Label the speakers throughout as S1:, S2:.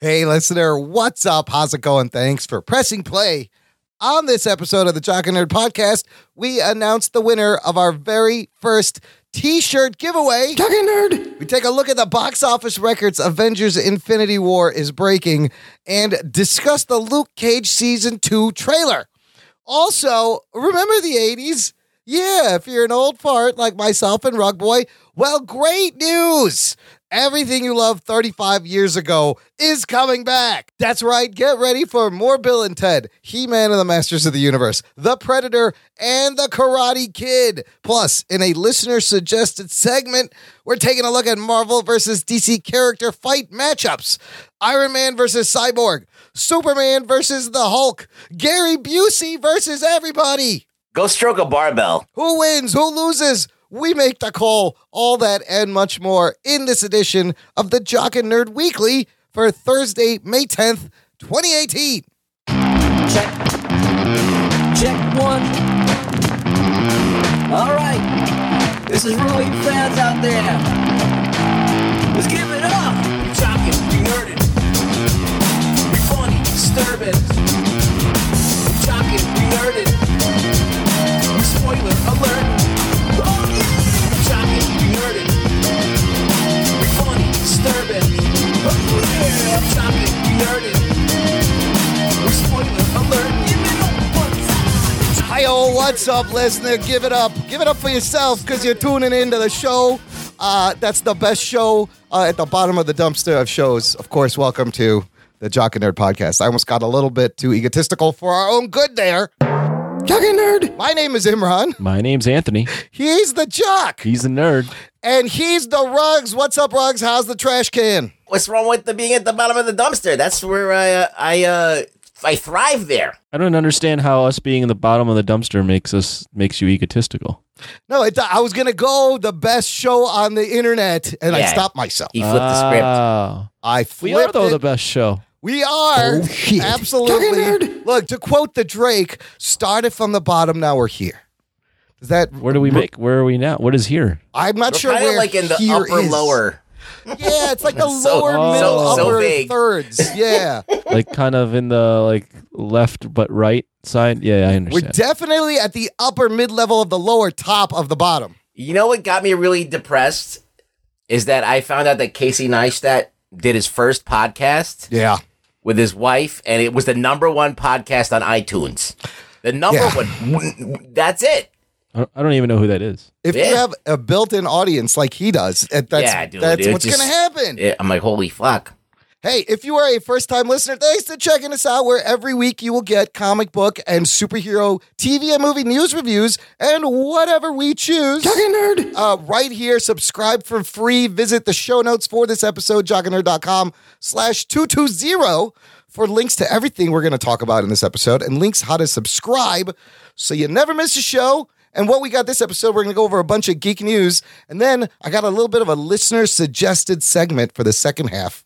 S1: Hey, listener, what's up? How's it going? Thanks for pressing play. On this episode of the Jock and Nerd podcast, we announced the winner of our very first t shirt giveaway.
S2: Jock and Nerd.
S1: We take a look at the box office records Avengers Infinity War is breaking and discuss the Luke Cage Season 2 trailer. Also, remember the 80s? Yeah, if you're an old fart like myself and Rug Boy, well, great news! Everything you loved 35 years ago is coming back. That's right, get ready for more Bill and Ted, He Man and the Masters of the Universe, The Predator, and The Karate Kid. Plus, in a listener suggested segment, we're taking a look at Marvel versus DC character fight matchups Iron Man versus Cyborg, Superman versus the Hulk, Gary Busey versus everybody.
S3: Go stroke a barbell.
S1: Who wins? Who loses? We make the call. All that and much more in this edition of the Jock and Nerd Weekly for Thursday, May 10th, 2018.
S2: Check. Check one. All right. This is really fans out there. Let's give it up. We talking, we nerding. We funny, disturbing. We talking, we nerding. We spoiler alert. Oh, yeah. We talking, we nerding. We funny, disturbing. Oh, yeah. We talking, we nerding. We spoiler alert. Give it up one time.
S1: Hi, oh, what's up, listener? Give it up. Give it up for yourself because you're tuning into the show. Uh, that's the best show uh, at the bottom of the dumpster of shows. Of course, welcome to the Jock and Nerd podcast. I almost got a little bit too egotistical for our own good there.
S2: Jock and Nerd.
S1: My name is Imran.
S4: My name's Anthony.
S1: He's the Jock.
S4: He's a nerd.
S1: And he's the Rugs. What's up, Rugs? How's the trash can?
S3: What's wrong with the being at the bottom of the dumpster? That's where I uh, I uh, I thrive there.
S4: I don't understand how us being in the bottom of the dumpster makes us makes you egotistical.
S1: No, it, I was going to go the best show on the internet, and I
S3: Yeah.
S1: stopped myself.
S3: He flipped the
S1: Uh,
S3: script.
S4: Ah.
S1: I
S4: we
S1: flipped
S4: are though
S1: it.
S4: the best show.
S1: We are absolutely. Look, to quote the Drake, started from the bottom, now we're here. Is that
S4: Where do we make? Where are we now? What is here?
S1: I'm not sure
S3: Kind of
S1: where
S3: like in the
S1: here
S3: upper
S1: is.
S3: lower.
S1: Yeah, it's like the
S3: So-
S1: lower,
S4: so-
S1: middle,
S4: so
S1: upper
S3: vague.
S1: thirds. Yeah,
S4: Like kind of in the like left but right side. Yeah, I
S1: we're
S4: understand.
S1: definitely at the upper mid level of the lower top of the bottom.
S3: You know what got me really depressed is that I found out that Casey Neistat did his first podcast
S1: Yeah,
S3: with his wife, and it was the number one podcast on iTunes. The number
S1: Yeah.
S3: one. That's it.
S4: I don't- I don't even know who that is.
S1: if you
S3: Yeah.
S1: have a built-in audience like he does, that- that's
S3: Yeah, dude,
S1: that's
S3: it
S1: what's
S3: just-
S1: gonna happen.
S3: Yeah, I'm like, holy fuck.
S1: Hey, if you are a first time listener, thanks for checking us out, where every week you will get comic book and superhero TV and movie news reviews and whatever we choose.
S2: Nerd.
S1: Uh, right here, subscribe for free. Visit the show notes for this episode, jockinerd.com slash 220 for links to everything we're going to talk about in this episode and links how to subscribe so you never miss a show. And what we got this episode, we're going to go over a bunch of geek news. And then I got a little bit of a listener suggested segment for the second half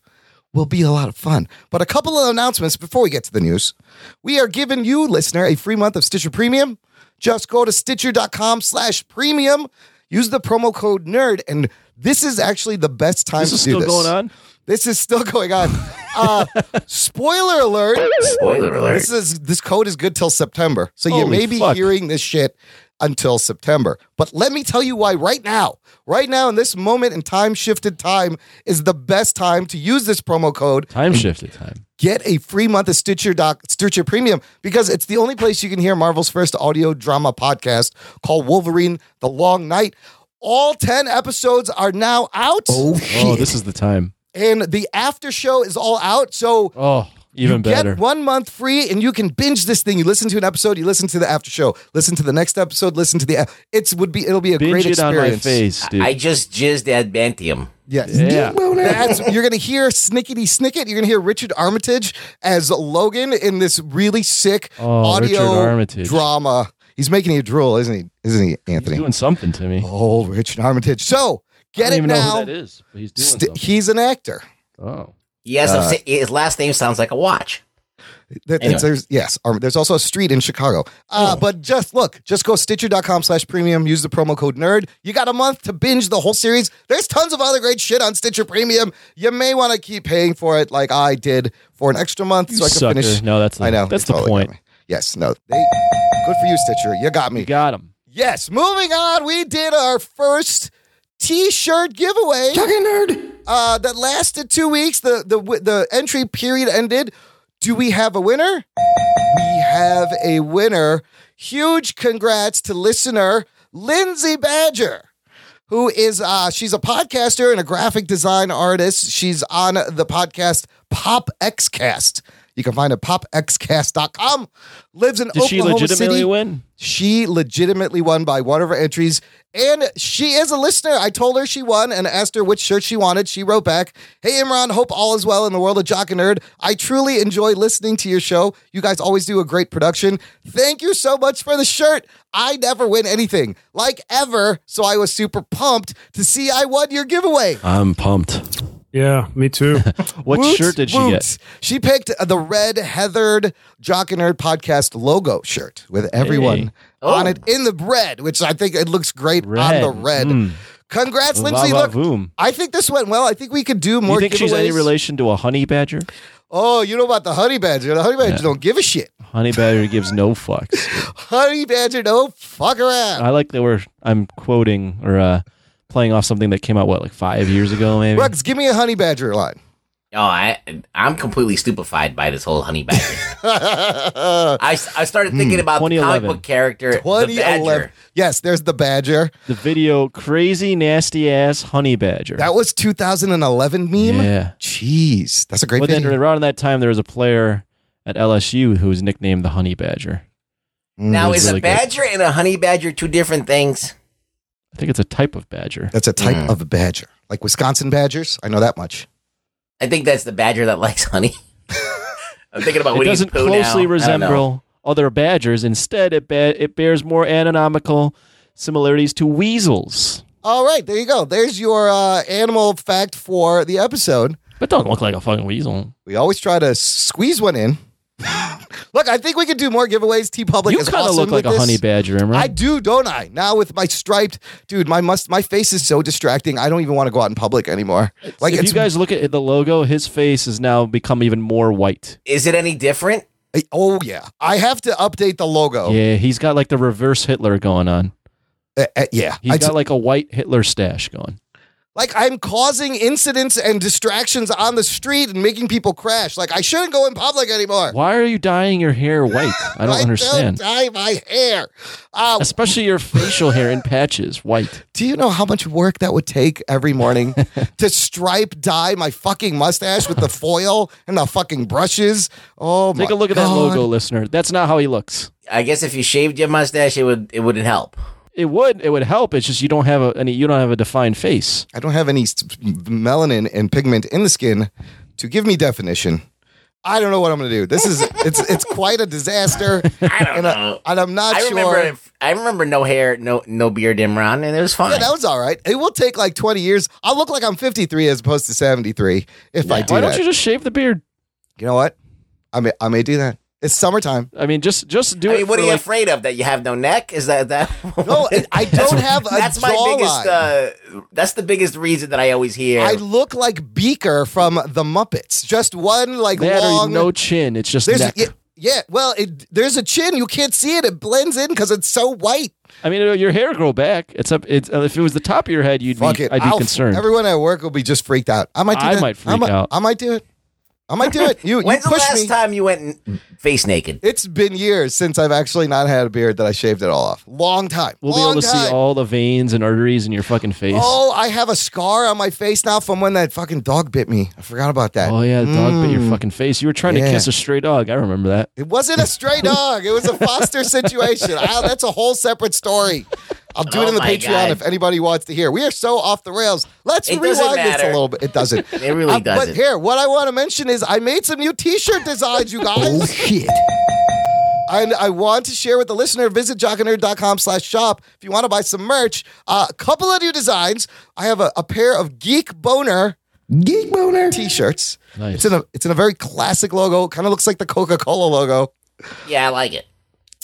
S1: will be a lot of fun. But a couple of announcements before we get to the news. We are giving you, listener, a free month of Stitcher Premium. Just go to stitcher.com slash premium, use the promo code NERD, and this is actually the best time
S4: This
S1: to
S4: is
S1: do
S4: still
S1: this.
S4: going on.
S1: This is still going on. Uh, spoiler alert.
S3: Spoiler alert.
S1: This is this code is good till September. So you
S4: Holy
S1: may be
S4: fuck.
S1: hearing this shit until September. But let me tell you why right now, right now in this moment in time shifted time is the best time to use this promo code.
S4: Time shifted time.
S1: Get a free month of Stitcher Doc Stitcher Premium because it's the only place you can hear Marvel's first audio drama podcast called Wolverine The Long Night. All 10 episodes are now out
S4: Oh, this is the time.
S1: and the after show is all out. So
S4: Oh, even better.
S1: Get one month free, and you can binge this thing. You listen to an episode, you listen to the after show, listen to the next episode, listen to the. It's would be it'll be a
S4: Binge
S1: great
S4: it on
S1: experience.
S4: my face, dude.
S3: I just jizzed adamantium.
S1: Yes.
S4: yeah.
S1: That's, you're going to hear Snickety Snicket. You're going to hear Richard Armitage as Logan in this really sick
S4: Oh, Richard
S1: audio
S4: Armitage.
S1: drama. He's making you drool, isn't he? Isn't he, Anthony?
S4: doing something to me.
S1: oh, Richard Armitage. So
S4: I
S1: get
S4: don't
S1: it
S4: even know
S1: now.
S4: who that is, but he's doing
S1: St-
S4: something.
S1: he's an actor.
S4: Oh.
S3: He has a, his last name sounds like a watch.
S1: There-
S3: Anyway.
S1: There's yes, um, there's also a street in Chicago.
S4: Oh.
S1: Uh, But just look, just go stitcher.com slash premium, use the promo code nerd. You got a month to binge the whole series. There's tons of other great shit on Stitcher Premium. You may want to keep paying for it like I did for an extra month so I could
S4: Sucker.
S1: finish.
S4: No, that's the,
S1: I know.
S4: That's
S1: you
S4: the
S1: totally
S4: point.
S1: got me. Yes, no. They, good for you, Stitcher. You got me.
S4: You got him.
S1: yes, moving on. We did our first t shirt giveaway
S3: nerd.
S1: uh, that lasted two weeks. The the the entry period ended. Do we have a winner? We have a winner. Huge congrats to listener Lindsay Badger, who is uh, she's a podcaster and a graphic design artist. She's on the podcast Pop Xcast. You can find it popxcast.com. Lives in
S4: Did she
S1: Oklahoma
S4: legitimately
S1: City.
S4: win?
S1: She legitimately won by one of her entries, and she is a listener. I told her she won and asked her which shirt she wanted. She wrote back, Hey Imran, hope all is well in the world of Jock and Nerd. I truly enjoy listening to your show. You guys always do a great production. Thank you so much for the shirt. I never win anything, like ever, so I was super pumped to see I won your giveaway.
S4: I'm pumped.
S5: Yeah, me too.
S4: What
S1: Woot,
S4: shirt did she
S1: woot. She picked uh, the red heathered Jock and Nerd podcast logo shirt with everyone
S4: Hey. Oh.
S1: on it in the red, which I think it looks great on
S4: Red.
S1: the red.
S4: Mm.
S1: Congrats,
S4: get?
S1: Lindsay.
S4: Va, va,
S1: Look,
S4: voom.
S1: I think this went well. I think we could do more.
S4: You think she's any
S1: giveaways.
S4: relation to a honey badger?
S1: Oh, you know about the honey badger. The honey badger don't give a shit.
S4: Honey badger gives no fucks.
S1: Honey badger don't fuck around.
S4: I like that we're I'm quoting or uh, playing off something that came out what like five years ago maybe.
S1: Rex, give me a honey badger line.
S3: Oh, I I'm completely stupefied by this whole honey badger. I, s- I started
S4: Hmm,
S3: thinking about the comic
S4: 2011.
S3: book character the
S1: 2011.
S3: badger.
S1: Yes, there's the badger.
S4: The video crazy nasty ass honey badger.
S1: That was 2011 meme.
S4: yeah.
S1: Jeez, that's a great
S4: But then
S1: video.
S4: around that time there was a player at LSU who was nicknamed the honey badger.
S1: Mm,
S3: Now
S4: that's
S3: is
S4: Hmm, really
S3: a
S4: good.
S3: badger and a honey badger two different things?
S4: I think it's a type of badger.
S1: That's a type
S4: Mm.
S1: of badger, like Wisconsin badgers. I know that much.
S3: I think that's the badger that likes honey. I'm thinking about
S4: it
S3: Winnie
S4: doesn't
S3: the Pooh now. I
S4: closely
S3: don't know.
S4: resemble other badgers. Instead, it ba- it bears more anatomical similarities to weasels,
S1: All right, there you go. There's your uh, animal fact for the episode.
S4: but don't look like a fucking weasel.
S1: We always try to squeeze one in. Look, I think we could do more giveaways. T Public
S4: you
S1: is
S4: kind of
S1: awesome
S4: look like
S1: with
S4: a
S1: this.
S4: honey badger, Imran.
S1: I do, don't I? Now with my striped dude, my must my face is so distracting. I don't even want to go out in public anymore. Like
S4: if
S1: it's
S4: you guys look at the logo, his face has now become even more white.
S3: Is it any different?
S1: oh yeah. I have to update the logo.
S4: Yeah, he's got like the reverse Hitler going on.
S1: Uh, uh, yeah.
S4: He's
S1: I
S4: got like a white Hitler stash going.
S1: Like I'm causing incidents and distractions on the street and making people crash. Like I shouldn't go in public anymore.
S4: Why are you dyeing your hair white? I don't understand.
S1: Don't dye my hair. Uh,
S4: Especially your facial hair in patches, white.
S1: do you know how much work that would take every morning to stripe dye my fucking mustache with the foil and the fucking brushes? Oh my
S4: Take a look at that
S1: God.
S4: logo, listener. That's not how he looks.
S3: I guess if you shaved your mustache, it would it wouldn't help.
S4: It would it would help. It's just you don't have a any you don't have a defined face.
S1: I don't have any s- melanin and pigment in the skin to give me definition. I don't know what I'm gonna do. This is it's it's quite a disaster.
S3: I don't
S1: and, I-
S3: know.
S1: and I'm not
S3: I
S1: sure.
S3: remember if- I remember no hair, no no beard, Imran, and it was fine.
S1: Yeah, that was all right. It will take like 20 years. I'll look like I'm 53 as opposed to 73 if I do
S4: Why
S1: that.
S4: don't you just shave the beard?
S1: You know what? I may I may do that. It's summertime.
S4: I mean, just just do
S3: I
S4: it.
S3: mean, what
S4: for,
S3: are you
S4: like-
S3: afraid of? That you have no neck? Is that that?
S1: No, I- I don't have a
S3: that's my
S1: jawline.
S3: biggest. Uh, that's the biggest reason that I always hear.
S1: I look like Beaker from the Muppets. Just one like
S4: that or
S1: long.
S4: no chin? It's just
S1: there's
S4: neck.
S1: yeah, yeah, well, it, there's a chin. You can't see it. It blends in because it's so white.
S4: I mean, uh, your hair grow back. It's up. It's uh, if it was the top of your head, you'd
S1: Fuck
S4: be.
S1: it.
S4: I'd be
S1: I'll-
S4: concerned.
S1: Everyone at work will be just freaked out. I might. Do
S4: I
S1: that.
S4: might
S1: I
S4: freak
S1: might,
S4: out.
S1: I might do it. I might do it. You, you
S3: When's the
S1: push
S3: last
S1: me.
S3: time you went n- face naked?
S1: It's been years since I've actually not had a beard that I shaved it all off. Long time.
S4: we'll be
S1: Long
S4: able to
S1: time.
S4: see all the veins and arteries in your fucking face.
S1: Oh, I have a scar on my face now from when that fucking dog bit me. I forgot about that.
S4: Oh, yeah, the dog bit
S1: Mm.
S4: your fucking face. You were trying
S1: Yeah.
S4: to kiss a stray dog. I remember that.
S1: It wasn't a stray dog. It was a foster situation. I, that's a whole separate story. I'll do it
S3: Oh
S1: in the
S3: my
S1: Patreon
S3: God.
S1: if anybody wants to hear. We are so off the rails. Let's
S3: It doesn't
S1: rewind this a
S3: matter.
S1: little bit. Oh, It doesn't.
S3: It really
S1: Uh,
S3: doesn't.
S1: But here, what I want to mention is I made some new T-shirt designs, you guys. oh shit! And I want to share with the listener. Visit jockandnerd.com slash shop if you want to buy some merch. Uh, a couple of new designs. I have a, a pair of Geek Boner Geek Boner t-shirts.
S4: Nice.
S1: It's in a it's in a very classic logo. Kind of looks like the Coca Cola logo,
S3: Yeah, I like it.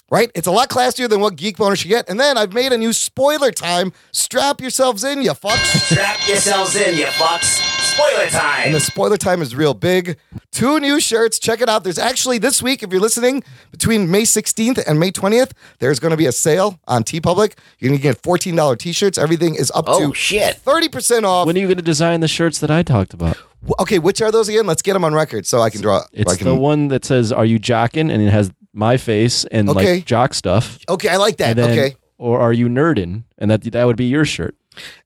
S1: right? It's a lot classier than what Geek Boner should get. And then I've made a new spoiler time. Strap yourselves in, you fucks.
S3: Strap yourselves in, you fucks. Spoiler time.
S1: And the spoiler time is real big. Two new shirts. Check it out. There's actually this week, if you're listening, between May 16th and May 20th, there's going to be a sale on T Public. You're going to get $14 t shirts. Everything is up
S3: Oh,
S1: to
S3: shit.
S1: 30% off.
S4: When are you going to design the shirts that I talked about?
S1: W- okay, which are those again? Let's get them on record so I can draw.
S4: It's
S1: I can,
S4: the one that says "Are you jocking?" and it has my face and
S1: Okay.
S4: like jock stuff.
S1: okay, I like that.
S4: And then,
S1: okay.
S4: Or are you nerdin? And that that would be your shirt,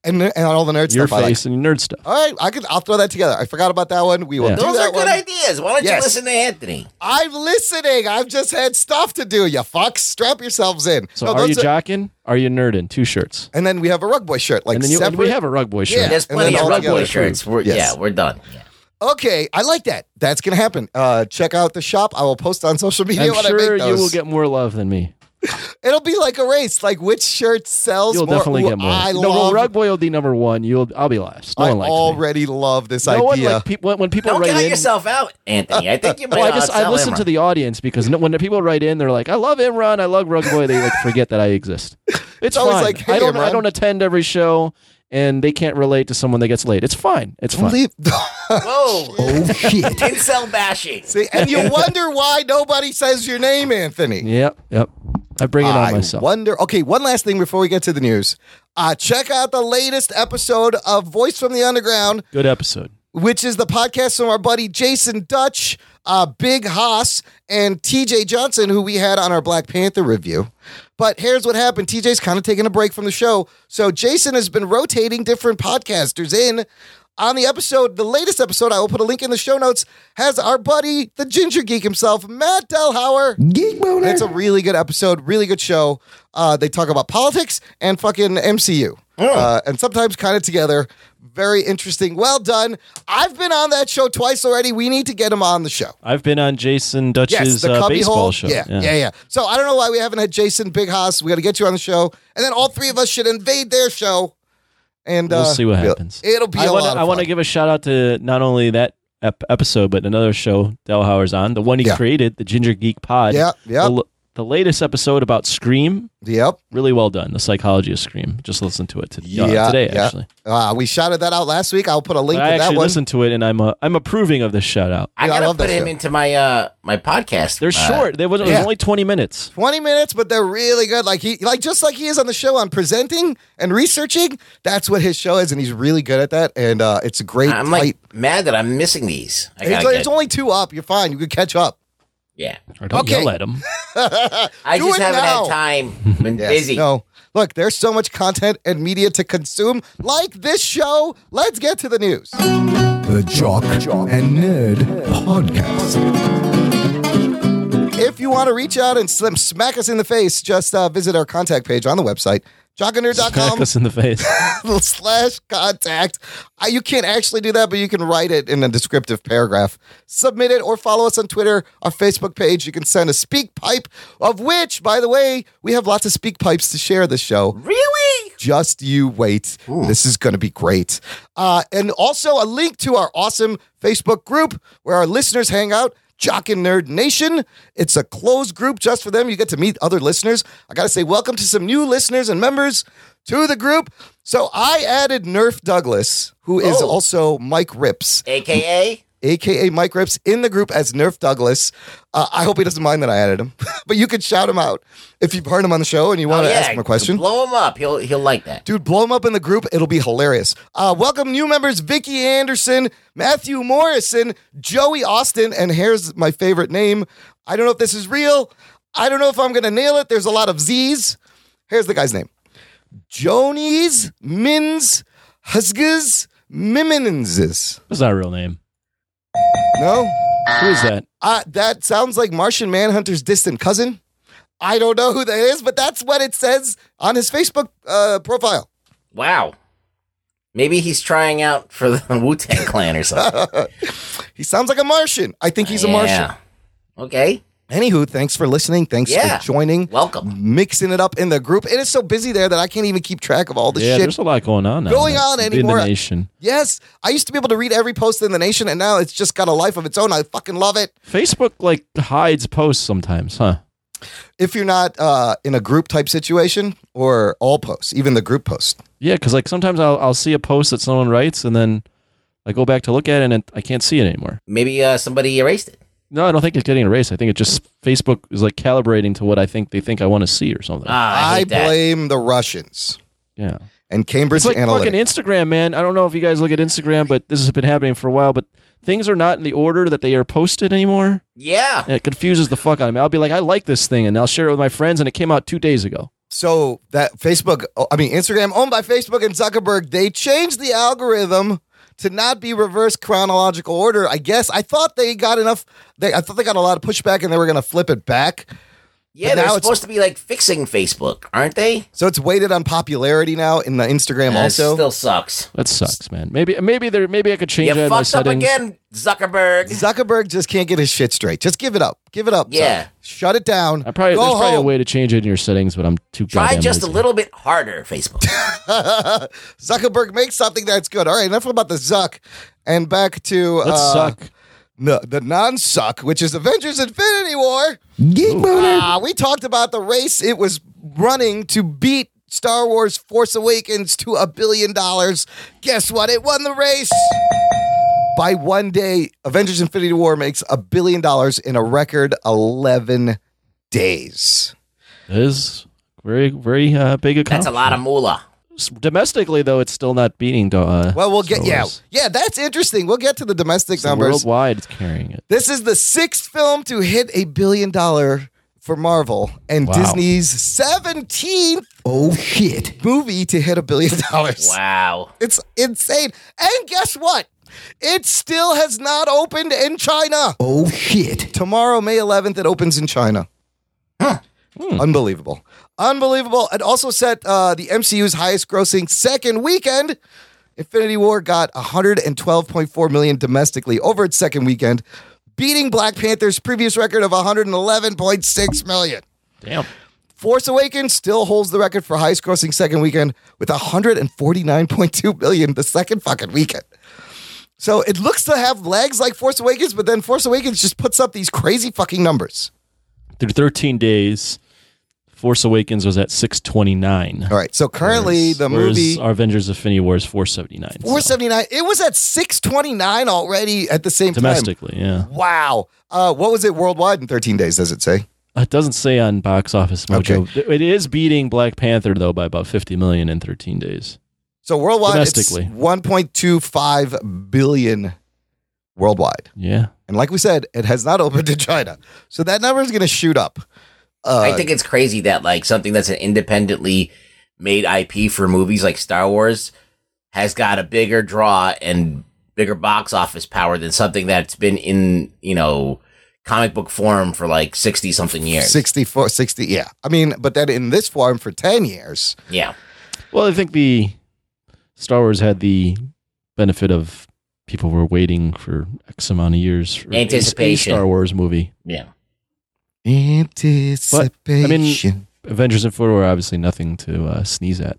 S1: And, and all the nerd
S4: your
S1: stuff. I like.
S4: face, and your nerd stuff.
S1: All right, I could, I'll throw that together. I forgot about that one. We will
S4: Yeah.
S1: do
S3: Those
S1: that
S3: are good
S1: one.
S3: ideas. Why don't
S1: Yes.
S3: you listen to Anthony?
S1: I'm listening. I've just had stuff to do, you fucks. Strap yourselves in.
S4: So
S1: No,
S4: are you
S1: those are-
S4: jocking? Are you nerdin? Two shirts.
S1: and then we have a rug boy shirt. Like
S4: and then you,
S1: separate.
S4: and we have a rug boy shirt.
S1: Yeah.
S3: There's
S1: and then
S3: plenty of
S1: all
S3: rug boy
S1: together.
S3: shirts. We're,
S1: Yes.
S3: Yeah, we're done.
S1: Okay, I like that. That's gonna happen. Uh, check out the shop. I will post on social media
S4: I'm
S1: when I
S4: sure
S1: make
S4: you
S1: those.
S4: will get more love than me.
S1: It'll be like a race. Like which shirt sells
S4: You'll
S1: more?
S4: definitely
S1: Ooh,
S4: get more.
S1: I
S4: no,
S1: love.
S4: Rug Boy will be number one. You'll, I'll be last. No
S1: I
S4: one likes me.
S1: already love this
S4: No one
S1: idea.
S4: like people when, when people
S3: Don't
S4: write
S3: count
S4: in.
S3: yourself out, Anthony. I think you might
S4: Well, I just I
S3: outsell
S4: listen to
S3: Imran.
S4: the audience because no, when the people write in, they're like, "I love Imran, I love Rug Boy." They like forget that I exist. It's,
S1: always
S4: fine.
S1: like, hey,
S4: I don't
S1: Imran.
S4: I don't attend every show, and they can't relate to someone that gets late. It's fine. It's fine.
S1: Believe-
S3: Whoa.
S1: oh shit!
S3: Incel bashing.
S1: See, and you wonder why nobody says your name, Anthony.
S4: Yep, yep. I bring it on
S1: I
S4: myself.
S1: wonder. Okay, one last thing before we get to the news. Uh, check out the latest episode of Voice from the Underground.
S4: Good episode.
S1: which is the podcast from our buddy Jason Dutch, uh, Big Haas, and TJ Johnson, who we had on our Black Panther review. But here's what happened TJ's kind of taking a break from the show. So Jason has been rotating different podcasters in. On the episode, the latest episode, I will put a link in the show notes, has our buddy, the ginger geek himself, Matt Delhauer. Geek boner. It's a really good episode, really good show. Uh, they talk about politics and fucking MCU uh, and sometimes kind of together. Very interesting. Well done. I've been on that show twice already. We need to get him on the show.
S4: I've been on Jason Dutch's
S1: Yes, the
S4: uh,
S1: cubby
S4: baseball
S1: hole.
S4: show.
S1: Yeah, yeah, yeah, So I don't know why we haven't had Jason Big Haas. We got to get you on the show, and then all three of us should invade their show. And
S4: We'll
S1: uh,
S4: see what
S1: we'll-
S4: happens.
S1: It'll be
S4: I
S1: a
S4: wanna,
S1: lot. Of
S4: I want to
S1: fun.
S4: give a shout out to not only that ep- episode, but another show Delhauer's on, the one he
S1: Yeah.
S4: created, the Ginger Geek Pod.
S1: Yeah, yeah.
S4: The, l- the latest episode about Scream,
S1: Yep.
S4: really well done. The psychology of Scream. Just listen to it to, uh,
S1: Yeah,
S4: today,
S1: yeah.
S4: actually.
S1: Uh, we shouted that out last week. I'll put a
S4: But
S1: link to
S4: I
S1: that
S4: actually
S1: one.
S4: listened to it, and I'm uh, I'm approving of this shout out.
S3: I
S1: Yeah, I
S3: gotta
S1: love that
S3: put him
S1: show.
S3: into my uh my podcast.
S4: They're
S3: uh,
S4: short. They was, it
S1: yeah.
S4: was only 20 minutes.
S1: 20 minutes, but they're really good. Like he like just like he is on the show on presenting and researching, that's what his show is, and he's really good at that. And uh, it's a great
S3: I'm
S1: tight-
S3: like mad that I'm missing these. I
S1: It's,
S3: gotta
S1: like,
S3: get-
S1: it's only two up. You're fine. You can catch up.
S3: yeah.
S4: I don't
S1: Okay.
S4: yell at them.
S3: I
S1: Do
S3: just
S1: it
S3: haven't
S1: now.
S3: had time. Been
S1: Yes.
S3: busy.
S1: No. Look, there's so much content and media to consume, like this show. Let's get to the news.
S5: The Jock, and Nerd Podcast.
S1: If you want to reach out and slim smack us in the face, just uh, visit our contact page on the website,
S4: Smack
S1: jockanerd.com
S4: us in the face.
S1: slash contact. Uh, you can't actually do that, but you can write it in a descriptive paragraph. Submit it or follow us on Twitter, our Facebook page. You can send a speak pipe, of which, by the way, we have lots of speak pipes to share this show.
S3: Really?
S1: Just you wait. This is going to be great. Uh, and also a link to our awesome Facebook group where our listeners hang out. Jock and Nerd Nation. It's a closed group just for them. You get to meet other listeners. I got to say, welcome to some new listeners and members to the group. So I added Nerf Douglas, who is
S3: Oh.
S1: also Mike Rips,
S3: AKA
S1: aka Mike Rips, in the group as Nerf Douglas. Uh, I hope he doesn't mind that I added him, but you could shout him out if you've heard him on the show and you want
S3: Oh,
S1: to
S3: yeah,
S1: ask him a question.
S3: Blow him up. He'll he'll like that.
S1: Dude, blow them up in the group. It'll be hilarious. Uh, welcome new members Vicky Anderson, Matthew Morrison, Joey Austin, and here's my favorite name. I don't know if this is real. I don't know if I'm going to nail it. There's a lot of Z's. Here's the guy's name Jonies, Mins, Husgas, Miminenses.
S4: That's not a real name.
S1: No?
S4: Who is that?
S1: Uh, that sounds like Martian Manhunter's distant cousin. I don't know who that is, but that's what it says on his Facebook uh, profile.
S3: Wow. Maybe he's trying out for the Wu Tang Clan or something.
S1: He sounds like a Martian. I think he's a Martian.
S3: Yeah. Okay.
S1: Anywho, thanks for listening. Thanks
S3: Yeah.
S1: for joining.
S3: Welcome.
S1: Mixing it up in the group. It is so busy there that I can't even keep track of all the
S4: yeah,
S1: shit.
S4: there's a lot going on now.
S1: Going
S4: That's
S1: on
S4: in
S1: anymore.
S4: the nation.
S1: yes, I used to be able to read every post in the nation, and now it's just got a life of its own. I fucking love it.
S4: Facebook like hides posts sometimes, huh?
S1: If you're not uh, in a group type situation or all posts, even the group post.
S4: Yeah, because like sometimes I'll I'll see a post that someone writes and then I go back to look at it and it, I can't see it anymore.
S3: Maybe uh, somebody erased it.
S4: No, I don't think it's getting erased. I think it just Facebook is like calibrating to what I think they think I want to see or something.
S3: Ah, I,
S1: I,
S3: hate that.
S1: blame the Russians
S4: yeah.
S1: and Cambridge
S4: It's like fucking
S1: Analytica.
S4: Instagram, man. I don't know if you guys look at Instagram, but this has been happening for a while. But things are not in the order that they are posted anymore,
S3: Yeah.
S4: and it confuses the fuck out of me. I'll be like, I like this thing, and I'll share it with my friends, and it came out two days ago.
S1: So that Facebook, oh, I mean Instagram, owned by Facebook and Zuckerberg, they changed the algorithm to not be reverse chronological order. I guess I thought they got enough. They, I thought they got a lot of pushback, and they were going to flip it back.
S3: Yeah,
S1: But
S3: they're
S1: now it's-
S3: supposed to be like fixing Facebook, aren't they?
S1: So it's weighted on popularity now in the Instagram.
S3: That
S1: also,
S3: still sucks.
S4: That sucks, man. Maybe maybe there maybe I could change
S3: You
S4: that in my
S3: fucked up
S4: settings.
S3: again, Zuckerberg.
S1: Zuckerberg just can't get his shit straight. Just give it up. Give it up.
S3: Yeah.
S1: Zuck. Shut it down.
S4: I probably
S1: Go
S4: there's probably a
S1: home.
S4: way to change it in your settings, but I'm too.
S3: Try
S4: goddamn
S3: just a
S4: lazy.
S3: little bit harder, Facebook.
S1: Zuckerberg makes something that's good. All right, enough about the Zuck. And back to
S4: Let's
S1: uh,
S4: suck.
S1: No, the non-suck, which is Avengers: Infinity War.
S5: Geek boner.
S1: Ah, we talked about the race it was running to beat Star Wars: Force Awakens to a billion dollars. Guess what? It won the race. By one day, Avengers: Infinity War makes a billion dollars in a record eleven days.
S4: It is very very uh, big account.
S3: That's a lot of moolah.
S4: Domestically though, it's still not beating. Uh,
S1: Well, we'll get
S4: Star
S1: yeah,
S4: Wars.
S1: yeah. That's interesting. We'll get to the domestic
S4: So
S1: numbers.
S4: worldwide. It's carrying it.
S1: This is the sixth film to hit a billion dollar for Marvel and
S4: Wow.
S1: Disney's 17th
S5: Oh shit.
S1: movie to hit a billion dollars.
S3: Wow.
S1: It's insane. And guess what? It still has not opened in China.
S5: Oh shit.
S1: Tomorrow, May 11th, it opens in China. Unbelievable. Unbelievable. It also set uh, the MCU's highest grossing second weekend. Infinity War got 112.4 million domestically over its second weekend, beating Black Panther's previous record of 111.6 million.
S4: Damn.
S1: Force Awakens still holds the record for highest grossing second weekend with 149.2 million the second fucking weekend. So it looks to have legs like Force Awakens, but then Force Awakens just puts up these crazy fucking numbers.
S4: Through 13 days, Force Awakens was at 629.
S1: All right. So currently the
S4: Whereas
S1: movie
S4: our Avengers Infinity War is 479. so.
S1: 479, it was at 629 already at the same
S4: domestically,
S1: time. Wow. Uh, what was it worldwide in 13 days, does it say?
S4: yeah. It doesn't say on box office mojo. It is beating Black Panther though by about 50 million in 13 days.
S1: So worldwide, it's
S4: Domestically.
S1: 1.25 billion worldwide.
S4: Yeah.
S1: And like we said, it has not opened in China. So that number is going to shoot up. Uh,
S3: I think it's crazy that like something that's an independently made IP for movies like Star Wars has got a bigger draw and bigger box office power than something that's been in, you know, comic book form for like 60 something years.
S1: 64, 60. Yeah. I mean, but then in this form for 10 years.
S3: Yeah.
S4: Well, I think the Star Wars had the benefit of people were waiting for X amount of years for a-
S3: Anticipation.
S4: a Star Wars movie.
S3: Yeah.
S1: Anticipation.
S4: Avengers Infinity War obviously nothing to uh, sneeze at.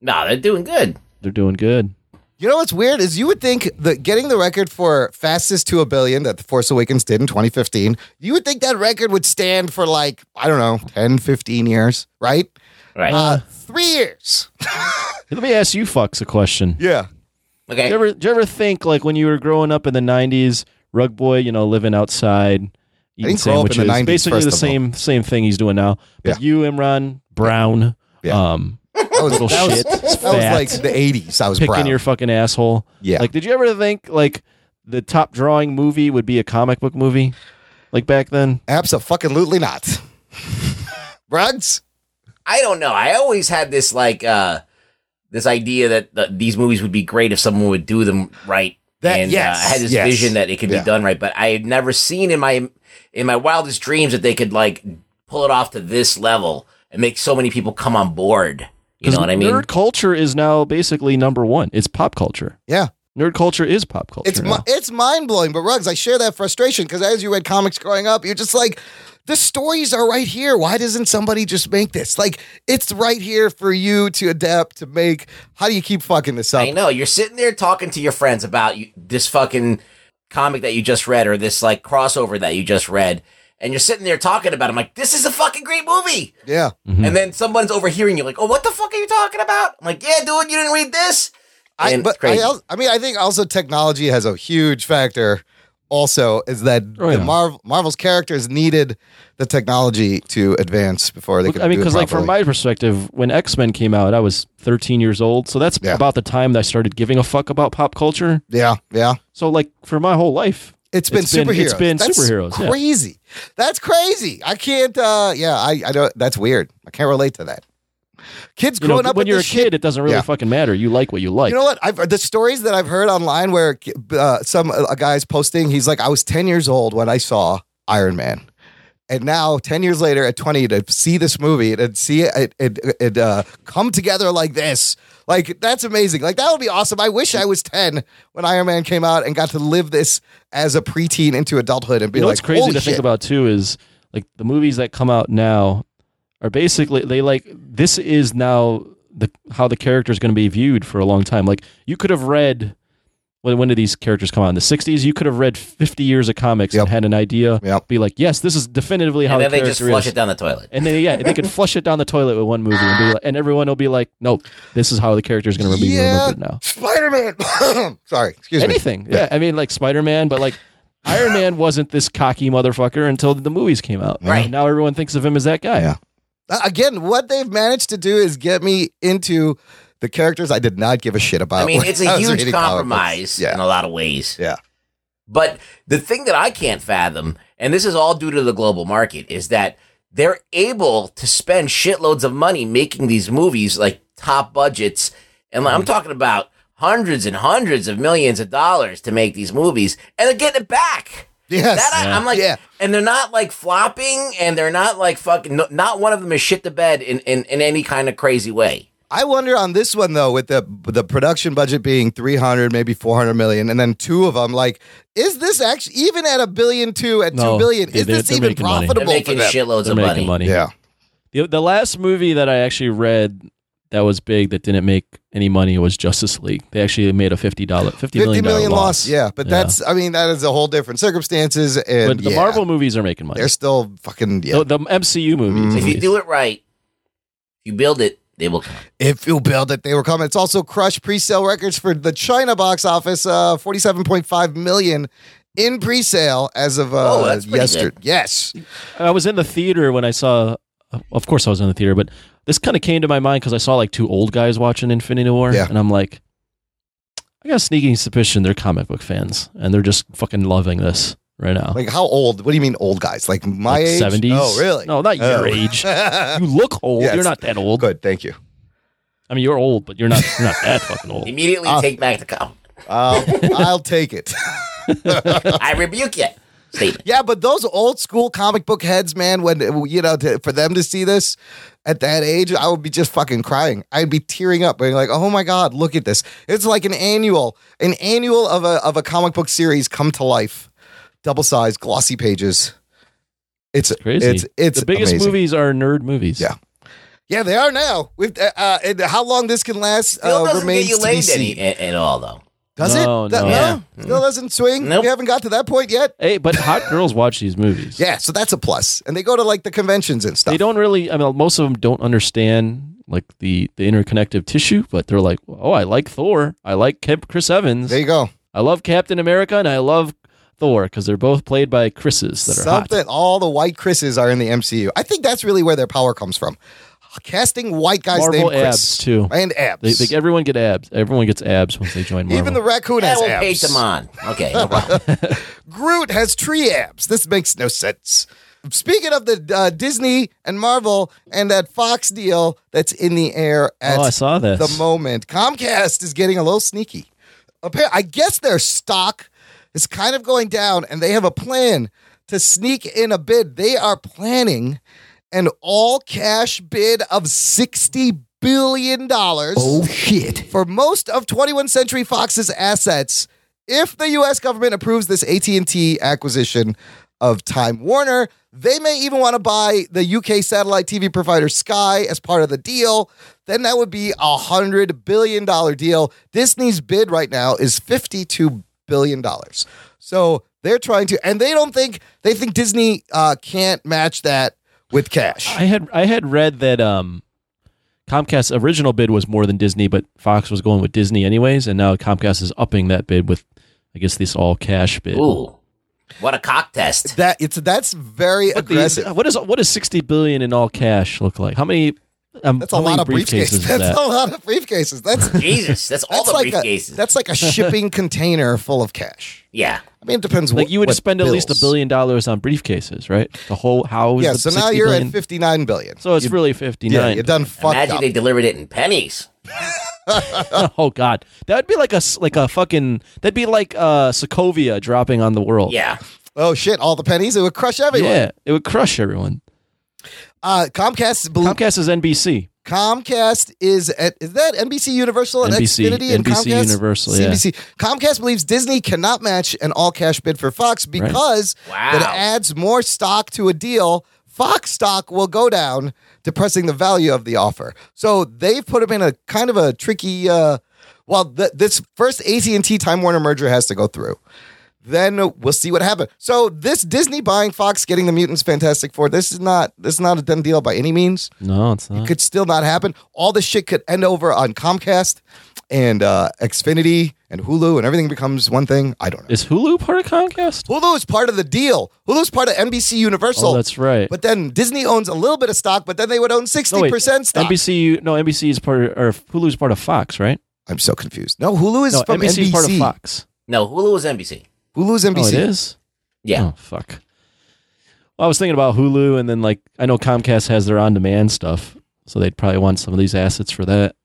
S3: No, they're doing good.
S4: They're doing good.
S1: you know what's weird is you would think that getting the record for fastest to a billion that The Force Awakens did in 2015, you would think that record would stand for like, I don't know, 10, 15 years, right?
S3: Right.
S1: Uh, three years.
S4: Let me ask you fucks a question.
S1: Yeah.
S3: okay.
S4: Do you ever, do you ever think like when you were growing up in the '90s, rug boy, you know, living outside, eating
S1: didn't grow up in
S4: sandwiches,
S1: the 90s,
S4: basically
S1: first
S4: the
S1: of all.
S4: same same thing he's doing now. But you, Imran Brown,
S1: Yeah.
S4: um,
S1: That was,
S4: little
S1: that was,
S4: shit,
S1: that was like the 80s. I was
S4: picking
S1: proud.
S4: your fucking asshole.
S1: Yeah.
S4: Like, did you ever think like the top drawing movie would be a comic book movie, like back then?
S1: Absolutely not. Rugs?
S3: I don't know. I always had this like uh this idea that the, these movies would be great if someone would do them right.
S1: That-
S3: and
S1: yes,
S3: uh, I had this
S1: yes.
S3: vision that it could
S1: Yeah.
S3: be done right, but I had never seen in my in my wildest dreams that they could like pull it off to this level and make so many people come on board. You know what I mean?
S4: Nerd culture is now basically number one. It's pop culture.
S1: Yeah.
S4: Nerd culture is pop culture.
S1: It's mi-
S4: now.
S1: it's mind blowing, but Rugs, I share that frustration because as you read comics growing up, you're just like, the stories are right here. Why doesn't somebody just make this? Like, it's right here for you to adapt, to make. How do you keep fucking this up?
S3: I know you're sitting there talking to your friends about you, this fucking comic that you just read or this like crossover that you just read, and you're sitting there talking about. it. I'm like, this is a fucking great movie.
S1: Yeah.
S3: And then someone's overhearing you, like, oh, what the fuck are you talking about? I'm like, yeah, dude, you didn't read this.
S1: I,
S3: And
S1: but
S3: it's crazy.
S1: I, al- I mean, I think also technology has a huge factor. Also, is that
S4: Oh,
S1: the
S4: yeah.
S1: Marvel Marvel's characters needed the technology to advance before they could.
S4: I mean,
S1: because
S4: because like from my perspective, when X Men came out, I was 13 years old, so that's
S1: Yeah.
S4: about the time that I started giving a fuck about pop culture.
S1: yeah, yeah,
S4: So like for my whole life,
S1: it's been
S4: It's been-
S1: superheroes.
S4: it's been
S1: That's
S4: superheroes, yeah.
S1: Crazy. That's crazy. I can't. uh Yeah, I, I don't. That's weird. I can't relate to that. Kids
S4: you know,
S1: growing up
S4: when
S1: with
S4: you're a
S1: this
S4: kid,
S1: shit-
S4: it doesn't really
S1: Yeah.
S4: fucking matter. You like what you like.
S1: You know what? I've the stories that I've heard online where uh, some a guy's posting. He's like, I was ten years old when I saw Iron Man, and now ten years later at twenty to see this movie and see it it, it uh, come together like this. Like that's amazing. Like that would be awesome. I wish I was ten when Iron Man came out and got to live this as a preteen into adulthood and be
S4: You know
S1: like,
S4: what's crazy
S1: Holy
S4: to
S1: shit.
S4: think about too is like the movies that come out now are basically they like this is now the how the character is going to be viewed for a long time. Like you could have read when when did these characters come out in the '60s? You could have read 50 years of comics
S1: Yep.
S4: and had an idea.
S1: Yep.
S4: Be like, yes, this is definitively how
S3: And
S4: the
S3: then they just
S4: character
S3: flush
S4: is.
S3: it down the toilet.
S4: And then yeah, they could flush it down the toilet with one movie, and, be like, and everyone will be like, nope, this is how the character is going to be
S1: Yeah.
S4: remembered now.
S1: Spider Man. Sorry, excuse me.
S4: Anything, yeah. I mean, like Spider Man, but like Iron Man wasn't this cocky motherfucker until the movies came out.
S3: Right.
S4: now, everyone thinks of him as that guy.
S1: Yeah. Uh, Again, what they've managed to do is get me into the characters I did not give a shit about.
S3: I mean,
S1: when
S3: it's
S1: I
S3: a
S1: was
S3: huge
S1: reading comic books.
S3: compromise
S1: Yeah.
S3: in a lot of ways.
S1: Yeah.
S3: But the thing that I can't fathom, and this is all due to the global market, is that they're able to spend shitloads of money making these movies like top budgets. And like, I'm talking about hundreds and hundreds of millions of dollars to make these movies, and they're getting it back.
S1: Yes.
S3: That I, I'm like,
S1: Yeah.
S3: and they're not like flopping, and they're not like fucking. No, not one of them is shit the bed in, in, in any kind of crazy way.
S1: I wonder on this one though, with the the production budget being three hundred, maybe four hundred million, and then two of them, like, is this actually even at a billion two at
S4: No.
S1: two billion?
S4: Yeah,
S1: Is
S4: they're-
S1: this
S4: they're
S1: even
S4: making money.
S3: They're
S1: profitable for
S3: making
S1: them?
S3: shitloads
S4: They're
S3: of money.
S4: making money.
S1: Yeah,
S4: The, the last movie that I actually read that was big that didn't make any money was Justice League. They actually made a fifty dollar fifty
S1: fifty
S4: million dollar
S1: million loss.
S4: loss.
S1: Yeah, but that's I mean that is a whole different circumstances. And
S4: but the
S1: yeah,
S4: Marvel movies are making money.
S1: they're still fucking yeah.
S4: The, the MCU
S1: Mm-hmm.
S4: movies.
S3: If you do it right, you build it, they will come.
S1: If you build it, they were coming. It's also crushed pre-sale records for the China box office, uh, forty-seven point five million in pre-sale as of uh,
S3: Oh, that's pretty
S1: yesterday. Yes,
S4: I was in the theater when I saw. Of course, I was in the theater, but this kind of came to my mind because I saw like two old guys watching Infinity War,
S1: Yeah.
S4: and I'm like, I got a sneaking suspicion they're comic book fans and they're just fucking loving this right now.
S1: like how old? What do you mean old guys? Like my
S4: Like
S1: age?
S4: 70s?
S1: Oh, really?
S4: No, not your
S1: Oh.
S4: age. You look old.
S1: Yes.
S4: You're not that old.
S1: Good, thank you.
S4: I mean, you're old, but you're not you're not that fucking old.
S3: Immediately
S1: Uh,
S3: take back the cup.
S1: Um, I'll take it.
S3: I rebuke you. Statement.
S1: Yeah, but those old school comic book heads, man, when you know, to, for them to see this at that age, I would be just fucking crying. I'd be tearing up, being like, "Oh my god, look at this!" It's like an annual, an annual of a of a comic book series come to life, double sized glossy pages. It's
S4: Crazy.
S1: It's it's
S4: the biggest
S1: amazing.
S4: movies are nerd movies.
S1: Yeah. Yeah, they are now. With uh, uh, and how long this can last
S3: Still
S1: uh,
S3: doesn't
S1: remains
S3: get you
S1: to be
S3: laid
S1: seen.
S3: any, at, at all, though.
S1: Does
S4: No,
S1: it? Th-
S4: no.
S1: Still doesn't swing.
S3: Nope.
S1: We haven't got to that point yet.
S4: Hey, but hot girls watch these movies.
S1: Yeah, so that's a plus. And they go to like the conventions and stuff.
S4: They don't really. I mean, most of them don't understand like the the interconnective tissue, but they're like, oh, I like Thor. I like Kev- Chris Evans.
S1: There you go.
S4: I love Captain America and I love Thor because they're both played by Chris's that are
S1: Something.
S4: hot.
S1: All the white Chris's are in the MCU. I think that's really where their power comes from. Casting white guys named
S4: Marvel
S1: Chris
S4: abs, too.
S1: and abs.
S4: They, they, everyone get abs. Everyone gets abs once they join Marvel.
S1: Even the raccoon
S3: I
S1: has
S3: will paint
S1: abs.
S3: them on. Okay, no problem.
S1: Groot has tree abs. This makes no sense. Speaking of the uh, Disney and Marvel and that Fox deal that's in the air at
S4: oh, I saw this.
S1: the moment. Comcast is getting a little sneaky. Appa- I guess their stock is kind of going down, and they have a plan to sneak in a bid. They are planning an all cash bid of $60 billion
S5: Oh shit.
S1: for most of 21st Century Fox's assets if the U.S. government approves this AT&T acquisition. of Time Warner. They may even want to buy the UK satellite TV provider Sky as part of the deal. Then that would be a $100 billion deal. Disney's bid right now is $52 billion. So they're trying to, and they don't think, they think Disney uh, can't match that with cash.
S4: I had I had read that um, Comcast's original bid was more than Disney, but Fox was going with Disney anyways, and now Comcast is upping that bid with, I guess, this all cash bid.
S3: Ooh, what a cock test!
S1: That it's that's very
S4: What, these,
S1: aggressive.
S4: what is what does sixty billion in all cash look like? How many? Um,
S1: that's a
S4: how many
S1: lot of briefcases.
S4: is
S1: That's
S4: that?
S1: a lot of briefcases. That's
S3: Jesus, that's all
S1: that's
S3: the
S1: like
S3: briefcases.
S1: a that's like a shipping container full of cash.
S3: yeah,
S1: I mean, it depends.
S4: like
S1: wh-
S4: you would
S1: what
S4: spend at least
S1: bills.
S4: a billion dollars on briefcases, right? The whole how is
S1: Yeah,
S4: the
S1: so now
S4: 60
S1: you're
S4: billion?
S1: at fifty nine billion.
S4: So it's really fifty
S1: yeah,
S4: nine.
S1: you're done fucked
S3: imagine
S1: up.
S3: they delivered it in pennies.
S4: oh god, that would be like a s- like a fucking that'd be like uh Sokovia dropping on the world.
S3: Yeah,
S1: Oh shit! All the pennies it would crush everyone.
S4: yeah, it would crush everyone.
S1: Uh, Comcast, bel-
S4: Comcast is NBC.
S1: Comcast is at, is that NBC Universal and
S4: NBC,
S1: Xfinity and
S4: NBC
S1: Comcast
S4: Universal, yeah.
S1: CBC. Comcast believes Disney cannot match an all cash bid for Fox because
S3: Wow.
S1: that adds more stock to a deal. Fox stock will go down, depressing the value of the offer. So they've put them in a kind of a tricky. Uh, well, th- this first AT and T Time Warner merger has to go through. Then we'll see what happens. So this Disney buying Fox, getting the mutants Fantastic Four. This is not this is not a done deal by any means
S4: No, it's not.
S1: could still not happen. All this shit could end over on Comcast and uh, Xfinity and Hulu, and everything becomes one thing. I don't know.
S4: Is Hulu part of Comcast?
S1: Hulu is part of the deal. Hulu is part of NBC Universal.
S4: Oh, that's right.
S1: But then Disney owns a little bit of stock, but then they would own sixty
S4: No, wait,
S1: percent stock.
S4: NBC, no, NBC is part of, or Hulu's part of Fox, right?
S1: I'm so confused. No, Hulu is
S4: no,
S1: from
S4: NBC
S1: NBC.
S4: is part of Fox.
S3: no, Hulu was NBC.
S1: Hulu is NBC.
S4: Oh, it is.
S3: Yeah,
S4: Oh, fuck. Well, I was thinking about Hulu, and then like I know Comcast has their on-demand stuff, so they'd probably want some of these assets for that.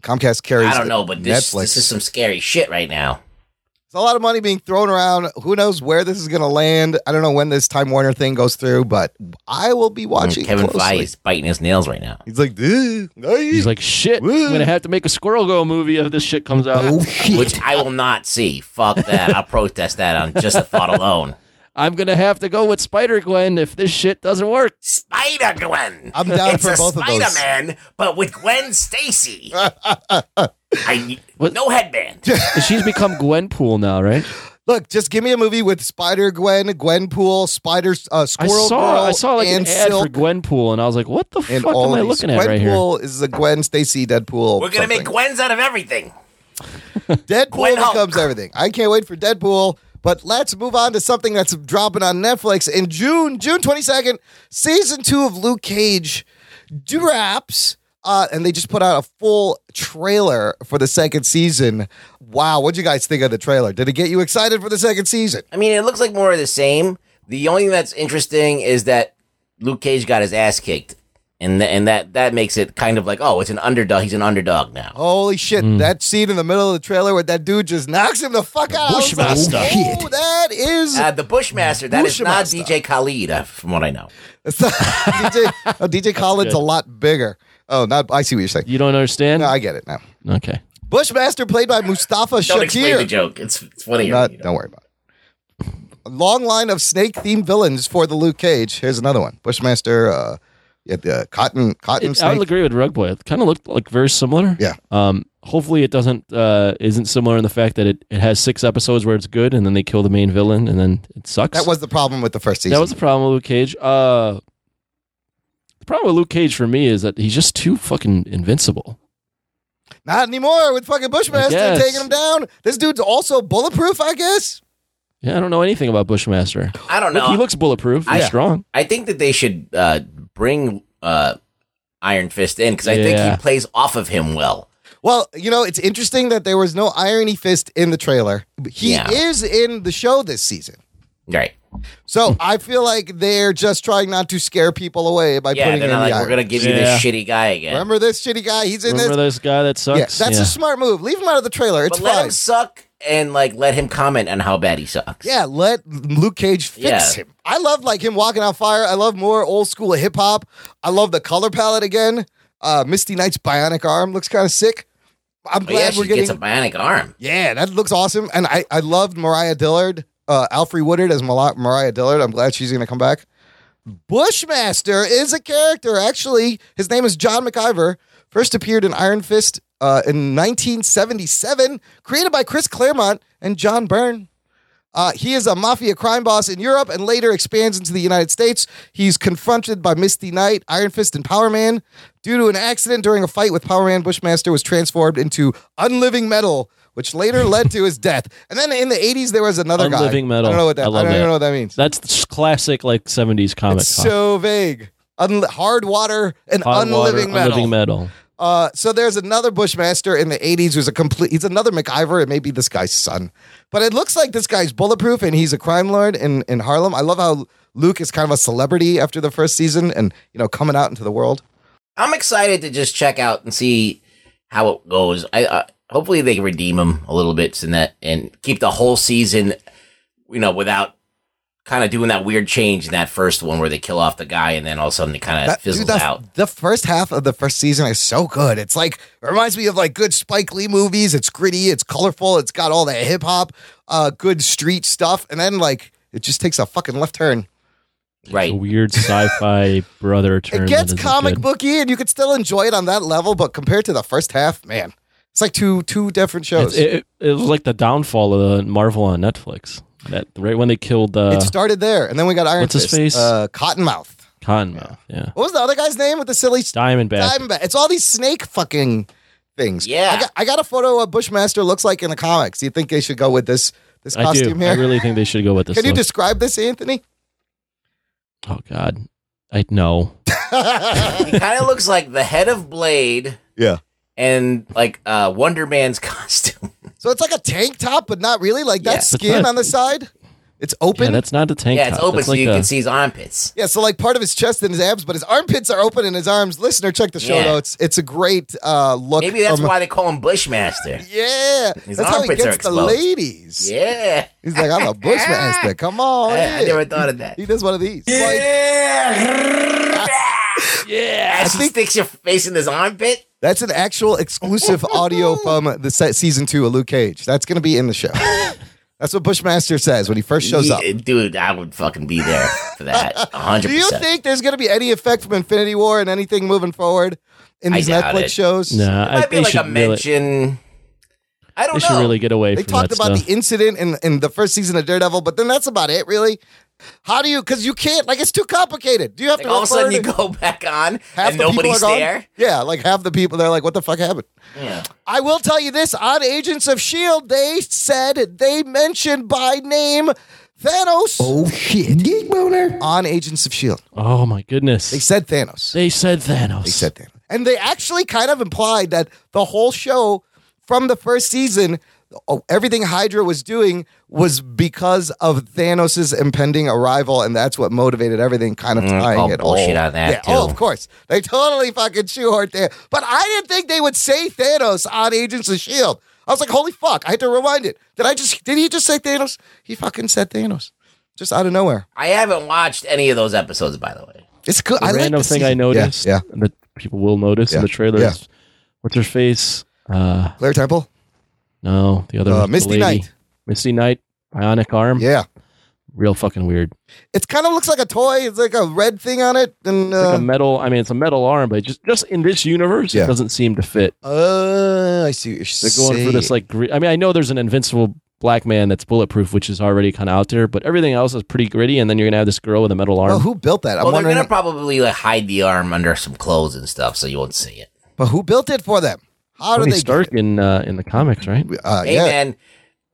S1: Comcast carries.
S3: I don't know, but this
S1: Netflix.
S3: this is some scary shit right now.
S1: There's a lot of money being thrown around. Who knows where this is going to land? I don't know when this Time Warner thing goes through, but I will be watching.
S3: Kevin Feige
S1: closely.
S3: is biting his nails right now.
S1: He's like, "Ugh, no,
S4: He's like, shit,
S1: Woo.
S4: I'm gonna have to make a Squirrel Girl movie if this shit comes out.
S5: Oh shit.
S3: which I will not see. Fuck that. I'll protest that on just the thought alone.
S4: I'm gonna have to go with Spider Gwen if this shit doesn't work.
S3: Spider Gwen.
S1: I'm down
S3: it's
S1: for
S3: a
S1: both of those.
S3: Spider Man, but with Gwen Stacy. I,
S4: What?
S3: no headband.
S4: She's become Gwenpool now, right?
S1: Look, just give me a movie with Spider Gwen, Gwenpool, Spider uh,
S4: I
S1: Squirrel
S4: saw
S1: Girl,
S4: I saw like an
S1: and
S4: ad
S1: Silk,
S4: for Gwenpool, and I was like, what the
S1: and
S4: fuck am
S1: all
S4: I
S1: these.
S4: looking at right here?
S1: Gwenpool is the Gwen Stacy Deadpool.
S3: We're gonna make
S1: something.
S3: Gwens out of everything.
S1: Deadpool
S3: Gwen Hulk.
S1: becomes everything. I can't wait for Deadpool. But let's move on to something that's dropping on Netflix in June, June twenty second. Season two of Luke Cage drops, uh, and they just put out a full trailer for the second season. Wow, what'd you guys think of the trailer? Did it get you excited for the second season?
S3: I mean, it looks like more of the same. The only thing that's interesting is that Luke Cage got his ass kicked, and th- and that that makes it kind of like, oh, it's an underdog. He's an underdog now.
S1: Holy shit!
S4: Hmm.
S1: That scene in the middle of the trailer where that dude just knocks him the fuck out. I was like,
S4: Bushmaster.
S1: Oh, that is
S3: Uh, the Bushmaster. That is not
S1: Bushmaster.
S3: DJ Khalid, uh, from what I know.
S1: It's not- DJ. Oh, DJ Collins a lot bigger. Oh, not. I see what you're saying.
S4: You don't understand?
S1: No, I get it now.
S4: okay.
S1: Bushmaster played by Mustafa
S3: Don't explain the
S1: Shakir.
S3: joke. It's it's funny.
S1: Not- don't worry about it. A long line of snake themed villains for the Luke Cage. Here's another one. Bushmaster. Uh, yeah, the cotton cotton
S4: It- I
S1: snake.
S4: would agree with Rug Boy. It kind of looked like very similar.
S1: Yeah.
S4: Um. Hopefully, it doesn't uh isn't similar in the fact that it, it has six episodes where it's good, and then they kill the main villain, and then it sucks.
S1: that was the problem with the first season.
S4: that was the problem with Luke Cage. Uh. The problem with Luke Cage for me is that he's just too fucking invincible.
S1: Not anymore with fucking Bushmaster
S4: guess.
S1: taking him down. This dude's also bulletproof, I guess.
S4: Yeah, I don't know anything about Bushmaster.
S3: I don't know.
S4: Look, he looks bulletproof. He's
S3: I-
S4: strong.
S3: I think that they should uh, bring uh, Iron Fist in because I think
S4: Yeah.
S3: he plays off of him well.
S1: Well, you know, it's interesting that there was no irony fist in the trailer. He
S3: Yeah.
S1: is in the show this season.
S3: Right.
S1: So I feel like they're just trying not to scare people away by
S3: Yeah,
S1: putting
S3: they're
S1: in
S3: not
S1: the
S3: like, we're
S1: irony.
S3: going to give you
S4: Yeah.
S3: this shitty guy again.
S1: Remember this shitty guy? He's in
S4: Remember
S1: this.
S4: this guy that
S1: Yeah,
S4: sucks?
S1: that's a smart move. Leave him out of the trailer. It's
S3: but let
S1: fine.
S3: him suck and like let him comment on how bad he sucks.
S1: yeah, let Luke Cage fix
S3: Yeah.
S1: him. I love like him walking on fire. I love more old school hip hop. I love the color palette again. Uh, Misty Knight's bionic arm looks kind of sick. I'm
S3: But Oh, yeah,
S1: glad
S3: she
S1: we're getting
S3: gets a bionic arm.
S1: Yeah, that looks awesome. And I, I loved Mariah Dillard uh, Alfre Woodard as Mal- Mariah Dillard. I'm glad she's going to come back. Bushmaster is a character. Actually, his name is John McIver. First appeared in Iron Fist uh, in 1977, created by Chris Claremont and John Byrne. Uh, he is a mafia crime boss in Europe and later expands into the United States. He's confronted by Misty Knight, Iron Fist, and Power Man. Due to an accident during a fight with Power Man, Bushmaster was transformed into unliving metal, which later led to his death. And then in the 80s, there was another guy.
S4: Unliving metal.
S1: I don't know what that,
S4: I
S1: I
S4: love
S1: don't
S4: that.
S1: even know what that means.
S4: That's the classic like '70s comic.
S1: It's so vague. Unli hard water and
S4: Hot water,
S1: unliving metal.
S4: unliving metal.
S1: Uh, so there's another Bushmaster in the 80s who's a complete, he's another McIver. It may be this guy's son. But it looks like this guy's bulletproof and he's a crime lord in, in Harlem. I love how Luke is kind of a celebrity after the first season and, you know, coming out into the world.
S3: I'm excited to just check out and see how it goes. I uh, hopefully they can redeem him a little bit in that and keep the whole season, you know, without kind of doing that weird change in that first one where they kill off the guy and then all of a sudden it kind of
S1: That-
S3: fizzles
S1: dude, the,
S3: out.
S1: the first half of the first season is so good. It's like, it reminds me of like good Spike Lee movies. It's gritty, it's colorful, it's got all that hip hop, uh, good street stuff. And then like, it just takes a fucking left turn.
S4: A
S3: Right.
S4: weird sci-fi brother
S1: it
S4: turn. that
S1: gets
S4: isn't
S1: comic
S4: good.
S1: booky and you could still enjoy it on that level but compared to the first half man it's like two two different
S4: It's-
S1: shows it,
S4: It, it, it was like the downfall of the Marvel on Netflix. That right when they killed uh,
S1: started there and then we got iron
S4: what's his
S1: fist
S4: face?
S1: uh cottonmouth
S4: Cottonmouth. Yeah,
S1: what was the other guy's name with the silly
S4: Diamondback.
S1: diamondback it's all these snake fucking things
S3: Yeah.
S1: i got, I got a photo of what bushmaster looks like in the comics do you think they should go with this this
S4: I do.
S1: costume here
S4: I really think they should go with this.
S1: can you
S4: look.
S1: describe this anthony
S4: Oh God, I know.
S3: it kind of looks like the head of Blade
S1: yeah
S3: and like uh, Wonder Man's costume.
S1: so it's like a tank top but not really like
S3: Yeah.
S1: that
S3: That's
S1: skin
S4: right.
S1: on the side it's
S4: Yeah,
S1: open
S4: that's not a tank
S3: yeah, it's
S4: top.
S3: open
S4: That's
S3: so
S4: like
S3: you
S4: a-
S3: can see his armpits.
S1: Yeah, so like part of his chest and his abs, but his armpits are open and his arms. Listener, check the show
S3: Yeah.
S1: notes. It's a great uh, look.
S3: Maybe that's
S1: from-
S3: why they call him Bushmaster.
S1: Yeah,
S3: His
S1: that's how he
S3: armpits are
S1: gets the
S3: exposed.
S1: ladies.
S3: Yeah.
S1: He's like, I'm a bushmaster. Come on,
S3: I, I
S1: in."
S3: never thought of that.
S1: Oh, He does one of these. Like,
S3: Yeah. She sticks your face in his armpit.
S1: that's an actual exclusive audio from the set season two of Luke Cage. That's going to be in the show. that's what Bushmaster says when he first shows
S3: Ye- eh,
S1: up.
S3: Dude, I would fucking be there for that. 100%.
S1: Do you think there's going to be any effect from Infinity War and anything moving forward in
S3: I
S1: these
S3: doubt
S1: Netflix
S3: it.
S1: shows?
S4: Nah,
S3: it
S4: I,
S3: might be
S4: they
S3: like
S4: should
S3: a mention. I don't
S4: Really, they
S3: know.
S4: should really get away
S1: They
S4: from
S1: talked
S4: that
S1: about
S4: stuff.
S1: the incident in in the first season of Daredevil, but then that's about it, really. How do you? Because you can't. Like it's too complicated. Do you have
S3: like
S1: to
S3: all of a
S1: refer
S3: sudden
S1: to-
S3: you go back on
S1: half
S3: and
S1: the people
S3: nobody's
S1: are gone?
S3: there.
S1: Yeah, like half the people they're like, "What the fuck happened?"
S3: Yeah.
S1: I will tell you this: on Agents of Shield, E they said they mentioned by name Thanos.
S5: Oh shit. Geek boner.
S1: On Agents of Shield,
S4: oh my goodness.
S1: E they said Thanos.
S4: They said Thanos.
S1: They said that. And they actually kind of implied that the whole show from the first season, oh, everything Hydra was doing was because of Thanos' impending arrival, and that's what motivated everything, kind of tying
S3: call
S1: it
S3: Mm, bullshit
S1: all.
S3: on that,
S1: yeah, Oh,
S3: too.
S1: of course. They totally fucking shoehorned there. But I didn't think they would say Thanos on Agents of S.H.I.E.L.D. I was like, holy fuck, I had to rewind it. Did I just did he just say Thanos? He fucking said Thanos. Just out of nowhere.
S3: I haven't watched any of those episodes, by the way.
S1: It's good.
S4: The
S1: I like
S4: random
S1: this
S4: thing I
S1: season. Yeah,
S4: noticed,
S1: Yeah.
S4: and that people will notice
S1: Yeah,
S4: in the trailer
S1: yeah.
S4: is what's her face? Uh,
S1: Claire Temple.
S4: no, the other
S1: Uh,
S4: one, the
S1: Misty
S4: lady.
S1: Knight.
S4: Misty Knight, bionic arm.
S1: Yeah.
S4: Real fucking weird.
S1: It kind of looks like a toy. It's like a red thing on it, and
S4: It's like
S1: uh,
S4: a metal. I mean, it's a metal arm, but just just in this universe,
S1: Yeah.
S4: it doesn't seem to fit.
S1: uh, I see. What you're
S4: They're going for this
S1: saying.
S4: like. gre I mean, I know there's an invincible black man that's bulletproof, which is already kind of out there, but everything else is pretty gritty. And then you're gonna have this girl with a metal arm.
S1: Well, who built that? I'm
S3: well, they're
S1: wondering.
S3: gonna probably like hide the arm under some clothes and stuff, so you won't see it.
S1: but who built it for them? How
S4: Tony
S1: did they?
S4: Stark in uh, in the comics, right?
S1: Uh,
S3: Hey,
S1: yeah,
S3: man,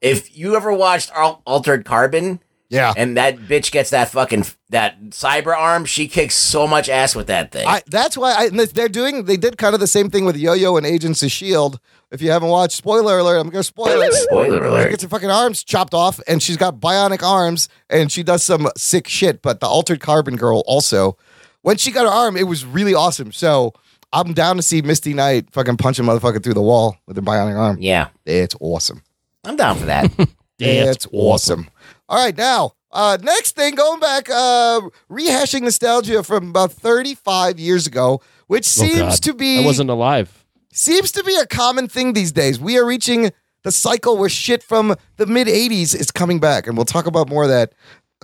S3: if you ever watched Al- Altered Carbon
S1: yeah.
S3: and that bitch gets that fucking that cyber arm, she kicks so much ass with that thing.
S1: I, that's why I, and they're doing. They did kind of the same thing with Yo-Yo and Agents of Shield. E If you haven't watched, spoiler alert. I'm gonna spoil it.
S3: Spoiler
S1: She
S3: alert.
S1: gets her fucking arms chopped off, and she's got bionic arms, and she does some sick shit. But the altered carbon girl also, when she got her arm, it was really awesome. So I'm down to see Misty Knight fucking punching motherfucker through the wall with her bionic arm.
S3: Yeah,
S1: It's awesome.
S3: I'm down for that.
S1: It's awesome. All right, now uh, next thing, going back, uh, rehashing nostalgia from about 35 years ago, which
S4: Oh,
S1: seems
S4: God.
S1: to be
S4: I wasn't alive.
S1: seems to be a common thing these days. We are reaching the cycle where shit from the mid 80s is coming back. And we'll talk about more of that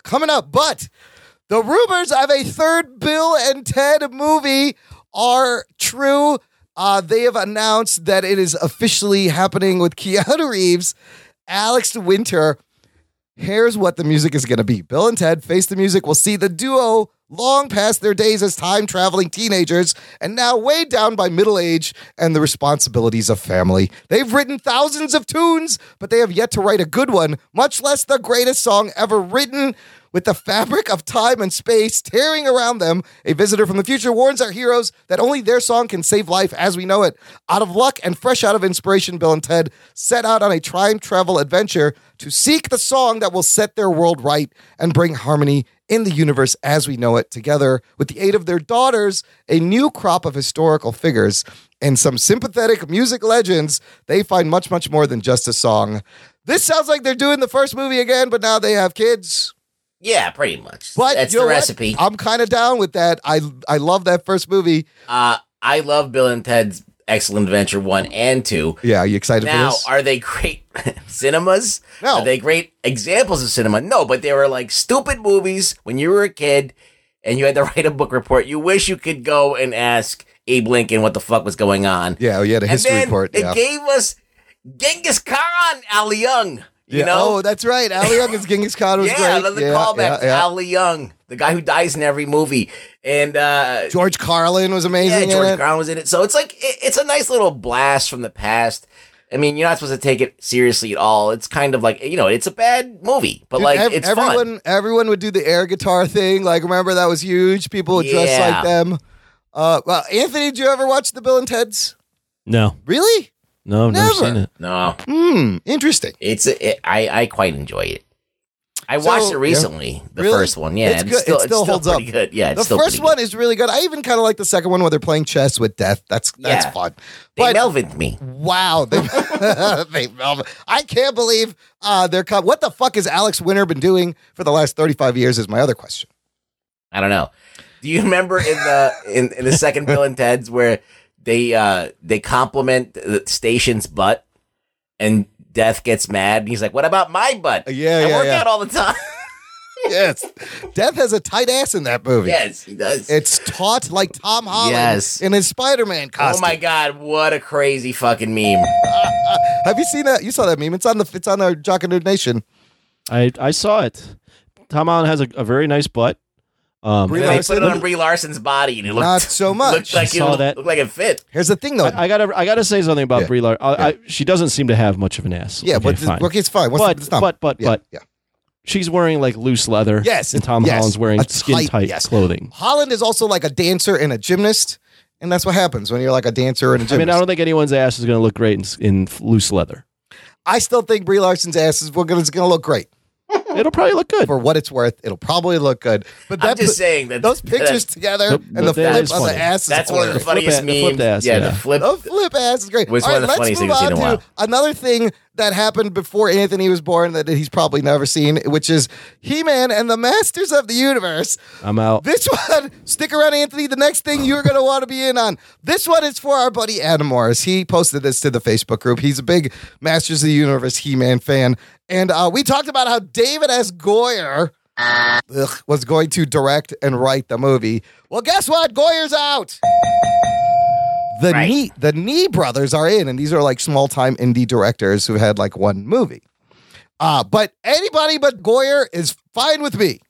S1: coming up. But the rumors of a third Bill and Ted movie are true. Uh, they have announced that it is officially happening with Keanu Reeves, Alex Winter. Here's what the music is going to be Bill and Ted face the music. We'll see the duo long past their days as time traveling teenagers and now weighed down by middle age and the responsibilities of family. They've written thousands of tunes, but they have yet to write a good one, much less the greatest song ever written. With the fabric of time and space tearing around them, a visitor from the future warns our heroes that only their song can save life as we know it. Out of luck and fresh out of inspiration, Bill and Ted set out on a time travel adventure to seek the song that will set their world right and bring harmony in the universe as we know it together with the aid of their daughters, a new crop of historical figures, and some sympathetic music legends. They find much, much more than just a song. This sounds like they're doing the first movie again, but now they have kids.
S3: Yeah, pretty much.
S1: But
S3: That's
S1: you know
S3: the
S1: what?
S3: recipe.
S1: I'm kind of down with that. I I love that first movie.
S3: Uh, I love Bill and Ted's Excellent Adventure 1 and 2.
S1: Yeah, are you excited for
S3: Now,
S1: this?
S3: are they great cinemas?
S1: No.
S3: Are they great examples of cinema? No, but they were like stupid movies when you were a kid and you had to write a book report. You wish you could go and ask Abe Lincoln what the fuck was going on.
S1: yeah, you had a
S3: and
S1: history
S3: then
S1: report.
S3: it
S1: Yeah.
S3: gave us Genghis Khan, Al Young. You
S1: Yeah.
S3: know?
S1: oh, that's right. Ali Young as Genghis Khan was
S3: yeah,
S1: great.
S3: the callback to Al Young, the guy who dies in every movie. And uh,
S1: George Carlin was amazing.
S3: yeah,
S1: in
S3: George
S1: it.
S3: Carlin was in it. So it's like it, it's a nice little blast from the past. I mean, you're not supposed to take it seriously at all. It's kind of like you know, it's a bad movie, but
S1: Dude,
S3: like
S1: ev-
S3: it's
S1: everyone,
S3: fun.
S1: everyone would do the air guitar thing. Like, remember that was huge. People would dress
S3: Yeah.
S1: like them. Uh, well, Anthony, did you ever watch the Bill and Ted's?
S4: No,
S1: Really?
S4: no, I've never,
S1: Never.
S4: seen it.
S3: No,
S1: Hmm. Interesting.
S3: it's it, I I quite enjoy it. I
S1: So-
S3: watched it recently, the
S1: Really?
S3: first one. Yeah,
S1: It's
S3: and
S1: good. It still holds up.
S3: pretty good. Yeah, it's
S1: The
S3: still
S1: first
S3: pretty
S1: one
S3: good.
S1: is really good. I even kind of like the second one where they're playing chess with death. That's that's
S3: Yeah.
S1: fun.
S3: They
S1: But
S3: Melvined me.
S1: wow, they, they Melvin. I can't believe uh, they're com- what the fuck has Alex Winter been doing for the last thirty five years? Is my other question.
S3: I don't know. Do you remember in the in, in the second Bill and Ted's where they uh they compliment the station's butt and Death gets mad and he's like, "What about my butt?
S1: Uh, Yeah,
S3: I
S1: yeah,
S3: work
S1: yeah.
S3: out all the time."
S1: Yes, death has a tight ass in that movie.
S3: yes, he does.
S1: It's taught like Tom Holland
S3: Yes.
S1: in his Spider-Man
S3: oh
S1: costume.
S3: my god, what a crazy fucking meme!
S1: Have you seen that? You saw that meme. It's on the it's on our Jock and Nerd Nation.
S4: I I saw it. Tom Allen has a, a very nice butt. Um,
S1: Brie
S3: And they put
S1: Larson?
S3: it on Brie Larson's body and it looked
S1: Not so much.
S3: Looked like
S4: I saw
S3: it
S4: that.
S3: looked like it fit.
S1: Here's the thing though.
S4: I, I gotta I gotta say something about
S1: Yeah.
S4: Brie Larson. I, I, she doesn't seem to have much of an ass.
S1: yeah,
S4: okay,
S1: but
S4: fine.
S1: okay, it's fine. What's
S4: But-
S1: the, it's not-
S4: but- but-
S1: yeah,
S4: but-
S1: yeah.
S4: She's wearing like loose leather.
S1: Yes,
S4: and Tom
S1: yes,
S4: Holland's wearing
S1: a
S4: skin tight,
S1: tight- yes.
S4: clothing.
S1: Holland is also like a dancer and a gymnast, and that's what happens when you're like a dancer and a
S4: I mean,
S1: gymnast.
S4: I
S1: I,
S4: don't think anyone's ass is going to look great in, s- in f- loose leather.
S1: still think Brie Larson's ass is going to look great
S4: It'll probably look good.
S1: Hmm. for what it's worth. It'll probably look good, but
S3: I'm
S1: that
S3: just saying that
S1: those pictures together
S4: Nope,
S1: and the
S4: but that
S1: flip
S4: is
S1: on the
S4: funny.
S1: ass. Is
S3: That's one of the
S1: hilarious.
S3: funniest
S4: The flip
S3: memes.
S4: ass,
S3: yeah,
S4: yeah.
S3: the flip.
S1: The Oh, flip ass is great.
S3: Was
S1: All
S3: one of
S1: right,
S3: the
S1: let's
S3: funniest
S1: move
S3: things I've seen
S1: on
S3: in a
S1: to another thing that happened before Anthony was born that he's probably never seen, which is He-Man and the Masters of the Universe.
S4: I'm out.
S1: This one, stick around, Anthony. The next thing you're going to want to be in on. This one is for our buddy Adam Morris. He posted this to the Facebook group. He's a big Masters of the Universe He-Man fan, and uh, we talked about how David S. Goyer. ugh, was going to direct and write the movie. Well, guess what? Goyer's out the
S3: Right.
S1: knee the knee brothers are in and these are like small time indie directors who had like one movie uh but anybody but goyer is fine with me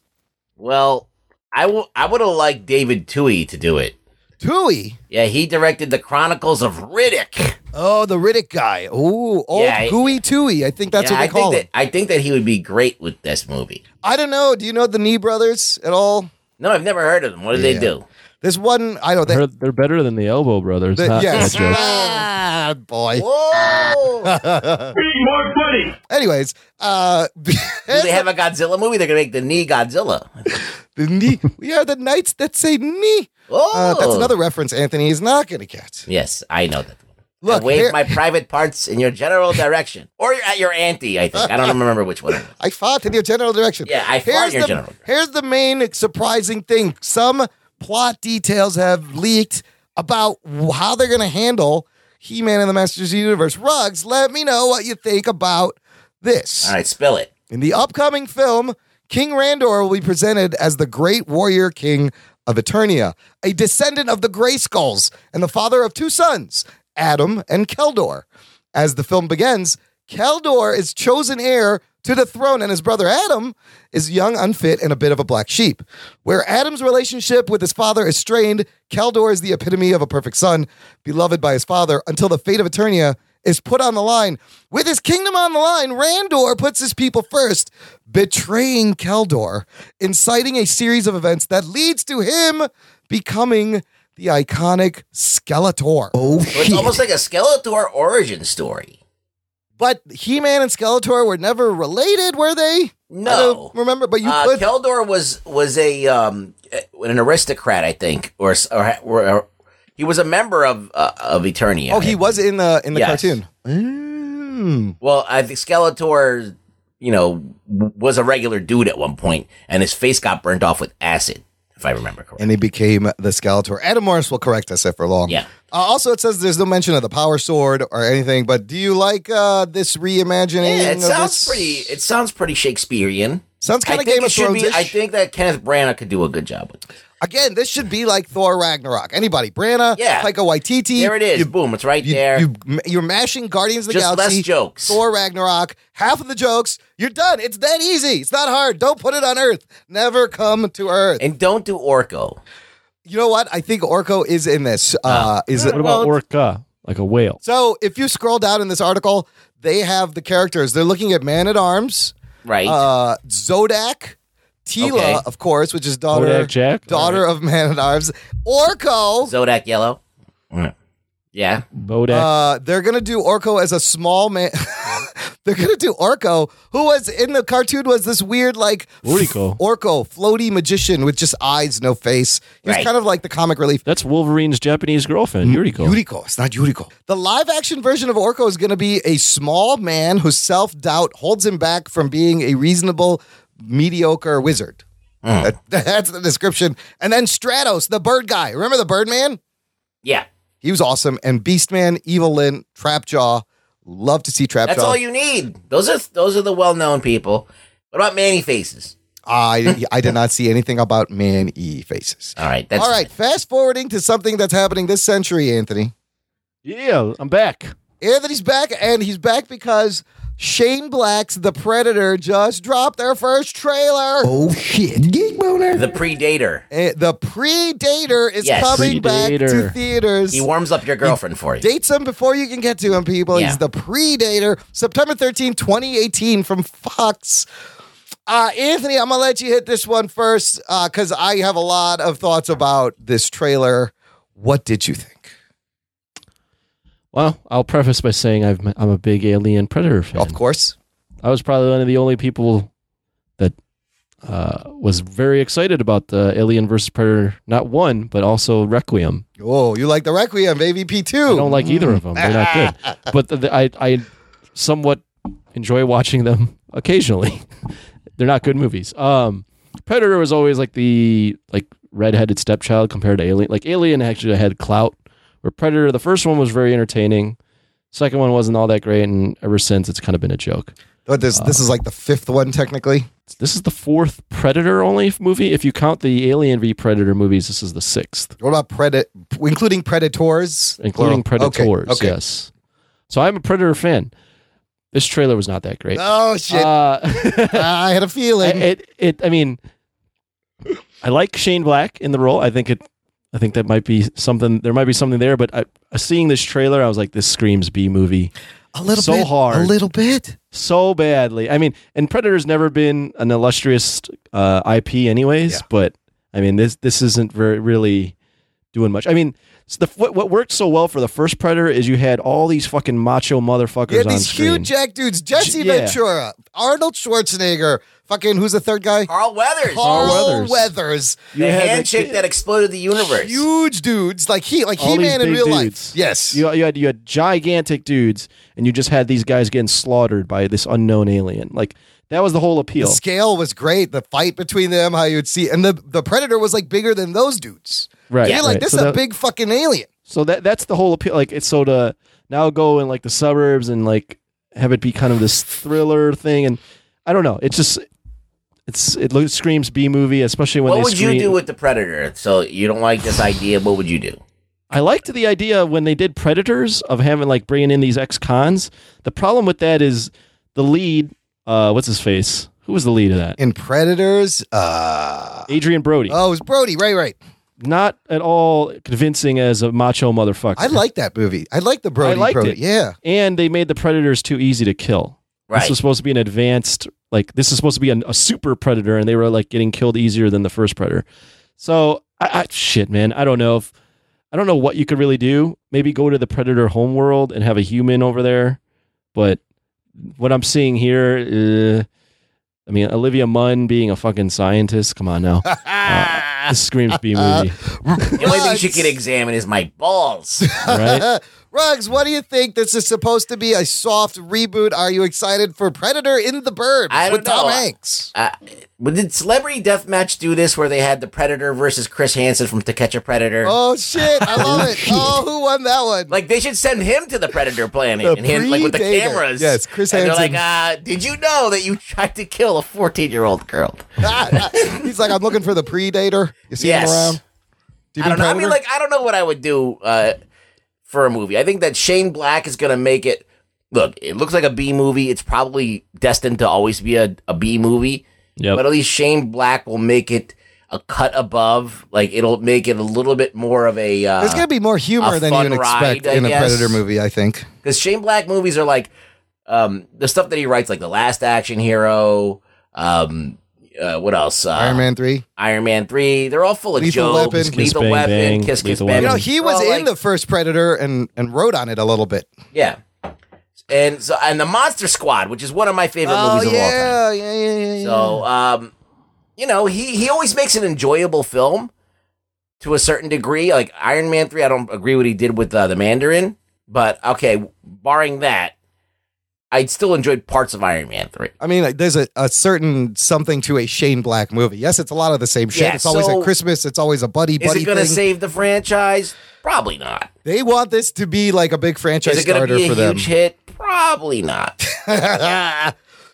S3: Well, I will. I would have liked David Tui to do it.
S1: Tui,
S3: Yeah, he directed the Chronicles of Riddick.
S1: oh the riddick guy Ooh, old
S3: Yeah, I-
S1: gooey Tui. i think that's
S3: Yeah,
S1: what they
S3: I
S1: call
S3: think
S1: him
S3: that I think that he would be great with this movie.
S1: i don't know do you know the knee brothers at all
S3: No, I've never heard of them. What do
S1: Yeah.
S3: they do?
S1: there's one i don't
S4: They're,
S1: think
S4: they're better than the Elbow Brothers.
S1: that,
S4: not
S1: yes
S4: that joke.
S1: Ah, boy
S3: Whoa!
S1: anyways uh
S3: do they have a Godzilla movie? They're gonna make the knee Godzilla.
S1: the knee we are the knights that say knee
S3: Oh,
S1: uh, that's another reference anthony is not gonna get
S3: Yes, I know that.
S1: Look,
S3: Look, I wave
S1: there-
S3: my private parts in your general direction, or at your auntie. I think I don't remember which one. it was.
S1: I fought in your general direction.
S3: Yeah, I fought in your
S1: the,
S3: general direction.
S1: Here's the main surprising thing: some plot details have leaked about how they're going to handle He Man and the Masters of the Universe. Rugs, let me know what you think about this.
S3: All right, spill it.
S1: In the upcoming film, King Randor will be presented as the great warrior king of Eternia, a descendant of the Greyskulls and the father of two sons, Adam and Keldor. As the film begins, Keldor is chosen heir to the throne, and his brother Adam is young, unfit, and a bit of a black sheep. Where Adam's relationship with his father is strained, Keldor is the epitome of a perfect son, beloved by his father, until the fate of Eternia is put on the line. With his kingdom on the line, Randor puts his people first, betraying Keldor, inciting a series of events that leads to him becoming the iconic Skeletor.
S5: Oh
S3: So it's
S5: shit!
S3: almost like a Skeletor origin story.
S1: But He Man and Skeletor were never related, were they? I
S3: No.
S1: don't remember, but you
S3: Uh,
S1: could.
S3: Keldor was was a um, an aristocrat, I think, or or, or he was a member of uh, of Eternia.
S1: oh, he was in the in the
S3: Yes.
S1: cartoon. Mm.
S3: Well, I think Skeletor, you know, w- was a regular dude at one point, and his face got burnt off with acid, if I remember correctly.
S1: And he became the Skeletor. Adam Morris will correct us if we're wrong.
S3: Yeah.
S1: Uh, also, it says there's no mention of the power sword or anything. But do you like uh, this reimagining?
S3: Yeah, it
S1: of
S3: sounds
S1: this?
S3: pretty. It sounds pretty Shakespearean.
S1: Sounds kind
S3: I
S1: of
S3: think
S1: Game
S3: it
S1: of
S3: should
S1: Thrones.
S3: be. I think that Kenneth Branagh could do a good job with. It.
S1: Again, this should be like Thor Ragnarok. Anybody, Branna,
S3: Yeah.
S1: Taika Waititi.
S3: There it is.
S1: You,
S3: Boom! It's right
S1: you,
S3: there.
S1: You, you're mashing Guardians of the
S3: Just less
S1: Galaxy.
S3: jokes.
S1: Thor Ragnarok. Half of the jokes. You're done. It's that easy. It's not hard. Don't put it on Earth. Never come to Earth.
S3: and don't do Orko.
S1: you know what? I think Orko is in this.
S3: Ah.
S1: Uh, is
S4: What about orca? Like a whale.
S1: So if you scroll down in this article, they have the characters. They're looking at Man at Arms,
S3: Right.
S1: uh, Zodak, Tila,
S3: Okay.
S1: of course, which is daughter
S4: Bodak Jack?
S1: daughter of Man at Arms, Orko.
S3: Zodak Yellow. Mm. Yeah.
S4: Bodak.
S1: Uh, they're gonna do Orko as a small man. they're gonna do Orko, who was in the cartoon was this weird like
S4: Orko.
S1: Orko floaty magician with just eyes, no face. He was
S3: Right.
S1: kind of like the comic relief.
S4: That's Wolverine's Japanese girlfriend, Yuriko.
S1: Yuriko. It's not Yuriko. The live action version of Orko is going to be a small man whose self doubt holds him back from being a reasonable, mediocre wizard. That- that's the description. And then Stratos, the bird guy. Remember the bird man?
S3: Yeah.
S1: He was awesome. And Beastman, Evil Lyn, Trapjaw. Love to see Trapjaw.
S3: That's all you need. Those are those are the well known people. What about Manny Faces?
S1: I, I did not see anything about man E faces.
S3: All right. That's
S1: all right, fast forwarding to something that's happening this century, Anthony.
S4: Yeah, I'm back.
S1: Anthony's back, and he's back because Shane Black's The Predator just dropped their first trailer.
S5: Oh shit! Geek boner.
S3: The Predator.
S1: Eh, The Predator is
S3: Yes.
S1: coming back to
S4: Predator.
S1: theaters.
S3: He warms up your girlfriend for you.
S1: Dates him before you can get to him, people.
S3: Yeah.
S1: He's The Predator, September 13, 2018, from Fox. Uh, Anthony, I'm going to let you hit this one first because I have a lot of thoughts about this trailer. What did you think?
S4: Well, I'll preface by saying I've, I'm a big Alien Predator fan.
S1: Of course.
S4: I was probably one of the only people that uh, was very excited about the Alien versus Predator, not one, but also Requiem.
S1: Oh, you like The Requiem, AVP 2.
S4: I don't like either of them; they're not good. But the, the, I, I somewhat enjoy watching them occasionally. they're not good movies. Um, Predator was always like the like redheaded stepchild compared to Alien. Like Alien actually had clout, where Predator, the first one was very entertaining. Second one wasn't all that great, and ever since it's kind of been a joke.
S1: But Oh, this this is like the fifth one technically.
S4: This is the fourth Predator only f- movie. If you count the Alien v Predator movies, this is the sixth,
S1: What about Predator, including Predators,
S4: including
S1: Plural. Okay,
S4: Predators.
S1: Okay.
S4: Yes. So I'm a Predator fan. This trailer was not that great.
S1: Oh shit!
S4: Uh,
S1: I had a
S4: I-
S1: feeling.
S4: it, it, I mean, I like Shane Black in the role. I think it, I think that might be something. There might be something there. But I, seeing this trailer, I was like, this screams B movie.
S1: a little
S4: so
S1: bit, A
S4: hard.
S1: little bit.
S4: so badly. I mean, and Predator's never been an illustrious uh, IP, anyways.
S1: Yeah.
S4: But I mean, this this isn't very really doing much. I mean, s- the, what, what worked so well for the first Predator is you had all these fucking macho motherfuckers
S1: You had
S4: on
S1: these
S4: screen.
S1: huge uh, jack dudes: Jesse
S4: Yeah.
S1: Ventura, Arnold Schwarzenegger, fucking who's the third guy?
S3: Carl Weathers,
S1: Carl
S4: Weathers.
S1: Weathers.
S4: you
S3: the
S4: had, like,
S3: handshake that exploded the universe.
S1: Huge dudes, like he, like
S4: all
S1: He
S4: these
S1: Man in
S4: big
S1: real
S4: dudes.
S1: life. Yes.
S4: you, you had you had gigantic dudes, and you just had these guys getting slaughtered by this unknown alien. Like that was the whole
S1: the
S4: appeal.
S1: scale was great. The fight between them, how you would see, and the the predator was like bigger than those dudes.
S4: Right,
S1: You're like
S4: right.
S1: this
S4: So
S1: is a
S4: that-
S1: big fucking alien.
S4: So that that's the whole appeal. Like it's so to now go in like the suburbs and like have it be kind of this thriller thing. And I don't know. It's just it's it looks, screams B movie, especially when
S3: What
S4: they
S3: would
S4: screen-
S3: you do with the Predator? So you don't like this idea. What would you do?
S4: I liked the idea when they did Predators of having like bringing in these ex cons. The problem with that is the lead. Uh, what's his face? Who was the lead of that?
S1: In Predators, uh,
S4: Adrian Brody.
S1: oh, it was Brody. Right, right.
S4: Not at all convincing as a macho motherfucker.
S1: I like that movie. I like the Brody.
S4: I liked
S1: Brody.
S4: it.
S1: Yeah.
S4: and they made the predators too easy to kill.
S3: Right.
S4: This was supposed to be an advanced, like this is supposed to be an, a super predator, and they were like getting killed easier than the first predator. So I, I shit, man, I don't know if I don't know what you could really do. Maybe go to the predator homeworld and have a human over there. But what I'm seeing here, uh, I mean, Olivia Munn being a fucking scientist. Come on now, Uh, this screams B movie,
S3: The only thing she could examine is my balls.
S4: right?
S1: Rugs, what do you think? This is supposed to be a soft reboot. Are you excited for Predator in the Burbs
S3: I don't
S1: with Tom
S3: know.
S1: Hanks?
S3: Uh, but did Celebrity Deathmatch do this where they had the Predator versus Chris Hansen from To Catch a Predator?
S1: Oh shit, I love it. Oh, who won that one?
S3: Like they should send him to the Predator planet
S1: The
S3: and him, like with the
S1: predator.
S3: cameras.
S1: Yes, Chris
S3: and They're
S1: Hansen.
S3: like, uh, did you know that you tried to kill a fourteen-year-old girl?
S1: He's like, I'm looking for the Predator. You see
S3: Yes.
S1: him around? Do you
S3: I don't know. I mean,
S1: Predator?
S3: like, I don't know what I would do uh, for a movie. I think that Shane Black is going to make it. Look, it looks like a B movie. It's probably destined to always be a, a B movie.
S4: Yep.
S3: But at least Shane Black will make it a cut above. Like, it'll make it a little bit more of a. uh,
S1: There's
S3: Because
S1: gonna be more humor
S3: a
S1: than
S3: fun
S1: you'd expect
S3: ride, I
S1: in a
S3: guess.
S1: Predator movie. I think.
S3: Shane Black movies are like um, the stuff that he writes, like The Last Action Hero. Um, uh, what else? Uh,
S1: Iron Man three.
S3: Iron Man 3. They're all full of
S1: Lethal
S3: jokes.
S1: Weapon. Kiss,
S3: Lethal
S4: Bang,
S3: Weapon.
S4: Bang,
S3: Kiss, Kiss,
S4: Lethal
S3: Bang.
S4: Weapon.
S1: You know, he was
S3: Well,
S1: in
S3: like-
S1: the first Predator and and wrote on it a little bit.
S3: Yeah. And so and the Monster Squad, which is one of my favorite movies of all time.
S1: Oh, yeah, yeah, yeah, yeah, yeah.
S3: So um, you know, he he always makes an enjoyable film to a certain degree. Like Iron Man 3, I don't agree what he did with uh, the Mandarin, but okay, barring that, I still enjoyed parts of Iron Man 3.
S1: I mean, like, there's a, a certain something to a Shane Black movie. Yes, it's a lot of the same shit.
S3: Yeah,
S1: it's always
S3: so-
S1: at Christmas. It's always a buddy
S3: Is
S1: buddy
S3: it going
S1: thing.
S3: to save the franchise? Probably not.
S1: they want this to be like a big franchise
S3: Is it going to
S1: starter
S3: be a
S1: for
S3: huge
S1: them.
S3: hit? Probably not.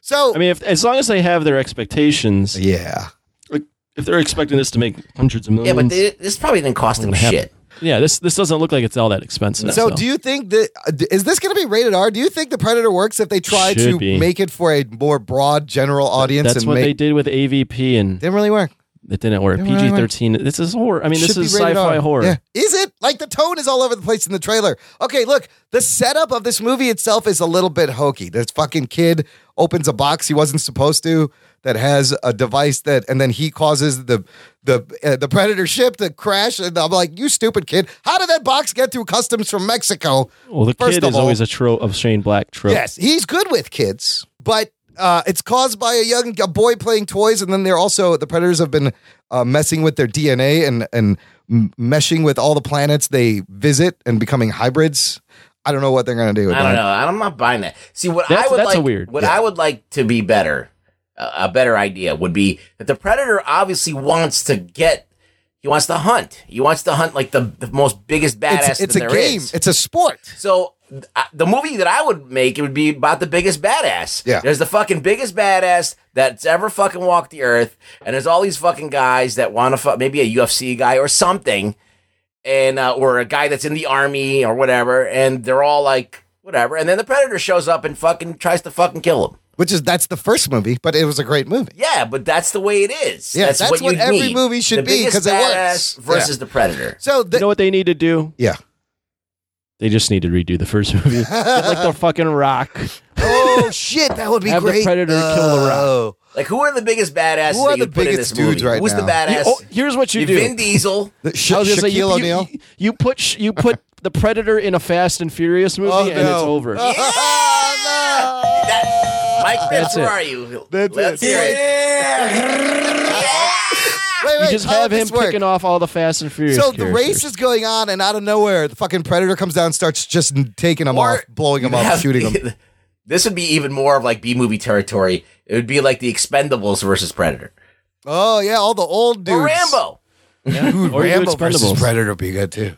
S1: so
S4: I mean, if, as long as they have their expectations,
S1: yeah,
S4: if they're expecting this to make hundreds of
S3: yeah,
S4: millions,
S3: but they, this probably didn't cost them
S4: gonna happen.
S3: shit.
S4: Yeah, this this doesn't look like it's all that expensive.
S1: So, do you think that uh, d- is this going to be rated R? Do you think the Predator works if they try
S4: Should
S1: to
S4: be.
S1: make it for a more broad general audience
S4: that's
S1: and
S4: what
S1: make
S4: they did with AVP, and
S1: didn't really work?
S4: it didn't work.
S1: Yeah, right,
S4: PG thirteen. This is horror. I mean, this
S1: Should be
S4: is
S1: rated
S4: sci-fi
S1: R.
S4: horror.
S1: Yeah. Is it? Like the tone is all over the place in the trailer. Okay, look, the setup of this movie itself is a little bit hokey. This fucking kid opens a box he wasn't supposed to that has a device that, and then he causes the the uh, the predator ship to crash. And I'm like, you stupid kid, how did that box get through customs from Mexico?
S4: Well, the
S1: First
S4: kid
S1: of
S4: is
S1: all-
S4: always a trope of Shane Black trope.
S1: Yes, he's good with kids, but uh, it's caused by a young a boy playing toys, and then they're also the predators have been uh, messing with their DNA and and m- meshing with all the planets they visit and becoming hybrids. I don't know what they're gonna do. With
S3: I don't
S1: that.
S3: know. I'm not buying that. See, what
S4: That's-
S3: I would
S4: that's a
S3: like,
S4: weird-
S3: what I would like to be better, uh, a better idea would be that the predator obviously wants to get, he wants to hunt. He wants to hunt like the, the most biggest badass
S1: It's, it's
S3: that
S1: a
S3: there is.
S1: game. It's a sport.
S3: so th- uh, the movie that I would make it would be about the biggest badass.
S1: Yeah.
S3: there's the fucking biggest badass that's ever fucking walked the earth, and there's all these fucking guys that want to fuck maybe a UFC guy or something, and uh, or a guy that's in the army or whatever, and they're all like whatever, and then the predator shows up and fucking tries to fucking kill him.
S1: Which is that's the first movie, but it was a great movie.
S3: Yeah, but that's the way it is.
S1: Yeah, that's
S3: what,
S1: what
S3: you
S1: every
S3: need.
S1: movie should
S3: The
S1: be,
S3: biggest
S1: 'cause it
S3: badass
S1: works.
S3: versus the predator.
S1: So the,
S4: You know what they need to do?
S1: yeah.
S4: They just need to redo the first movie, Get like the fucking Rock.
S1: Oh shit, that would be
S4: Have the
S1: great.
S4: Predator kill the Rock.
S1: Oh.
S3: Like, who are the biggest badasses?
S1: Who are
S3: that
S1: the
S3: you put in
S1: biggest
S3: this
S1: dudes
S3: movie?
S1: right
S3: Who's the
S1: now?
S3: badass?
S4: oh, here's what you do.
S3: Vin Diesel.
S1: The Sha-
S4: I was gonna say,
S1: Shaquille
S4: you, you-
S1: O'Neal.
S4: You, put sh- you put the Predator in a Fast and Furious movie,
S1: Oh,
S4: and it's
S1: no.
S4: over.
S1: Oh.
S3: Yeah! That- Mike Prince,
S4: That's
S3: where
S4: it.
S3: are you?
S1: That's
S3: Let's
S1: it.
S3: hear it.
S1: Wait,
S4: You
S1: wait,
S4: just
S1: how
S4: have
S1: did
S4: him
S1: this work?
S4: picking off all the Fast and Furious.
S1: So the race
S4: characters.
S1: is going on, and out of nowhere, the fucking predator comes down, and starts just taking them
S3: Or
S1: off, blowing them
S3: you'd
S1: up,
S3: have-
S1: shooting them.
S3: This would be even more of like B movie territory. It would be like the Expendables versus Predator.
S1: Oh yeah, all the old dudes.
S3: Or Rambo.
S1: Dude,
S4: Or you do
S1: Rambo versus
S4: Expendables.
S1: Predator would be good too.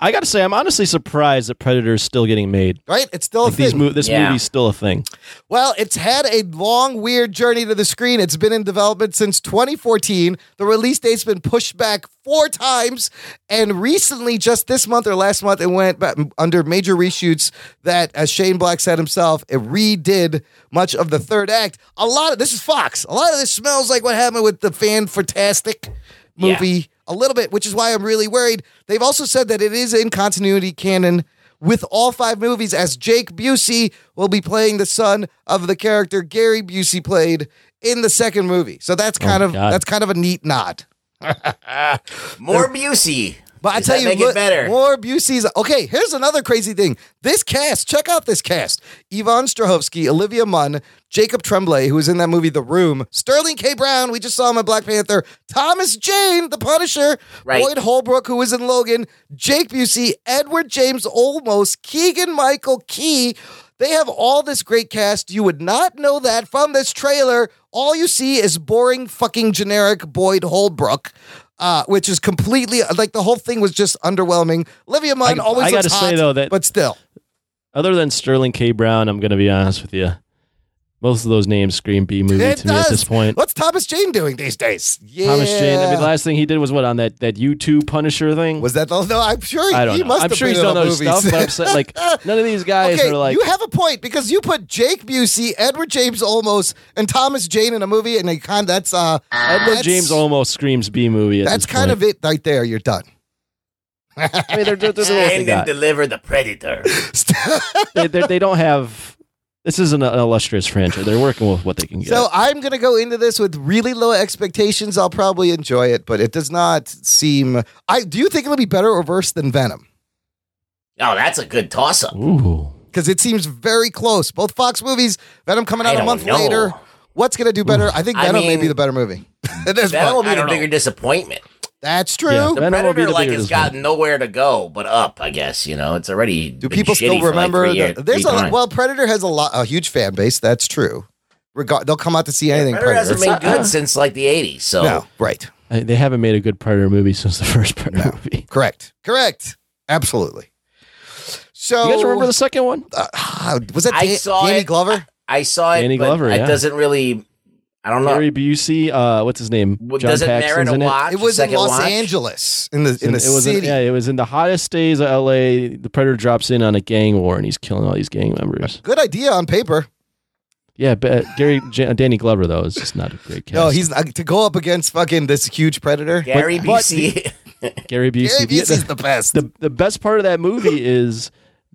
S4: I got to say, I'm honestly surprised that Predator is still getting made.
S1: right? It's still
S4: Like
S1: a thing.
S4: these mo- this
S3: Yeah.
S4: movie's still a thing.
S1: Well, it's had a long, weird journey to the screen. It's been in development since 2014. The release date's been pushed back four times. And recently, just this month or last month, it went ba- under major reshoots that, as Shane Black said himself, it redid much of the third act. A lot of this is Fox. A lot of this smells like what happened with the fan fantastic movie a little bit, which is why I'm really worried. They've also said that it is in continuity canon with all five movies as Jake Busey will be playing the son of the character Gary Busey played in the second movie. So that's kind of
S4: God.
S1: that's kind of a neat nod.
S3: More Busey.
S1: But I
S3: Does
S1: tell
S3: that
S1: you,
S3: make
S1: look,
S3: it better.
S1: more Busey's. Okay, here's another crazy thing. This cast, check out this cast: Yvonne Strahovski, Olivia Munn, Jacob Tremblay, who was in that movie The Room, Sterling K. Brown, we just saw him in Black Panther, Thomas Jane, The Punisher,
S3: Right.
S1: Boyd Holbrook, who was in Logan, Jake Busey, Edward James Olmos, Keegan Michael Key. They have all this great cast. You would not know that from this trailer. All you see is boring, fucking generic Boyd Holbrook, uh, which is completely like the whole thing was just underwhelming. Olivia Munn
S4: I-
S1: always
S4: I
S1: looks
S4: gotta say,
S1: hot,
S4: though, that-
S1: but still,
S4: Other than Sterling K. Brown, I'm going to be honest with you. Most of those names scream B movie
S1: it
S4: to me at this
S1: does.
S4: point.
S1: What's Thomas Jane doing these days? Yeah.
S4: Thomas Jane. I mean, the last thing he did was what on that that U2 Punisher thing.
S1: was that the? No, I'm sure
S4: I don't
S1: he
S4: know.
S1: must
S4: I'm
S1: have
S4: sure
S1: been
S4: he's
S1: in
S4: done
S1: the
S4: other
S1: movies.
S4: stuff, but I'm saying like none of these guys
S1: okay,
S4: are like.
S1: you have a point because you put Jake Busey, Edward James Olmos, and Thomas Jane in a movie, and they kind of, that's uh,
S4: Edward
S1: that's-
S4: James almost screams B movie. At
S1: That's
S4: this
S1: kind
S4: point.
S1: of it right there. You're done.
S4: I mean, they're, they're, they're the worst they
S3: Stand and
S4: got.
S3: deliver the Predator.
S4: They, they're- they don't have. This isn't an illustrious franchise. They're working with what they can get.
S1: So I'm gonna go into this with really low expectations. I'll probably enjoy it, but it does not seem. I do you think it'll be better or worse than Venom?
S3: Oh, that's a good toss up.
S4: Ooh.
S1: Because it seems very close. Both Fox movies. Venom coming
S3: I
S1: out a
S3: don't
S1: month
S3: know.
S1: later. What's gonna do better? I think
S3: I
S1: Venom may
S3: mean,
S1: be the better movie. At this
S3: That
S1: point.
S3: will be
S1: I
S3: the
S1: don't know.
S3: bigger disappointment.
S1: That's true.
S4: Yeah. Venom will be
S3: Predator
S4: the
S3: like
S4: bigger
S3: has gotten nowhere to go but up. I guess you know it's already.
S1: Do people still remember? the, there's a lot, well, Predator has a lot, a huge fan base. That's true. Regard, they'll come out to see anything.
S3: Predator
S1: Predator.
S3: hasn't been good since like the '80s. So
S1: no, right,
S4: I- They haven't made a good Predator movie since the first Predator movie.
S1: correct, correct, absolutely. So
S4: You guys
S1: Oh.
S4: remember the second one?
S1: Ah, was that
S3: I
S1: Dan-
S3: saw
S1: Danny
S3: it.
S1: Glover?
S3: I saw it.
S4: Danny
S3: but
S4: Glover,
S3: It
S4: yeah.
S3: doesn't really. I don't know.
S4: Gary Busey. Uh, what's his name?
S3: Well,
S4: John
S3: Does it merit
S4: Paxton's
S3: a
S4: in it.
S3: watch?
S1: It was
S3: a
S1: in
S3: second
S1: Los
S3: watch?
S1: Angeles in the in the
S4: it was
S1: city.
S4: yeah, it was in the hottest days of LA. The Predator drops in on a gang war and he's killing all these gang members.
S1: Good idea on paper.
S4: Yeah, but uh, Gary J- Danny Glover though is just not a great cast.
S1: No, he's uh, to go up against fucking this huge predator.
S3: Gary
S4: But- but-
S3: Busey.
S4: Gary Busey.
S1: Gary
S4: Yeah,
S1: Busey's the best.
S4: the, the the best part of that movie is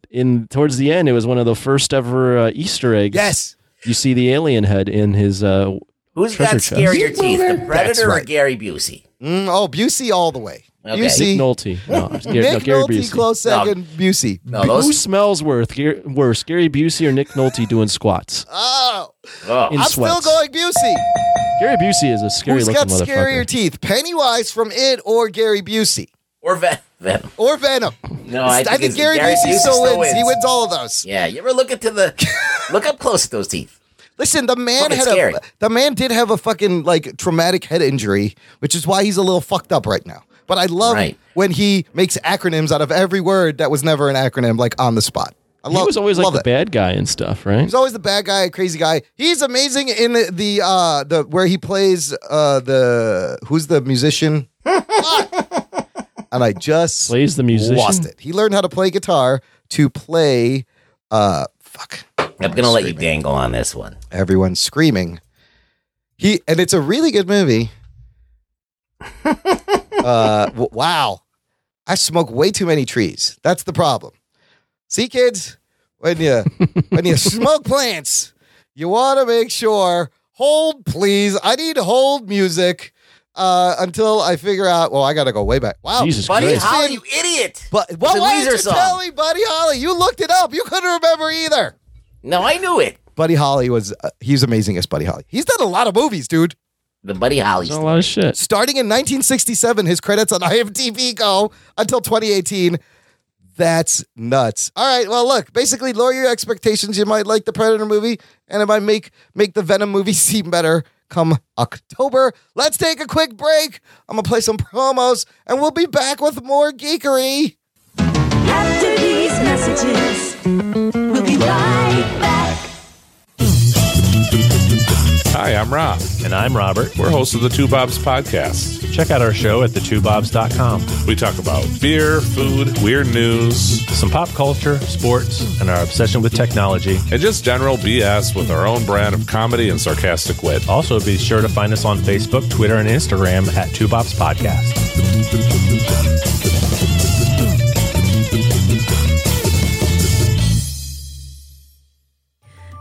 S4: in towards the end. It was one of the first ever uh, Easter eggs.
S1: yes,
S4: you see the alien head in his. Uh,
S3: Who's got
S4: Treasure chest.
S3: scarier teeth, the
S1: That's
S3: Predator
S1: right.
S3: or Gary Busey?
S1: Mm, oh Busey all the way.
S3: Okay.
S1: Busey,
S4: Nolte. No, it's Gary, no,
S1: Nick
S4: Gary
S1: Nolte,
S4: Busey.
S1: close
S3: No.
S1: second. Busey.
S3: No,
S4: Who
S3: those.
S4: smells worth, Gar- worse, Gary Busey or Nick Nolte doing squats?
S1: Oh,
S3: Oh,
S4: In
S1: I'm
S4: sweats.
S1: still going Busey.
S4: Gary Busey is a scary
S1: Who's got
S4: looking
S1: scarier
S4: motherfucker.
S1: teeth, Pennywise from It or Gary Busey
S3: or Ven- Venom.
S1: or Venom?
S3: No, I think, it's-
S1: Gary, Busey still wins. He wins all of those.
S3: Yeah, you ever look into the look up close at those teeth?
S1: Listen, the man
S3: Fucking
S1: had
S3: scary.
S1: a the man did have a fucking like traumatic head injury, which is why he's a little fucked up right now. But I love
S3: Right.
S1: when he makes acronyms out of every word that was never an acronym, like on the spot. I
S4: He
S1: love-
S4: was always like
S1: love
S4: the
S1: it.
S4: bad guy and stuff, right?
S1: He's always the bad guy, crazy guy. He's amazing in the, the uh the where he plays uh the who's the musician? and I just
S4: Plays the musician.
S1: lost it. He learned how to play guitar to play uh fuck.
S3: I'm gonna let you dangle on this one.
S1: everyone's screaming. He and it's a really good movie. uh, w- wow, I smoke way too many trees. That's the problem. See, kids, when you when you smoke plants, you want to make sure hold, please. I need hold music uh, until I figure out. Well, I gotta go way back. Wow,
S4: Jesus
S3: Buddy
S4: Christ.
S3: Holly, you idiot!
S1: But well,
S3: a
S1: why
S3: Weezer
S1: did you
S3: song.
S1: tell me, Buddy Holly? You looked it up. You couldn't remember either.
S3: No, I knew it.
S1: Buddy Holly was uh, he was amazing as Buddy Holly. He's done a lot of movies, dude.
S3: The Buddy Holly.
S4: He's done a lot of shit.
S1: Starting in 1967, his credits on IMDb go until 2018. That's nuts. All right, well, look, basically lower your expectations. You might like the Predator movie, and it might make make the Venom movie seem better come October. Let's take a quick break. I'm gonna play some promos, and we'll be back with more geekery.
S6: messages. We'll be right back.
S7: Hi, I'm Rob.
S8: And I'm Robert.
S7: We're hosts of the Two Bobs podcast.
S8: Check out our show at thetwobobs.com.
S7: We talk about beer, food, weird news,
S8: Some pop culture, sports, and our obsession with technology.
S7: and just general BS with our own brand of comedy and sarcastic wit.
S8: Also, be sure to find us on Facebook, Twitter, and Instagram at Two Bobs Podcast.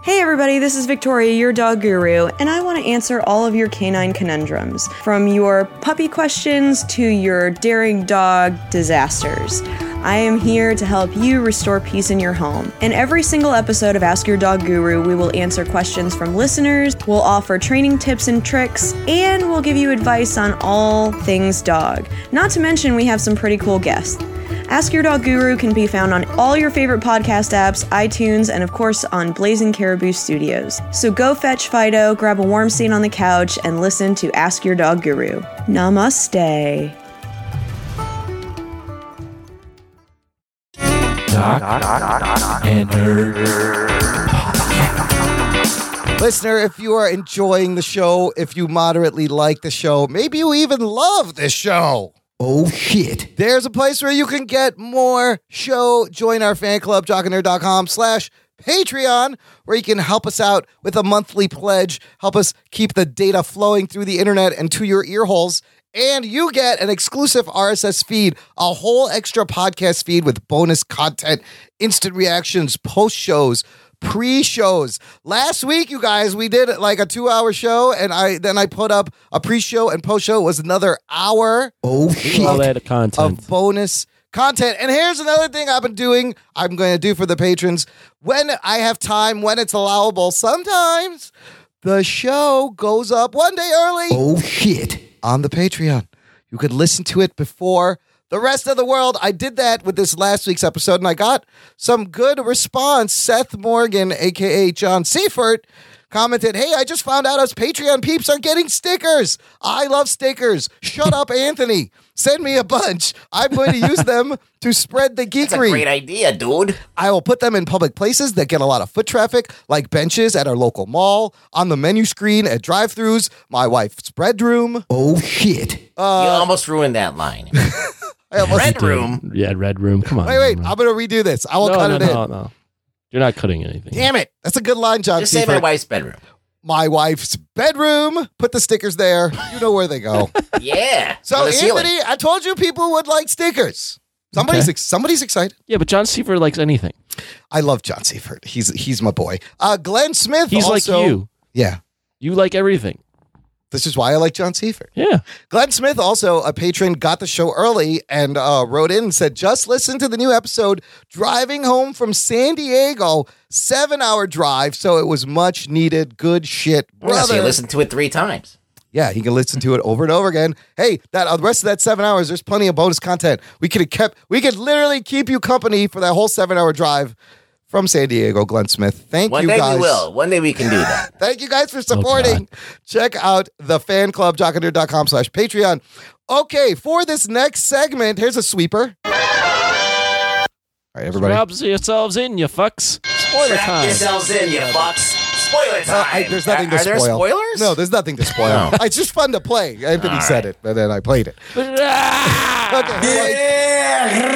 S9: Hey everybody, this is Victoria, your dog guru, and I want to answer all of your canine conundrums from your puppy questions to your daring dog disasters. I am here to help you restore peace in your home. In every single episode of Ask Your Dog Guru, we will answer questions from listeners, we'll offer training tips and tricks, and we'll give you advice on all things dog. Not to mention, we have some pretty cool guests. Ask Your Dog Guru can be found on all your favorite podcast apps, iTunes, and of course on Blazing Caribou Studios. So go fetch Fido, grab a warm seat on the couch, and listen to Ask Your Dog Guru. Namaste.
S1: Listener, if you are enjoying the show, if you moderately like the show, maybe you even love this show.
S5: Oh shit.
S1: There's a place where you can get more show. Join our fan club, jockandnerd.com slash Patreon, where you can help us out with a monthly pledge, help us keep the data flowing through the internet and to your ear holes. And you get an exclusive RSS feed, a whole extra podcast feed with bonus content, instant reactions, post shows, pre shows. Last week, you guys, we did like a two hour show, and I then I put up a pre show and post show was another hour
S5: Oh
S4: all
S5: shit.
S4: that content.
S1: of bonus content. And here's another thing I've been doing, I'm going to do for the patrons when I have time, when it's allowable. Sometimes the show goes up one day early
S5: Oh shit.
S1: on the Patreon. You could listen to it before the rest of the world. I did that with this last week's episode, and I got some good response. Seth Morgan, aka John Seifert, commented, "Hey, I just found out us Patreon peeps are getting stickers. I love stickers. Shut up, Anthony. Send me a bunch. I'm going to use them to spread the
S3: That's a great
S1: geekery.
S3: idea, dude.
S1: I will put them in public places that get a lot of foot traffic, like benches at our local mall, on the menu screen at drive-throughs, my wife's bedroom."
S5: Oh shit.
S3: you almost ruined that line.
S1: Uh, I almost-
S3: Red room.
S4: yeah, Red Room. Come on.
S1: Wait, wait.
S4: Red
S1: I'm going to redo this. I will
S4: Room.
S1: cut
S4: no,
S1: it
S4: no,
S1: in.
S4: no, no. You're not cutting anything.
S1: Damn it. That's a good line, John.
S3: Just say
S1: Seifert.
S3: my wife's bedroom.
S1: My wife's bedroom. Put the stickers there. You know where they go.
S3: Yeah.
S1: so,
S3: on the ceiling.
S1: Anthony, I told you people would like stickers. Somebody's
S4: Okay.
S1: ex- somebody's excited.
S4: Yeah, but John Seaver likes anything.
S1: I love John Seifert. He's he's my boy. Uh, Glenn Smith.
S4: He's
S1: also-
S4: like you.
S1: Yeah.
S4: You like everything.
S1: This is why I like John Seifert.
S4: Yeah.
S1: Glenn Smith, also a patron, got the show early and uh, wrote in and said, Just listen to the new episode, Driving Home from San Diego, seven hour drive. So it was much needed. Good shit,
S3: Brother. So you
S1: brother.
S3: listened to it three times.
S1: Yeah, he can listen to it over and over again. Hey, that uh, the rest of that seven hours, there's plenty of bonus content. We could have kept, we could literally keep you company for that whole seven hour drive from San Diego, Glenn Smith. Thank
S3: One
S1: you
S3: day
S1: guys.
S3: we will. One day we can do that.
S1: Thank you guys for supporting. Check out the fan club, jockandnerd.com slash Patreon. Okay, for this next segment, here's a sweeper. All right, everybody.
S4: Rub yourselves in, you fucks. Spoiler
S3: Wrap
S4: time.
S3: yourselves in, you fucks. Spoiler time.
S1: Uh, I- there's nothing
S3: are,
S1: to
S3: are
S1: spoil.
S3: there spoilers?
S1: No, there's nothing to spoil.
S3: No.
S1: It's just fun to play. Anthony said it, but then I played it.
S3: Ah.
S1: Okay, like-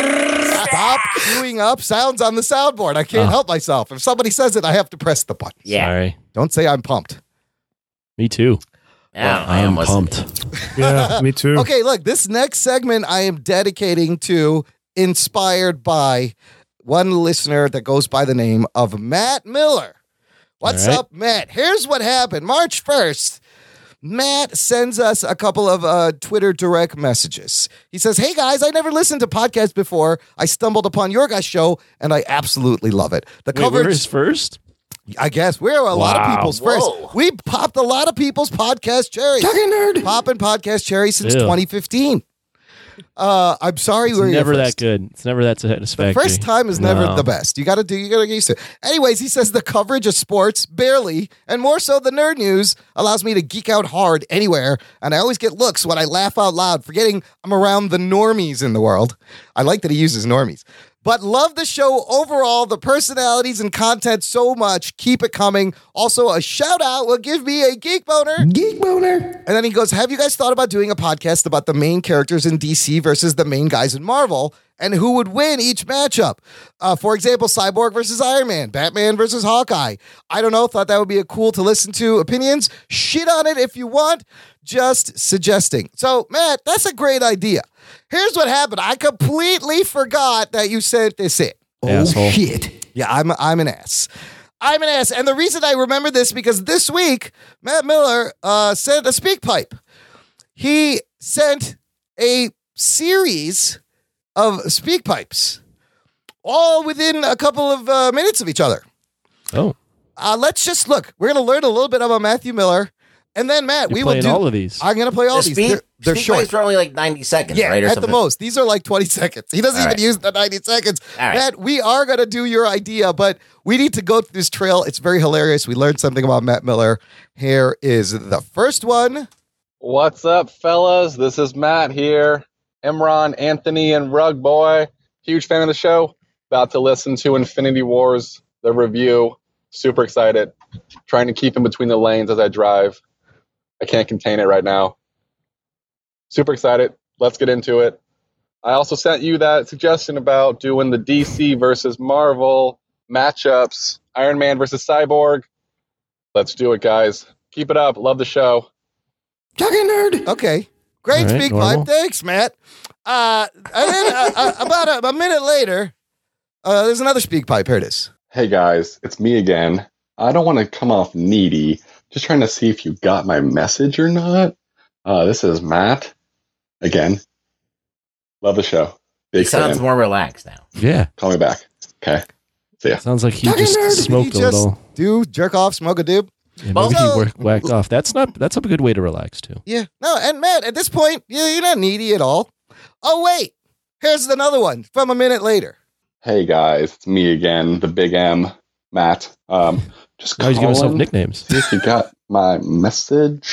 S1: Stop queuing up sounds on the soundboard. I can't help myself. If somebody says it, I have to press the button.
S3: Yeah.
S4: Sorry.
S1: Don't say I'm pumped.
S4: Me too.
S3: Yeah,
S4: I am
S3: almost-
S4: pumped.
S8: Yeah, me too.
S1: Okay, look, this next segment I am dedicating to inspired by one listener that goes by the name of Matt Miller. What's
S4: All right.
S1: up, Matt? Here's what happened March 1st. Matt sends us a couple of uh, Twitter direct messages. He says, Hey guys, I never listened to podcasts before. I stumbled upon your guys' show and I absolutely love it. The
S4: Wait,
S1: coverage
S4: where is first?
S1: I guess we're a lot of
S4: Wow.
S1: people's
S3: Whoa.
S1: first. We popped a lot of people's podcast cherry.
S5: Fucking nerd.
S1: Popping podcast cherry since
S4: Ew.
S1: 2015. Uh, I'm sorry we
S4: It's
S1: were your
S4: never that
S1: first.
S4: good. It's never that satisfactory.
S1: First time is never
S4: No.
S1: the best. You got to do. You got to get used to. It. Anyways, he says the coverage of sports barely, and more so the nerd news allows me to geek out hard anywhere, and I always get looks when I laugh out loud, forgetting I'm around the normies in the world. I like that he uses normies. But love the show overall, the personalities and content so much. Keep it coming. Also, a shout out will give me a geek boner.
S5: Geek boner.
S1: And then he goes, Have you guys thought about doing a podcast about the main characters in DC versus the main guys in Marvel and who would win each matchup? Uh, for example, Cyborg versus Iron Man, Batman versus Hawkeye. I don't know. Thought that would be a cool to listen to opinions. Shit on it if you want. Just suggesting. So, Matt, that's a great idea. Here's what happened I completely forgot that you sent this in.
S4: Asshole.
S5: Oh shit.
S1: Yeah, I'm I'm an ass. I'm an ass. And the reason I remember this because this week Matt Miller uh, sent a speak pipe. He sent a series of speak pipes, all within a couple of uh, minutes of each other.
S4: Oh,
S1: Uh, let's just look. We're going to learn a little bit about Matthew Miller, and then Matt,
S4: you're
S1: we will
S4: playing
S1: do.
S4: all of these.
S1: I'm going to play all
S3: The
S1: these.
S3: speed,
S1: They're, they're
S3: speed
S1: short.
S3: plays are only like 90 seconds,
S1: Yeah,
S3: right? Or
S1: at
S3: something.
S1: the most. These are like 20 seconds. He doesn't
S3: All
S1: even
S3: right.
S1: use the 90 seconds.
S3: All right.
S1: Matt, we are going to do your idea, but we need to go through this trail. It's very hilarious. We learned something about Matt Miller. Here is the first one.
S10: What's up, fellas? This is Matt here, Emron, Anthony, and Rug Boy. Huge fan of the show. About to listen to Infinity Wars, the review. Super excited. Trying to keep in between the lanes as I drive. I can't contain it right now. Super excited. Let's get into it. I also sent you that suggestion about doing the DC versus Marvel matchups, Iron Man versus Cyborg. Let's do it, guys. Keep it up. Love the show.
S5: Talking nerd.
S1: Okay. Great
S4: All right,
S1: speak
S4: normal.
S1: pipe. Thanks, Matt. Uh, and then uh, uh, about a, a minute later, uh, there's another speak pipe. Here it is.
S10: Hey guys, it's me again. I don't want to come off needy. Just trying to see if you got my message or not. Uh, this is Matt again. Love the show.
S3: He
S10: Big fan.
S3: sounds more relaxed now.
S4: yeah,
S10: Call me back. Okay. See ya.
S4: sounds like he
S1: Talking
S4: just
S1: nerd. Did
S4: smoked
S1: he
S4: a
S1: just
S4: little.
S1: Do jerk off, smoke a doob.
S4: Yeah,
S3: Well,
S4: maybe he
S1: so-
S4: worked, whacked off. That's not. That's a good way to relax too.
S1: Yeah. No, and Matt, at this point, you- you're not needy at all. Oh, wait. Here's another one from a minute later.
S10: Hey guys, it's me again, the big M, Matt. Um, just
S4: Now he's giving himself
S10: calling-
S4: nicknames.
S10: See if you got my message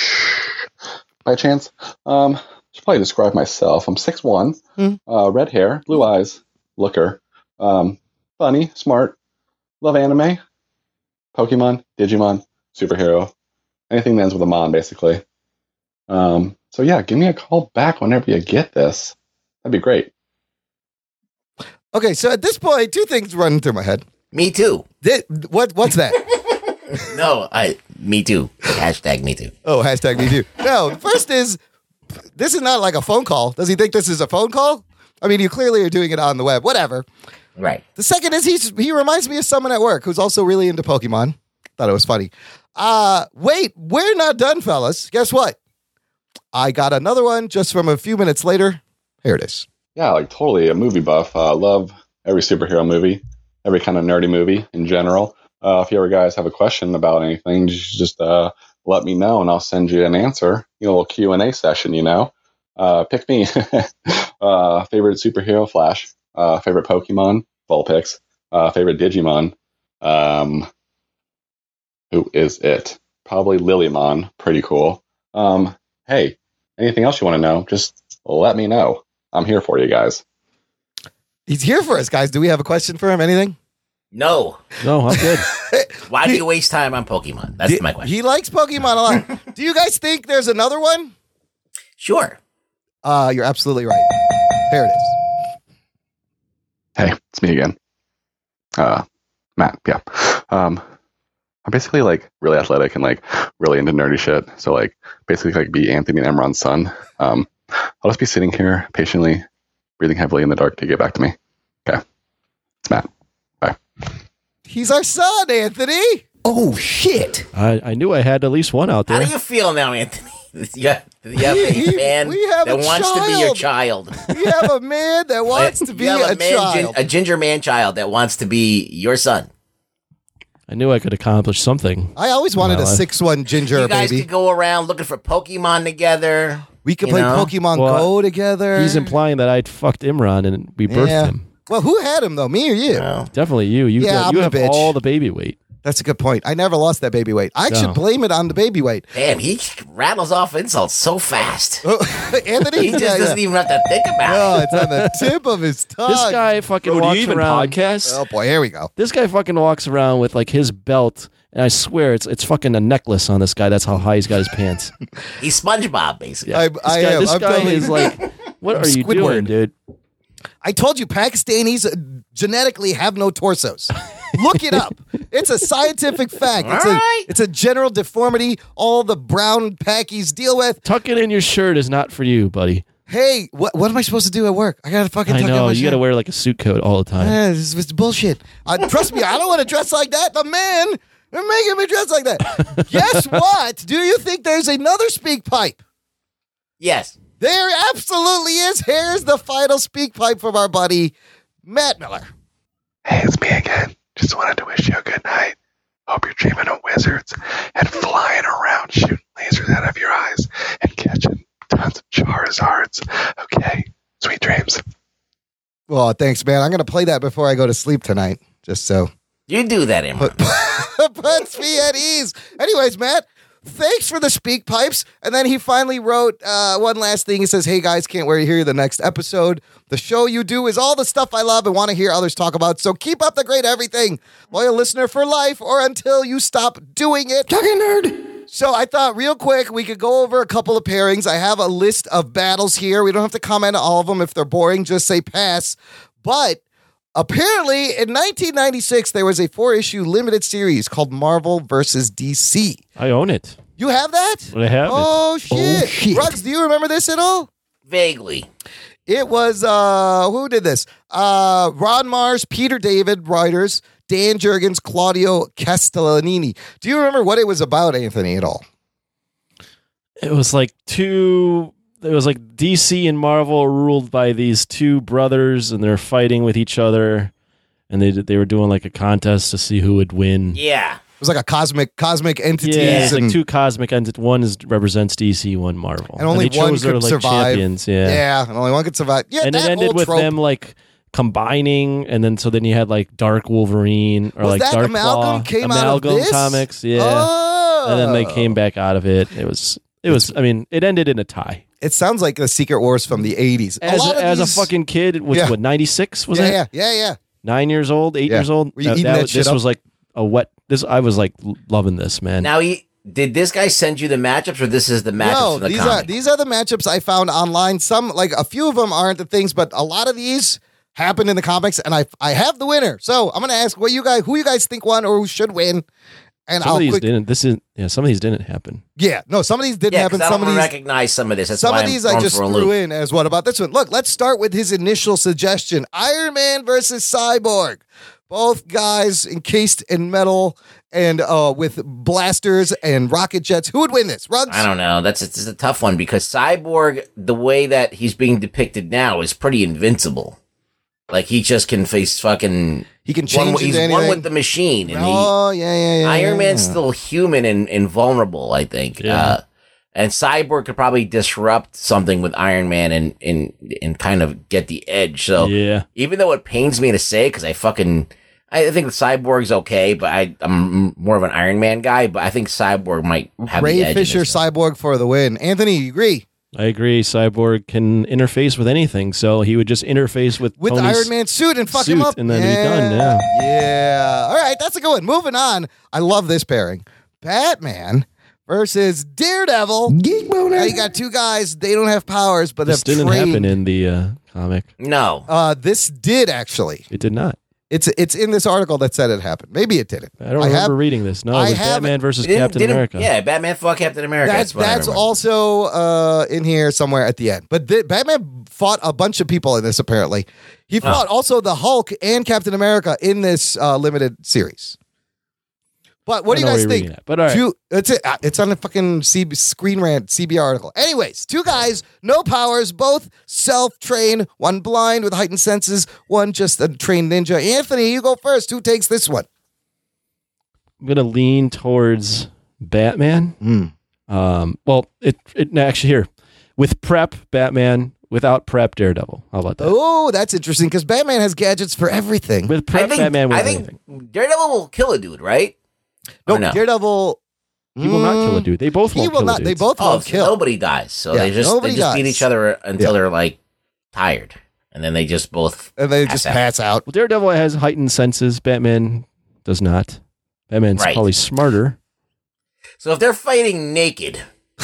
S10: by chance. Um, should probably describe myself. I'm 6'1,
S1: Hmm.
S10: uh, red hair, blue eyes, looker, um, funny, smart, love anime, Pokemon, Digimon, superhero, anything that ends with a mon, basically. Um, so yeah, give me a call back whenever you get this. That'd be great.
S1: Okay, so at this point, two things running through my head.
S3: Me too.
S1: Thi- what what's that?
S3: No, I. Me too. Hashtag me too.
S1: oh, hashtag me too. No, the first is this is not like a phone call. Does he think this is a phone call? I mean, you clearly are doing it on the web. Whatever.
S3: Right.
S1: The second is he's he reminds me of someone at work who's also really into Pokemon. Thought it was funny. Uh wait, we're not done, fellas. Guess what? I got another one just from a few minutes later. Here it is.
S10: Yeah, like totally a movie buff. Uh, love every superhero movie, every kind of nerdy movie in general. Uh, if you ever guys have a question about anything, just just, uh, let me know and I'll send you an answer. You know, a little Q and A session. You know, uh, pick me. uh, favorite superhero Flash. Uh, favorite Pokemon Vulpix. Uh, favorite Digimon. Um, who is it? Probably Lilymon. Pretty cool. Um, hey, anything else you want to know? Just let me know. I'm here for you guys.
S1: He's here for us, guys. Do we have a question for him? Anything?
S3: No.
S4: No, I'm good.
S3: Why do you waste time on Pokemon? That's
S1: He-
S3: my question.
S1: He likes Pokemon a lot. Do you guys think there's another one?
S3: sure.
S1: Uh, you're absolutely right. There it is.
S10: Hey, it's me again. Uh, Matt, yeah. Um, I'm basically like really athletic and like really into nerdy shit. So like basically like be Anthony and Emron's son. Um, I'll just be sitting here patiently, breathing heavily in the dark to get back to me. Okay. It's Matt. Bye.
S1: He's our son, Anthony.
S5: Oh shit.
S4: I, I knew I had at least one out
S3: How
S4: there.
S3: do you feel now, Anthony? You have, you have
S1: He- he-
S3: a man
S1: we have
S3: that
S1: a
S3: wants to be your child.
S1: We have a man that wants to be
S3: You have
S1: a,
S3: man-
S1: child.
S3: a ginger man child that wants to be your son.
S4: I knew I could accomplish something.
S1: I always wanted
S4: No,
S1: a
S4: I-
S1: six-one ginger
S3: you guys
S1: baby.
S3: could go around looking for Pokemon together.
S1: we could
S3: you
S1: play
S3: know?
S1: Pokemon
S4: Well,
S1: Go together.
S4: He's implying that I'd fucked Imran and we birthed
S1: Yeah.
S4: him.
S1: Well, who had him though? Me or you?
S3: No.
S4: Definitely you. You
S1: Yeah,
S4: got-
S1: I'm
S4: you
S1: the
S4: have
S1: bitch.
S4: all the baby weight.
S1: That's a good point. I never lost that baby weight. I
S4: No.
S1: should blame it on the baby weight.
S3: Damn, he rattles off insults so fast.
S1: Anthony,
S3: He just
S1: yeah, yeah.
S3: doesn't even have to think about
S1: No, it's on the tip of his tongue.
S4: This guy fucking
S8: Bro, Oh, do
S4: walks
S8: you even
S4: around.
S8: podcast?
S1: Oh boy, here we go.
S4: This guy fucking walks around with like his belt, and I swear it's it's fucking a necklace on this guy. That's how high he's got his pants.
S3: it. He's SpongeBob, basically.
S1: I,
S4: This
S1: I
S4: guy,
S1: am.
S4: this
S1: I'm
S4: guy
S1: telling
S4: is
S1: you.
S4: like, what are you doing,
S1: Squidward.
S4: dude?
S1: I told you Pakistanis uh, genetically have no torsos. Look it up. It's a scientific fact. It's a,
S3: Alright.
S1: it's a general deformity all the brown Pakis deal with.
S4: Tuck it in your shirt is not for you, buddy.
S1: Hey, what what am I supposed to do at work? I gotta fucking.
S4: I
S1: tuck in
S4: know
S1: my
S4: you got to
S1: shirt.
S4: wear like a suit coat all the time.
S1: Eh, this is bullshit. Uh, trust me, I don't want to dress like that. The man, they're making me dress like that. Guess what? Do you think there's another speak pipe?
S3: Yes.
S1: There absolutely is. Here's the final speak pipe from our buddy Matt Miller.
S10: Hey, it's me again. Just wanted to wish you a good night. Hope you're dreaming of wizards and flying around, shooting lasers out of your eyes and catching tons of Charizards. Okay, sweet dreams.
S1: Well, thanks, man. I'm gonna play that before I go to sleep tonight, just so
S3: You do that, Imran.
S1: puts me at ease. Anyways, Matt, thanks for the speak pipes. And then he finally wrote uh, one last thing. He says, "Hey guys, can't wait to hear the next episode. The show you do is all the stuff I love and want to hear others talk about. So keep up the great everything, loyal listener for life, or until you stop doing it."
S5: Talking nerd.
S1: So I thought real quick we could go over a couple of pairings. I have a list of battles here. We don't have to comment on all of them. If they're boring, just say pass. But apparently in 1996 there was a four-issue limited series called Marvel versus DC.
S4: I own it.
S1: You have that?
S4: I have it.
S1: Oh shit.
S5: shit.
S1: Ruggs, do you remember this at all?
S3: Vaguely.
S1: It was uh who did this? Uh Ron Mars, Peter David, writers, Dan Jurgens, Claudio Castellanini. Do you remember what it was about, Anthony, at all?
S4: it was like two it was like DC and Marvel ruled by these two brothers and they're fighting with each other and they they were doing like a contest to see who would win.
S3: Yeah.
S1: It was like a cosmic cosmic entities
S4: Yeah, it's
S1: and
S4: like two cosmic entities. One is represents DC, one Marvel,
S1: And only
S4: they
S1: one
S4: chose their,
S1: could
S4: like,
S1: survive.
S4: Champions, yeah.
S1: yeah, and only one could survive. Yeah,
S4: and
S1: that
S4: it ended
S1: old
S4: with
S1: trope.
S4: them like combining, and then so then you had like Dark Wolverine or
S1: Was
S4: like
S1: that
S4: Dark
S1: amalgam
S4: Claw,
S1: came out of
S4: amalgam
S1: this?
S4: comics, yeah.
S1: Oh.
S4: And then they came back out of it. It was it was. I mean, it ended in a tie.
S1: It sounds like the Secret Wars from the eighties.
S4: as
S1: lot
S4: a,
S1: of
S4: as a
S1: these-
S4: fucking kid, it was
S1: Yeah.
S4: what ninety six was
S1: yeah,
S4: it?
S1: yeah, yeah, yeah.
S4: Nine years old, eight
S1: Yeah.
S4: years old.
S1: Were you eating that
S4: was-
S1: shit
S4: this
S1: up?
S4: was like a wet. This I was like l- loving this man.
S3: Now he did this guy send you the matchups or this is the matchups
S1: No,
S3: from the
S1: these
S3: comic?
S1: are these are the matchups I found online. Some like a few of them aren't the things, but a lot of these happened in the comics, and I I have the winner. So I'm gonna ask what you guys who you guys think won or who should win. And
S4: some
S1: I'll
S4: of these
S1: quick,
S4: didn't. This is yeah. Some of these didn't happen.
S1: yeah, no, some of these didn't
S3: yeah, 'cause
S1: happen.
S3: I
S1: Some
S3: don't
S1: of these
S3: recognize some of this. That's
S1: Some
S3: why
S1: of these
S3: I'm
S1: I
S3: thrown
S1: just
S3: for a
S1: threw
S3: loop.
S1: in as what about this one? Look, let's start with his initial suggestion Iron Man versus Cyborg. Both guys encased in metal and uh, with blasters and rocket jets. Who would win this? Rugs?
S3: I don't know. That's it's a tough one because Cyborg, the way that he's being depicted now, is pretty invincible. Like he just can face fucking
S1: He can change
S3: one.
S1: into
S3: He's one
S1: anything.
S3: with the machine, and
S1: Oh, yeah, yeah,
S3: he,
S1: yeah.
S3: Iron
S1: yeah.
S3: Man's still human and, and vulnerable. I think.
S4: Yeah.
S3: Uh, and Cyborg could probably disrupt something with Iron Man and and and kind of get the edge. So
S4: Yeah,
S3: even though it pains me to say because I fucking I think the Cyborg's okay, but I, I'm more of an Iron Man guy. But I think Cyborg might have the edge
S1: Ray
S3: in this
S1: Fisher,
S3: one.
S1: Cyborg for the win. Anthony, you agree?
S4: I agree. Cyborg can interface with anything, so he would just interface with
S1: With
S4: Tony's
S1: the Iron Man suit and fuck him
S4: suit,
S1: up.
S4: and then he's done, yeah.
S1: Yeah. All right, that's a good one. Moving on. I love this pairing Batman versus Daredevil.
S5: Geek boner.
S1: Now you got two guys. They don't have powers, but
S4: This
S1: they've
S4: didn't
S1: trained.
S4: happen in the uh, comic.
S3: No,
S1: uh, this did actually.
S4: It did not.
S1: It's it's in this article that said it happened. Maybe it didn't.
S4: I don't remember reading this. No,
S1: I
S4: it was
S1: have-
S4: Batman versus
S3: Didn't-
S4: Captain
S3: didn't-
S4: America.
S3: Yeah, Batman fought Captain America.
S1: That's
S3: That's, what I
S1: that's
S3: remember.
S1: also uh, in here somewhere at the end. But th- Batman fought a bunch of people in this. Apparently, he fought also the Hulk and Captain America in this uh, limited series. But what do
S4: I
S1: you
S4: know
S1: guys
S4: you're reading
S1: think?
S4: that, but all right.
S1: Two- it's it. Uh, It's on the fucking CB, screen rant CB article. Anyways, two guys, no powers, both self trained, one blind with heightened senses, one just a trained ninja. Anthony, you go first. Who takes this one?
S4: I'm gonna lean towards Batman. Um, well, it, it no, actually here with prep Batman, without prep Daredevil. How about that?
S1: Oh, that's interesting because Batman has gadgets for everything.
S4: With
S3: I
S4: prep
S3: think
S4: Batman, with
S3: I think
S4: anything.
S3: Daredevil will kill a dude, right?
S1: Nope,
S3: Or no?
S1: Daredevil.
S4: He will not kill a dude. They
S1: Mm.
S4: both
S1: He
S4: won't
S1: will
S4: kill
S1: not.
S4: A
S1: They
S4: dude.
S1: both
S3: Oh,
S1: won't
S3: so
S1: kill.
S3: nobody dies. So
S1: Yeah,
S3: they just they
S1: nobody
S3: just beat
S1: dies.
S3: each other until
S1: Yeah.
S3: they're like tired, and then they just both.
S1: and they just
S3: Pass out.
S1: pass out.
S4: Well, Daredevil has heightened senses. Batman does not. Batman's
S3: Right.
S4: probably smarter.
S3: So if they're fighting naked,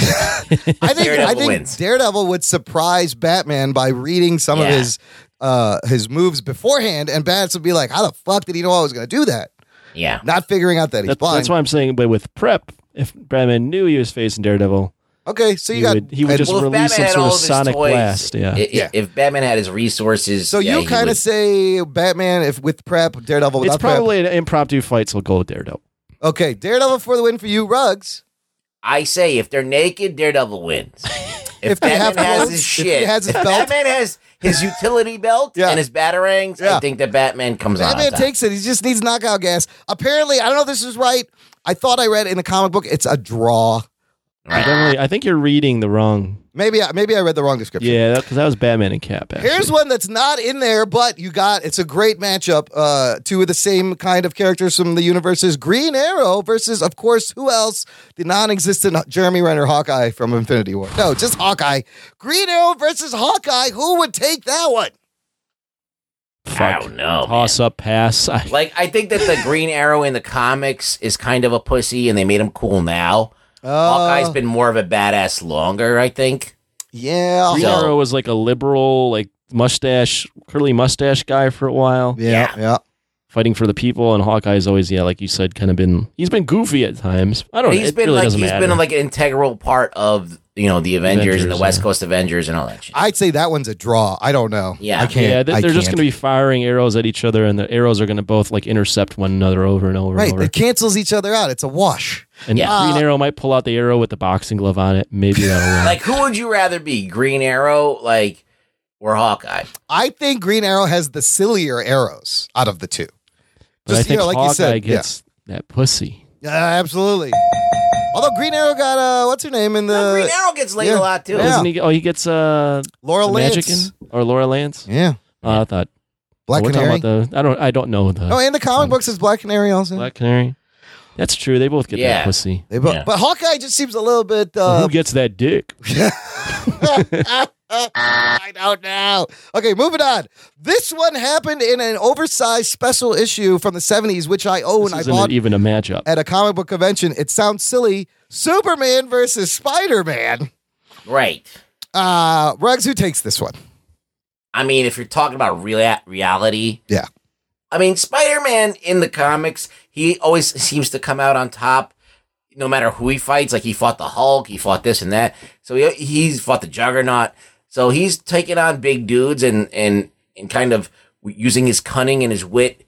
S1: I think I
S3: Daredevil
S1: think
S3: wins.
S1: Daredevil would surprise Batman by reading some of
S3: Yeah.
S1: his uh his moves beforehand, and Bats would be like, "How the fuck did he know I was going to do that?"
S3: yeah,
S1: Not figuring out that he's
S4: That-
S1: blind.
S4: that's why I'm saying. But with prep, if Batman knew he was facing Daredevil,
S1: Okay, so you
S4: he
S1: got
S4: would, he would
S1: and-
S4: just
S3: Well, if
S4: release
S3: Batman
S4: some
S3: had
S4: sort
S3: all
S4: of
S3: of his
S4: sonic
S3: toys,
S4: blast. Yeah.
S3: i- i-
S1: Yeah.
S3: if Batman had his resources,
S1: so
S3: yeah,
S1: you kind of say Batman if with prep Daredevil without
S4: it's probably an impromptu fight, so go with Daredevil.
S1: prep. Okay, Daredevil for the win for you, Rugs.
S3: I say if they're naked, Daredevil wins. If,
S1: they
S3: Batman
S1: have
S3: has
S1: clothes,
S3: his
S1: if
S3: shit,
S1: he has his
S3: if
S1: belt.
S3: Batman has his utility belt
S1: Yeah.
S3: and his batarangs,
S1: Yeah.
S3: I think that Batman comes
S1: Batman
S3: on. top.
S1: takes it. He just needs knockout gas. Apparently, I don't know if this is right. I thought I read in the comic book it's a draw.
S4: I, don't really- I think you're reading the wrong.
S1: Maybe I, maybe I read the wrong description.
S4: Yeah, because that, was Batman and Cap. Actually.
S1: Here's one that's not in there, but you got it's a great matchup. Uh, two of the same kind of characters from the universes: Green Arrow versus, of course, who else? The non-existent Jeremy Renner Hawkeye from Infinity War. No, just Hawkeye. Green Arrow versus Hawkeye. Who would take that one?
S4: Fuck.
S3: I don't know,
S4: Toss up, pass. I,
S3: Like I think that the Green Arrow in the comics is kind of a pussy, and they made him cool now. Hawkeye's
S1: Uh,
S3: been more of a badass longer, I think.
S1: yeah,
S4: Green
S3: So-
S4: Arrow was like a liberal, like mustache, curly mustache guy for a while,
S1: yeah, yeah.
S4: fighting for the people. And Hawkeye's always, yeah, like you said, kind of been. He's been goofy at times. I don't. know.
S3: He's
S4: Oh, it
S3: been
S4: really
S3: like
S4: doesn't
S3: he's
S4: matter.
S3: been like an integral part of you know the Avengers, and the
S4: Avengers,
S3: West
S4: yeah.
S3: Coast Avengers and all that shit.
S1: I'd say that one's a draw. I don't know.
S3: Yeah.
S1: I can't.
S4: yeah, they-
S1: I
S4: they're just
S1: can't.
S4: going to be firing arrows at each other, and the arrows are going to both like intercept one another over and over
S1: right.
S4: and over.
S1: It cancels each other out. It's a wash.
S4: and
S3: Yeah.
S4: Green Arrow might pull out the arrow with the boxing glove on it. Maybe that'll win.
S3: like who would you rather be, Green Arrow, like or Hawkeye?
S1: I think Green Arrow has the sillier arrows out of the two.
S4: but I
S1: Just,
S4: think
S1: you know, like
S4: Hawkeye
S1: you said, yeah.
S4: gets that pussy.
S1: Yeah, absolutely. Although Green Arrow got uh, what's her name in the
S3: No, Green Arrow gets laid
S1: yeah.
S3: a lot too.
S1: Yeah.
S4: Doesn't he? Oh, he gets uh,
S1: Laura
S4: the
S1: Lance.
S4: Magickin or Laura Lance.
S1: Yeah,
S4: Oh, I thought oh,
S1: Black
S4: we're
S1: Canary.
S4: talking about the. I don't. I don't know the
S1: oh, and the comic books is Black Canary also.
S4: Black Canary. That's true. They both get
S3: Yeah.
S4: that pussy.
S1: They both,
S3: Yeah.
S1: but Hawkeye just seems a little bit. Uh,
S4: Who gets that dick?
S1: I don't know. Okay, moving on. This one happened in an oversized special issue from the '70s, which I own.
S4: This
S1: I
S4: isn't
S1: bought
S4: even a matchup.
S1: at a comic book convention. It sounds silly. Superman versus Spider Man.
S3: Right.
S1: Uh, Rugs, who takes this one?
S3: I mean, if you're talking about real reality,
S1: Yeah.
S3: I mean, Spider Man in the comics, he always seems to come out on top, no matter who he fights. Like he fought the Hulk, he fought this and that. So he, he's fought the Juggernaut. So he's taking on big dudes and and and kind of using his cunning and his wit,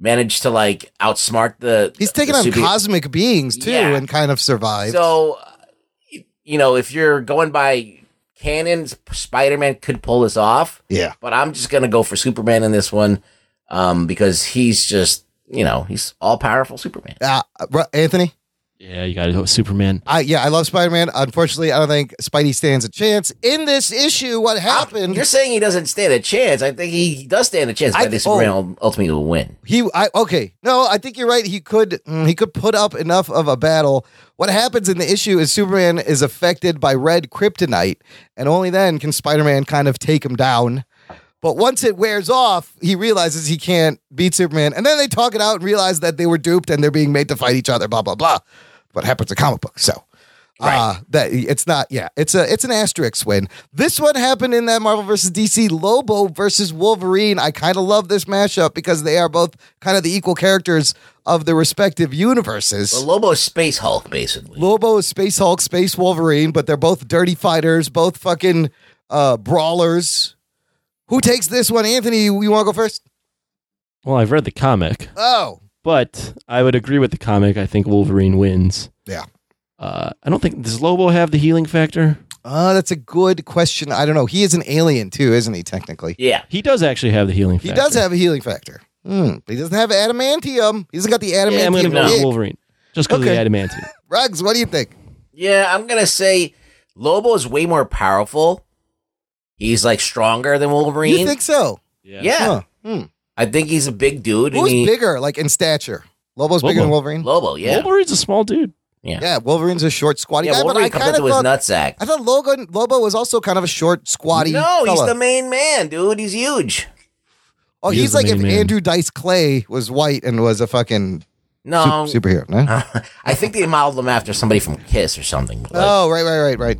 S3: managed to like outsmart the.
S1: He's taking
S3: the
S1: on
S3: super-
S1: cosmic beings too,
S3: Yeah.
S1: and kind of survives.
S3: So, uh, you know, if you're going by canon, Spider Man could pull this off.
S1: Yeah.
S3: But I'm just going to go for Superman in this one um, because he's just, you know, he's all powerful Superman.
S1: Uh, Ru- Anthony,
S4: yeah, you got to go with Superman.
S1: I yeah, I love Spider Man. Unfortunately, I don't think Spidey stands a chance in this issue. What happened?
S3: Ah, You're saying he doesn't stand a chance. I think he does stand a chance, but
S1: I
S3: I, think
S1: th- oh.
S3: Superman ul- ultimately will win.
S1: he, I okay, no, I think you're right. He could mm, he could put up enough of a battle. What happens in the issue is Superman is affected by red kryptonite, and only then can Spider Man kind of take him down. But once it wears off, he realizes he can't beat Superman, and then they talk it out and realize that they were duped and they're being made to fight each other. Blah blah blah. What happens in comic books? So. Uh, that it's not. Yeah, it's a it's an asterisk win. This one happened in that Marvel versus DC Lobo versus Wolverine. I kind of love this mashup because they are both kind of the equal characters of the respective universes.
S3: Well, Lobo's Space Hulk, basically.
S1: Lobo is Space Hulk, Space Wolverine, but they're both dirty fighters, both fucking uh, brawlers. Who takes this one, Anthony? You, you want to go first?
S4: Well, I've read the comic,
S1: Oh,
S4: but I would agree with the comic. I think Wolverine wins.
S1: Yeah.
S4: Uh, I don't think does Lobo have the healing factor.
S1: uh, that's a good question. I don't know. He is an alien too, isn't he? Technically,
S3: yeah.
S4: He does actually have the healing
S1: he
S4: factor.
S1: does have a healing factor. Hmm. But He doesn't have adamantium. He doesn't got the
S4: Yeah, I'm
S1: adamantium.
S4: going to go with
S1: gig.
S4: Wolverine just because
S1: Okay.
S4: of the adamantium.
S1: Rugs, what do you think?
S3: Yeah, I'm gonna say Lobo is way more powerful. He's like stronger than Wolverine.
S1: You think so?
S3: Yeah,
S1: Huh. Hmm.
S3: I think he's a big dude. and
S1: Who's
S3: he-
S1: bigger, like in stature? Lobo's bigger
S4: Lobo.
S1: than Wolverine.
S3: Lobo, yeah.
S4: Wolverine's a small dude.
S1: Yeah, Wolverine's a short, squatty
S3: yeah,
S1: guy.
S3: Wolverine
S1: but I
S3: comes
S1: kind of
S3: into his
S1: thought
S3: nutsack.
S1: I thought Logan Lobo was also kind of a short, squatty.
S3: No, he's
S1: fella.
S3: the main man, dude. He's huge.
S1: oh,
S4: he
S1: he's
S4: is the
S1: like
S4: main
S1: if
S4: man.
S1: Andrew Dice Clay was white and was a fucking su-
S3: No,
S1: superhero. No?
S3: I think they modeled him after somebody from Kiss or something. Like,
S1: oh, right, right, right, right.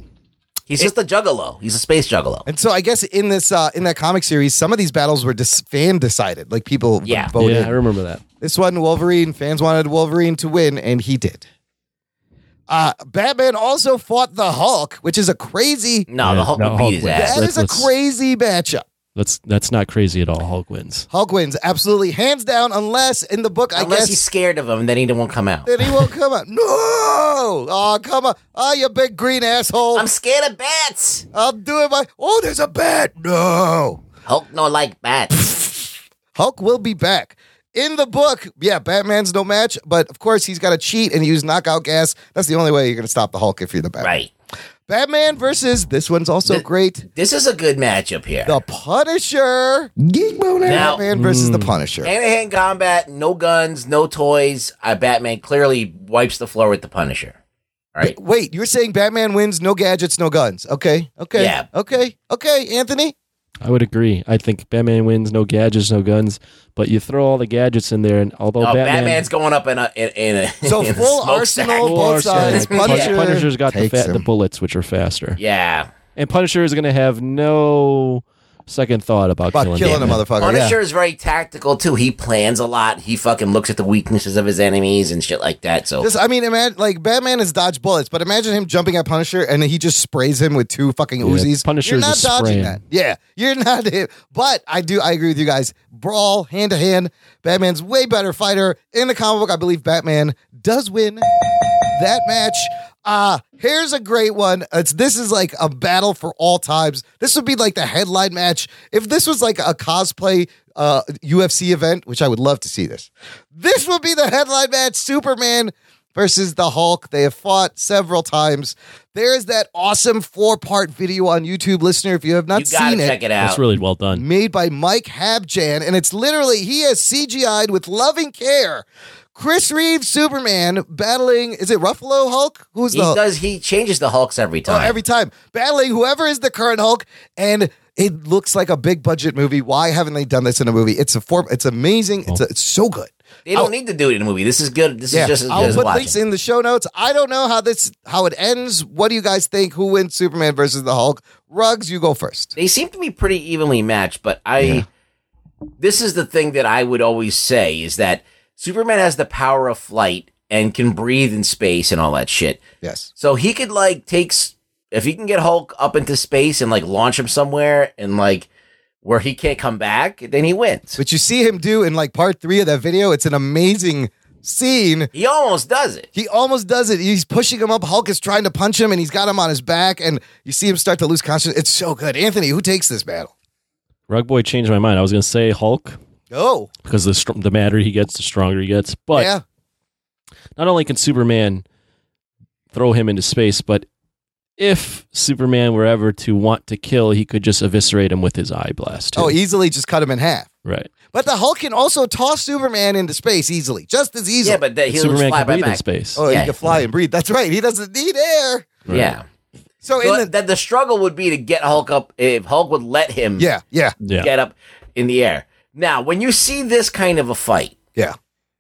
S3: he's just a juggalo. He's a space juggalo.
S1: And so I guess in this uh, in that comic series, some of these battles were dis- fan decided. Like people
S3: Yeah.
S1: voted.
S4: Yeah, I remember that.
S1: This one, Wolverine fans wanted Wolverine to win, and he did. Uh, Batman also fought the Hulk, which is a crazy.
S3: No, the
S4: Yeah,
S3: Hulk
S4: no,
S3: would
S4: Hulk
S3: beat his
S4: would.
S3: ass.
S1: That
S4: let's-
S1: is a
S4: let's-
S1: crazy matchup.
S4: That's that's not crazy at all. Hulk wins.
S1: Hulk wins absolutely, hands down. Unless in the book, I
S3: Unless
S1: guess
S3: he's scared of him, then he won't come out.
S1: that he won't come up. No! Oh, come on. Oh, you big green asshole.
S3: I'm scared of bats.
S1: I'll do it. My- oh, there's a bat. No.
S3: Hulk no like bats.
S1: Hulk will be back. In the book, yeah, Batman's no match, but of course he's got to cheat and use knockout gas. That's the only way you're going to stop the Hulk if you're the Batman.
S3: right.
S1: Batman versus, this one's also
S3: The-
S1: great,
S3: This is a good matchup here.
S1: The Punisher.
S5: Geek boner. Hmm.
S3: Now,
S1: Batman versus The Punisher.
S3: hand-to-hand combat, no guns, no toys. Uh, Batman clearly wipes the floor with the Punisher. All right.
S1: Wait, you're saying Batman wins, no gadgets, no guns. Okay, okay,
S3: Yeah.
S1: okay, okay, Anthony.
S4: I would agree. I think Batman wins. No gadgets, no guns. But you throw all the gadgets in there, and although
S3: oh,
S4: Batman,
S3: Batman's going up in a in, in a
S1: So
S3: in a
S1: full
S3: smokestack.
S1: arsenal,
S4: Full
S1: Oh, both sides.
S4: arsenal. Pun-
S1: Punisher
S4: Punisher's got the,
S1: takes
S4: fat, the
S1: him.
S4: bullets, which are faster.
S3: Yeah,
S4: And Punisher is going to have no second thought about,
S1: About
S4: killing,
S1: killing a
S4: Batman.
S1: motherfucker.
S3: Punisher
S1: yeah.
S3: is very tactical too. He plans a lot. He fucking looks at the weaknesses of his enemies and shit like that. So
S1: Just, I mean, imagine like Batman has dodged bullets, but imagine him jumping at Punisher and then he just sprays him with two fucking
S4: Yeah,
S1: Uzis.
S4: Punisher's
S1: you're
S4: a
S1: not dodging
S4: spraying.
S1: that. Yeah, you're not. It. But I do. I agree with you guys. Brawl, hand to hand. Batman's way better fighter in the comic book. I believe Batman does win that match. Uh, here's a great one. It's this is like a battle for all times. This would be like the headline match. If this was like a cosplay uh UFC event, which I would love to see this. This would be the headline match, Superman versus the Hulk. They have fought several times. There is that awesome four-part video on YouTube, listener. If you have not
S3: you gotta
S1: seen it,
S3: check it, out.
S4: That's really well done.
S1: made by Mike Habjan, and it's literally he has CGI'd with loving care. Chris Reeve Superman battling is it Ruffalo Hulk? Who's
S3: he
S1: the Hulk?
S3: does. He changes the Hulks every
S1: Oh,
S3: time.
S1: every time battling whoever is the current Hulk, and it looks like a big budget movie. Why haven't they done this in a movie? It's a form. It's amazing. It's, a, it's so good.
S3: they don't need to do it in a movie. This is good. This is just as
S1: I'll
S3: good as
S1: put
S3: watching.
S1: links in the show notes. I don't know how this how it ends. What do you guys think? Who wins Superman versus the Hulk? Rugs, you go first.
S3: They seem to be pretty evenly matched, but I this is the thing that I would always say is that Superman has the power of flight and can breathe in space and all that shit.
S1: Yes.
S3: So he could like takes if he can get Hulk up into space and like launch him somewhere and like where he can't come back, then he wins.
S1: But you see him do in like part three of that video. It's an amazing scene.
S3: he almost does it.
S1: He almost does it. He's pushing him up. Hulk is trying to punch him, and he's got him on his back. And you see him start to lose consciousness. It's so good. Anthony, who takes this battle?
S4: Rug Boy changed my mind. I was going to say Hulk
S1: Oh,
S4: because the str- the madder he gets, the stronger he gets. But
S1: yeah.
S4: not only can Superman throw him into space, but if Superman were ever to want to kill, he could just eviscerate him with his eye blast. too.
S1: Oh, easily just cut him in half.
S4: right.
S1: But the Hulk can also toss Superman into space easily, just as easily.
S3: Yeah, but that he'll just
S4: Superman
S3: fly
S4: can
S3: by
S4: breathe in
S3: back.
S4: space.
S1: oh,
S3: yeah.
S1: he can fly and breathe. That's right. He doesn't need air.
S4: Right.
S3: Yeah.
S1: So
S3: So
S1: in the
S3: that the struggle would be to get Hulk up if Hulk would let him
S1: yeah, yeah,
S4: Yeah.
S3: get up in the air. Now, when you see this kind of a fight,
S1: yeah,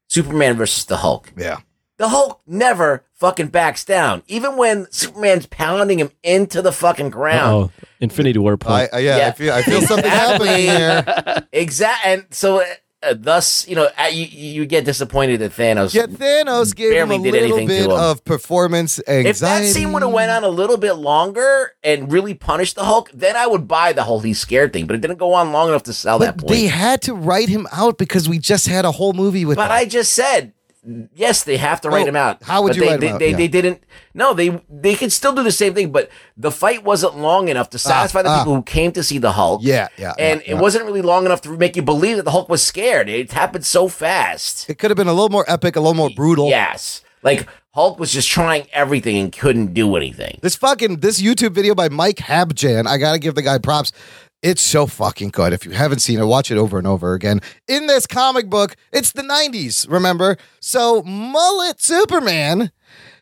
S3: Superman versus the Hulk,
S1: yeah.
S3: the Hulk never fucking backs down. Even when Superman's pounding him into the fucking ground.
S4: Oh, Infinity War
S1: I,
S4: point.
S1: I- yeah, I
S3: Yeah.
S1: feel I feel something happening here.
S3: Exact and so uh, thus, you know, uh, you, you get disappointed that Thanos.
S1: Yeah, Thanos gave
S3: Barely
S1: him a
S3: did
S1: little
S3: anything to
S1: bit
S3: him.
S1: of performance anxiety.
S3: if that scene would have went on a little bit longer and really punished the Hulk, then I would buy the whole he's scared thing. But it didn't go on long enough to sell that
S1: but
S3: point.
S1: they had to write him out because we just had a whole movie with.
S3: But
S1: him.
S3: I just said yes, they have to write
S1: Oh,
S3: him out.
S1: how would
S3: But
S1: you
S3: they,
S1: write him
S3: they,
S1: out?
S3: They,
S1: Yeah.
S3: they didn't. No, they they could still do the same thing, but the fight wasn't long enough to satisfy the
S1: ah.
S3: people who came to see the Hulk.
S1: Yeah, yeah,
S3: and
S1: yeah,
S3: it
S1: yeah.
S3: wasn't really long enough to make you believe that the Hulk was scared. It happened so fast.
S1: it could have been a little more epic, a little more brutal.
S3: Yes, like Hulk was just trying everything and couldn't do anything.
S1: This fucking this YouTube video by Mike Habjan, I gotta give the guy props. It's so fucking good. If you haven't seen it, watch it over and over again. In this comic book, it's the 90s, remember? So, Mullet Superman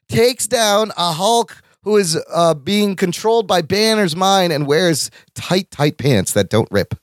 S1: takes down a Hulk who is uh, being controlled by Banner's mind and wears tight, tight pants that don't rip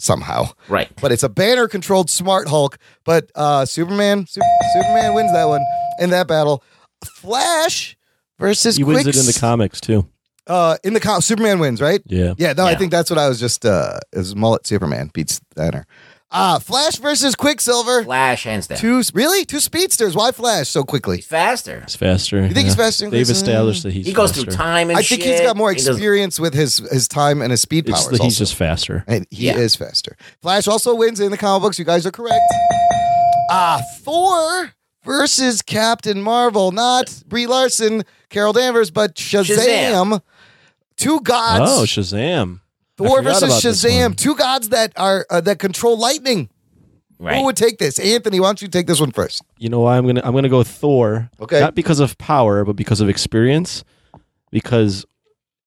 S1: somehow.
S3: Right.
S1: But it's a Banner controlled Smart Hulk. But uh, Superman, Su- Superman wins that one in that battle. Flash versus
S4: He wins it in the
S1: Quicks-
S4: comics too.
S1: uh, in the com- Superman wins, right?
S4: Yeah.
S1: Yeah, no, I
S3: Yeah.
S1: think that's what I was just uh is mullet Superman beats Banner. Uh Flash versus Quicksilver.
S3: Flash hands down.
S1: Two really? Two speedsters. Why Flash so quickly?
S3: He's faster.
S4: He's faster.
S1: You think he's faster than
S4: They've
S1: Chris?
S4: established that he's
S3: He goes
S4: faster.
S3: through time and
S1: I think
S3: shit.
S1: he's got more
S3: He doesn't-
S1: experience with his his time and his speed
S4: It's
S1: powers.
S4: that he's
S1: also.
S4: just faster.
S1: And he
S3: Yeah.
S1: is faster. Flash also wins in the comic books. You guys are correct. Ah, Thor versus Captain Marvel, not Brie Larson, Carol Danvers, but Shazam.
S3: Shazam.
S1: Two gods.
S4: Oh, Shazam. I
S1: Thor
S4: forgot
S1: versus
S4: about this one.
S1: Shazam, two gods that are uh, that control lightning. Who
S3: Right.
S1: would take this? Anthony, why don't you take this one first?
S4: You know why I'm gonna I'm gonna go Thor.
S1: Okay.
S4: Not because of power, but because of experience. Because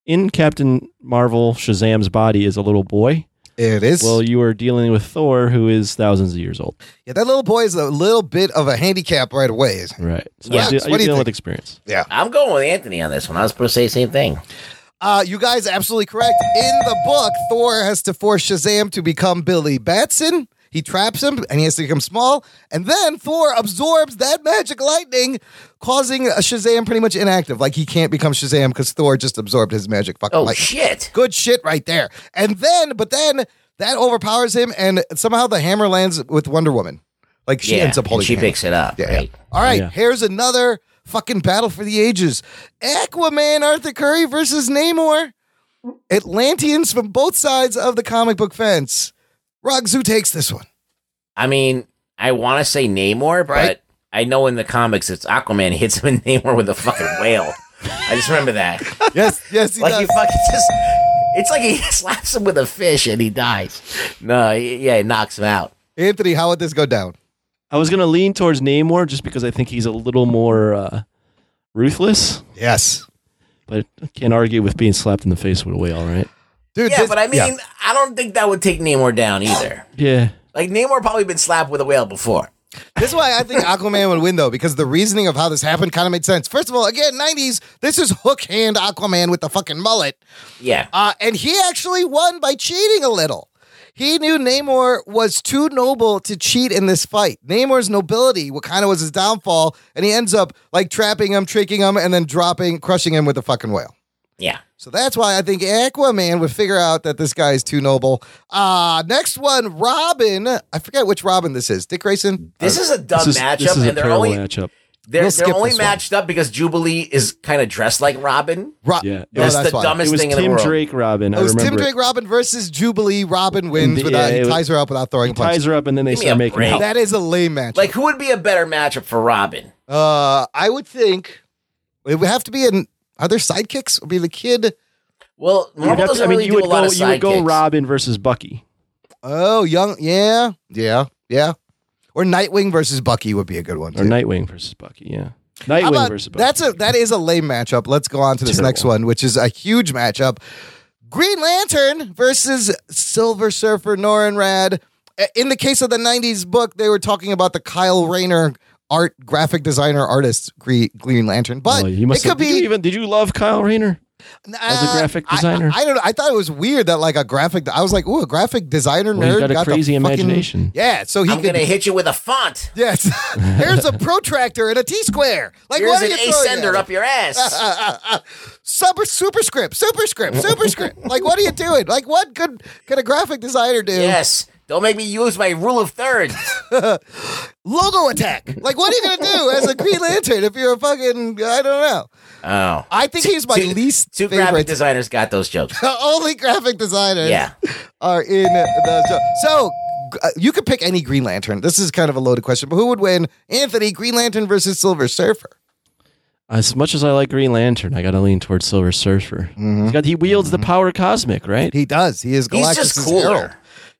S4: in Captain Marvel, Shazam's body is a little boy.
S1: It is.
S4: Well, you are dealing with Thor, who is thousands of years old.
S1: yeah, that little boy is a little bit of a handicap right away. isn't he?
S4: Right. So
S1: Yeah.
S4: you're,
S1: What do you
S4: dealing
S1: think?
S4: with experience.
S3: I'm going with Anthony on this one. I was supposed to say the same thing.
S1: Uh, you guys absolutely correct. In the book, Thor has to force Shazam to become Billy Batson. He traps him and he has to become small. And then Thor absorbs that magic lightning, causing uh, Shazam pretty much inactive. Like he can't become Shazam because Thor just absorbed his magic fucking
S3: Oh
S1: lightning.
S3: shit.
S1: Good shit right there. And then, but then that overpowers him, and somehow the hammer lands with Wonder Woman. Like she
S3: yeah.
S1: ends up
S3: and
S1: holding.
S3: She
S1: the hammer.
S3: picks it up.
S1: Yeah, yeah.
S3: right?
S1: All right.
S4: Yeah.
S1: Here's another fucking battle for the ages: Aquaman Arthur Curry versus Namor. Atlanteans from both sides of the comic book fence. Rugs, who takes this one?
S3: I mean, I want to say Namor,
S1: Right.
S3: but I know in the comics it's Aquaman hits him in Namor with a fucking whale. I just remember that.
S1: Yes, yes, he
S3: like
S1: does.
S3: he fucking just. It's like he slaps him with a fish and he dies. No, yeah, it knocks him out.
S1: Anthony, how would this go down?
S4: I was gonna lean towards Namor just because I think he's a little more uh, ruthless,
S1: Yes,
S4: but I can't argue with being slapped in the face with a whale, right?
S1: dude.
S3: Yeah,
S1: this-
S3: but I mean,
S1: yeah.
S3: I don't think that would take Namor down either.
S4: Yeah.
S3: Like Namor probably been slapped with a whale before.
S1: This is why I think Aquaman would win, though, because the reasoning of how this happened kind of made sense. First of all, again, 90s, this is hook hand Aquaman with the fucking mullet.
S3: Yeah,
S1: Uh, and he actually won by cheating a little. He knew Namor was too noble to cheat in this fight. Namor's nobility, what kind of was his downfall, and he ends up like trapping him, tricking him, and then dropping, crushing him with a fucking whale.
S3: yeah.
S1: So that's why I think Aquaman would figure out that this guy is too noble. Uh next one, Robin. I forget which Robin this is. Dick Grayson.
S3: This is a dumb
S4: Uh, this is,
S3: matchup,
S4: this is a
S3: and they're
S4: terrible
S3: only
S4: matchup.
S1: We'll
S3: they're,
S1: skip
S3: they're only
S1: this one.
S3: matched up because Jubilee is kind of dressed like Robin.
S1: Ro-
S4: Yeah.
S1: No,
S3: That's
S1: that's
S3: the
S1: why.
S3: dumbest
S4: It was
S3: thing in the
S4: Tim
S3: world.
S4: Drake Robin. I
S1: It was
S4: remember
S1: Tim Drake Robin versus Jubilee. Robin wins
S4: The-
S1: without
S4: yeah,
S1: he
S4: it
S1: ties her up without throwing
S4: It. Ties
S1: punches.
S4: her up and then they
S3: Give me
S4: start
S3: a
S4: making
S3: break.
S4: out.
S1: That is a lame match.
S3: Like, who would be a better matchup for Robin?
S1: uh, I would think it would have to be an. Are there sidekicks? Would be the kid.
S3: Well,
S4: You'd
S3: Marvel
S4: have to-
S3: doesn't
S4: I mean,
S3: really
S4: you
S3: do
S4: would
S3: a lot
S4: go,
S3: of
S4: you would go
S3: sidekicks.
S4: Robin versus Bucky.
S1: Oh, young. Yeah, yeah, yeah. Or Nightwing versus Bucky would be a good one.
S4: Or
S1: too.
S4: Nightwing versus Bucky, yeah.
S1: How
S4: Nightwing
S1: about-
S4: versus Bucky.
S1: that's a that is a lame matchup. Let's go on to this
S4: Terrible.
S1: next one, which is a huge matchup: Green Lantern versus Silver Surfer Norinrad. Uh, In the case of the '90s book, they were talking about the Kyle Rayner art graphic designer artist Gre- Green Lantern, but
S4: Oh, you
S1: it
S4: must
S1: could
S4: have-
S1: be
S4: did you even did you love Kyle Rayner? as a
S1: Uh,
S4: graphic
S1: I-
S4: designer?
S1: I, I don't know. I thought it was weird that like a graphic. I was like, ooh, a graphic designer
S4: Well,
S1: nerd
S4: he's got a
S1: the
S4: crazy
S1: fucking-
S4: imagination.
S1: Yeah, so he
S3: I'm
S1: could.
S3: gonna hit you with a font.
S1: yes, here's a protractor and a T square. Like
S3: Here's
S1: what are
S3: an
S1: you throwing at
S3: ascender
S1: me?
S3: up your ass.
S1: Uh, uh, uh, super superscript, superscript, superscript. like what are you doing? Like what could could a graphic designer do?
S3: yes. Don't make me use my rule of thirds.
S1: Logo attack. Like what are you gonna do as a Green Lantern if you're a fucking I don't know.
S3: Oh.
S1: I think he's my
S3: Two-
S1: least
S3: Two graphic
S1: favorite.
S3: designers got those jokes.
S1: the only graphic designers
S3: Yeah.
S1: are in the show. So g- uh, you could pick any Green Lantern. This is kind of a loaded question, but who would win? Anthony, Green Lantern versus Silver Surfer.
S4: As much as I like Green Lantern, I got to lean towards Silver Surfer. He's got, he wields the power cosmic, right?
S1: Mm-hmm. He does. He is Galactus'
S3: He's just cooler.
S1: hero.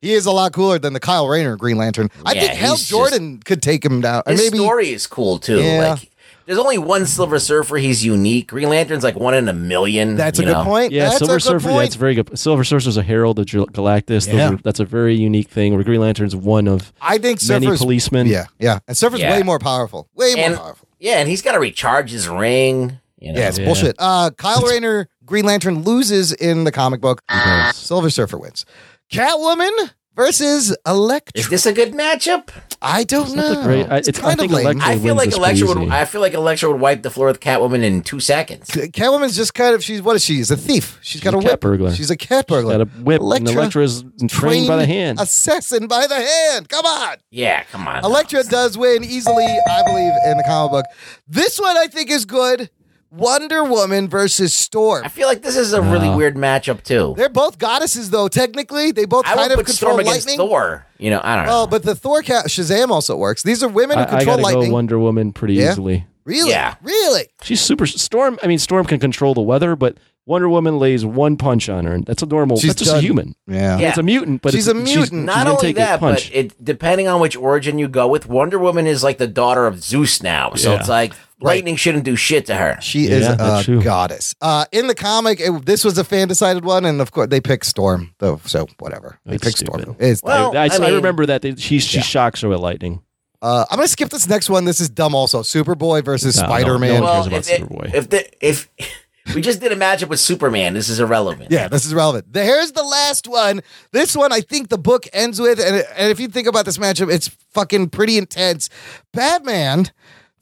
S1: He is a lot cooler than the Kyle Rayner Green Lantern. I
S3: Yeah,
S1: think Hal
S3: he's just-
S1: Jordan could take him down. Or
S3: His
S1: maybe
S3: story is cool too.
S1: Yeah.
S3: Like There's only one Silver Surfer. He's unique. Green Lantern's like one in a million.
S1: That's a
S3: you
S1: good
S3: know?
S1: point.
S4: Yeah,
S1: that's a
S4: Silver
S1: good
S4: Surfer.
S1: Point.
S4: Yeah, it's very good. Silver Surfer's a herald of Gal- Galactus. Those
S1: Yeah.
S4: are- that's a very unique thing. Where Green Lantern's one of
S1: I think
S4: many
S1: Surfer's
S4: policemen.
S1: yeah, yeah, and Surfer's
S3: Yeah.
S1: way more powerful. Way more
S3: And-
S1: powerful.
S3: Yeah, and he's got to recharge his ring. You know?
S1: Yeah, it's bullshit. Uh, Kyle Rayner, Green Lantern loses in the comic book.
S4: does.
S1: Silver Surfer wins. Catwoman versus
S3: Is
S1: Electra.
S3: this a good matchup?
S1: I don't
S4: It's not
S1: know.
S4: that great. I,
S1: it's,
S4: it's, I
S1: kind of
S4: think
S1: lame.
S4: Electra
S3: I feel
S4: wins
S3: like
S4: this
S3: Electra would.
S4: pretty easy.
S3: I feel like Electra would wipe the floor with Catwoman in two seconds.
S1: Catwoman's just kind of she's what is she? She's a thief. she's got
S4: a
S1: a
S4: cat
S1: whip.
S4: burglar.
S1: She's a cat
S4: Got
S1: burglar.
S4: a whip, and
S1: Electra
S4: Electra's trained by the hand.
S1: Assassin by the hand. Come on.
S3: Yeah, come on.
S1: Electra does win easily, I believe, in the comic book. This one I think is good. Wonder Woman versus Storm.
S3: I feel like this is a really weird matchup too.
S1: They're both goddesses, though. Technically, they both
S3: I
S1: kind
S3: would
S1: of
S3: put
S1: control
S3: Storm against
S1: lightning.
S3: Thor. You know, I don't know.
S1: Oh, but the Thor cat Shazam also works. These are women who
S4: I, I
S1: control
S4: gotta
S1: lightning.
S4: go Wonder Woman pretty
S1: Yeah.
S4: easily.
S1: Really?
S3: Yeah.
S1: Really?
S4: She's super Storm. I mean, Storm can control the weather, but Wonder Woman lays one punch on her, and that's a normal.
S1: She's
S4: that's just
S1: done.
S4: a human.
S1: Yeah.
S3: Yeah.
S4: It's a mutant, but
S1: She's
S4: it's,
S1: a
S4: She's,
S1: mutant.
S4: she's
S3: Not
S4: gonna
S3: only
S4: take a
S3: that,
S4: punch.
S3: but it depending on which origin you go with, Wonder Woman is like the daughter of Zeus now. So
S4: Yeah.
S3: it's like lightning shouldn't do shit to her.
S1: She
S4: Yeah, that's
S1: is a
S4: true.
S1: goddess. Uh, in the comic, it, this was a fan decided one, and of course they picked Storm, though. So whatever, they
S4: That's
S1: picked Storm.
S4: stupid.
S1: It's-
S3: Well, I
S4: I, I, I
S3: mean-
S4: remember that they, she she
S1: Yeah.
S4: shocks her with lightning.
S1: uh, I'm gonna skip this next one. This is dumb. Also, Superboy versus
S4: No, no,
S1: Spider Man.
S4: no one
S3: if,
S4: cares about
S3: it-
S4: Superboy.
S3: if the if we just did a matchup with Superman, this is irrelevant.
S1: Yeah, this is relevant. The- Here's the last one. This one I think the book ends with, and, and if you think about this matchup, it's fucking pretty intense. Batman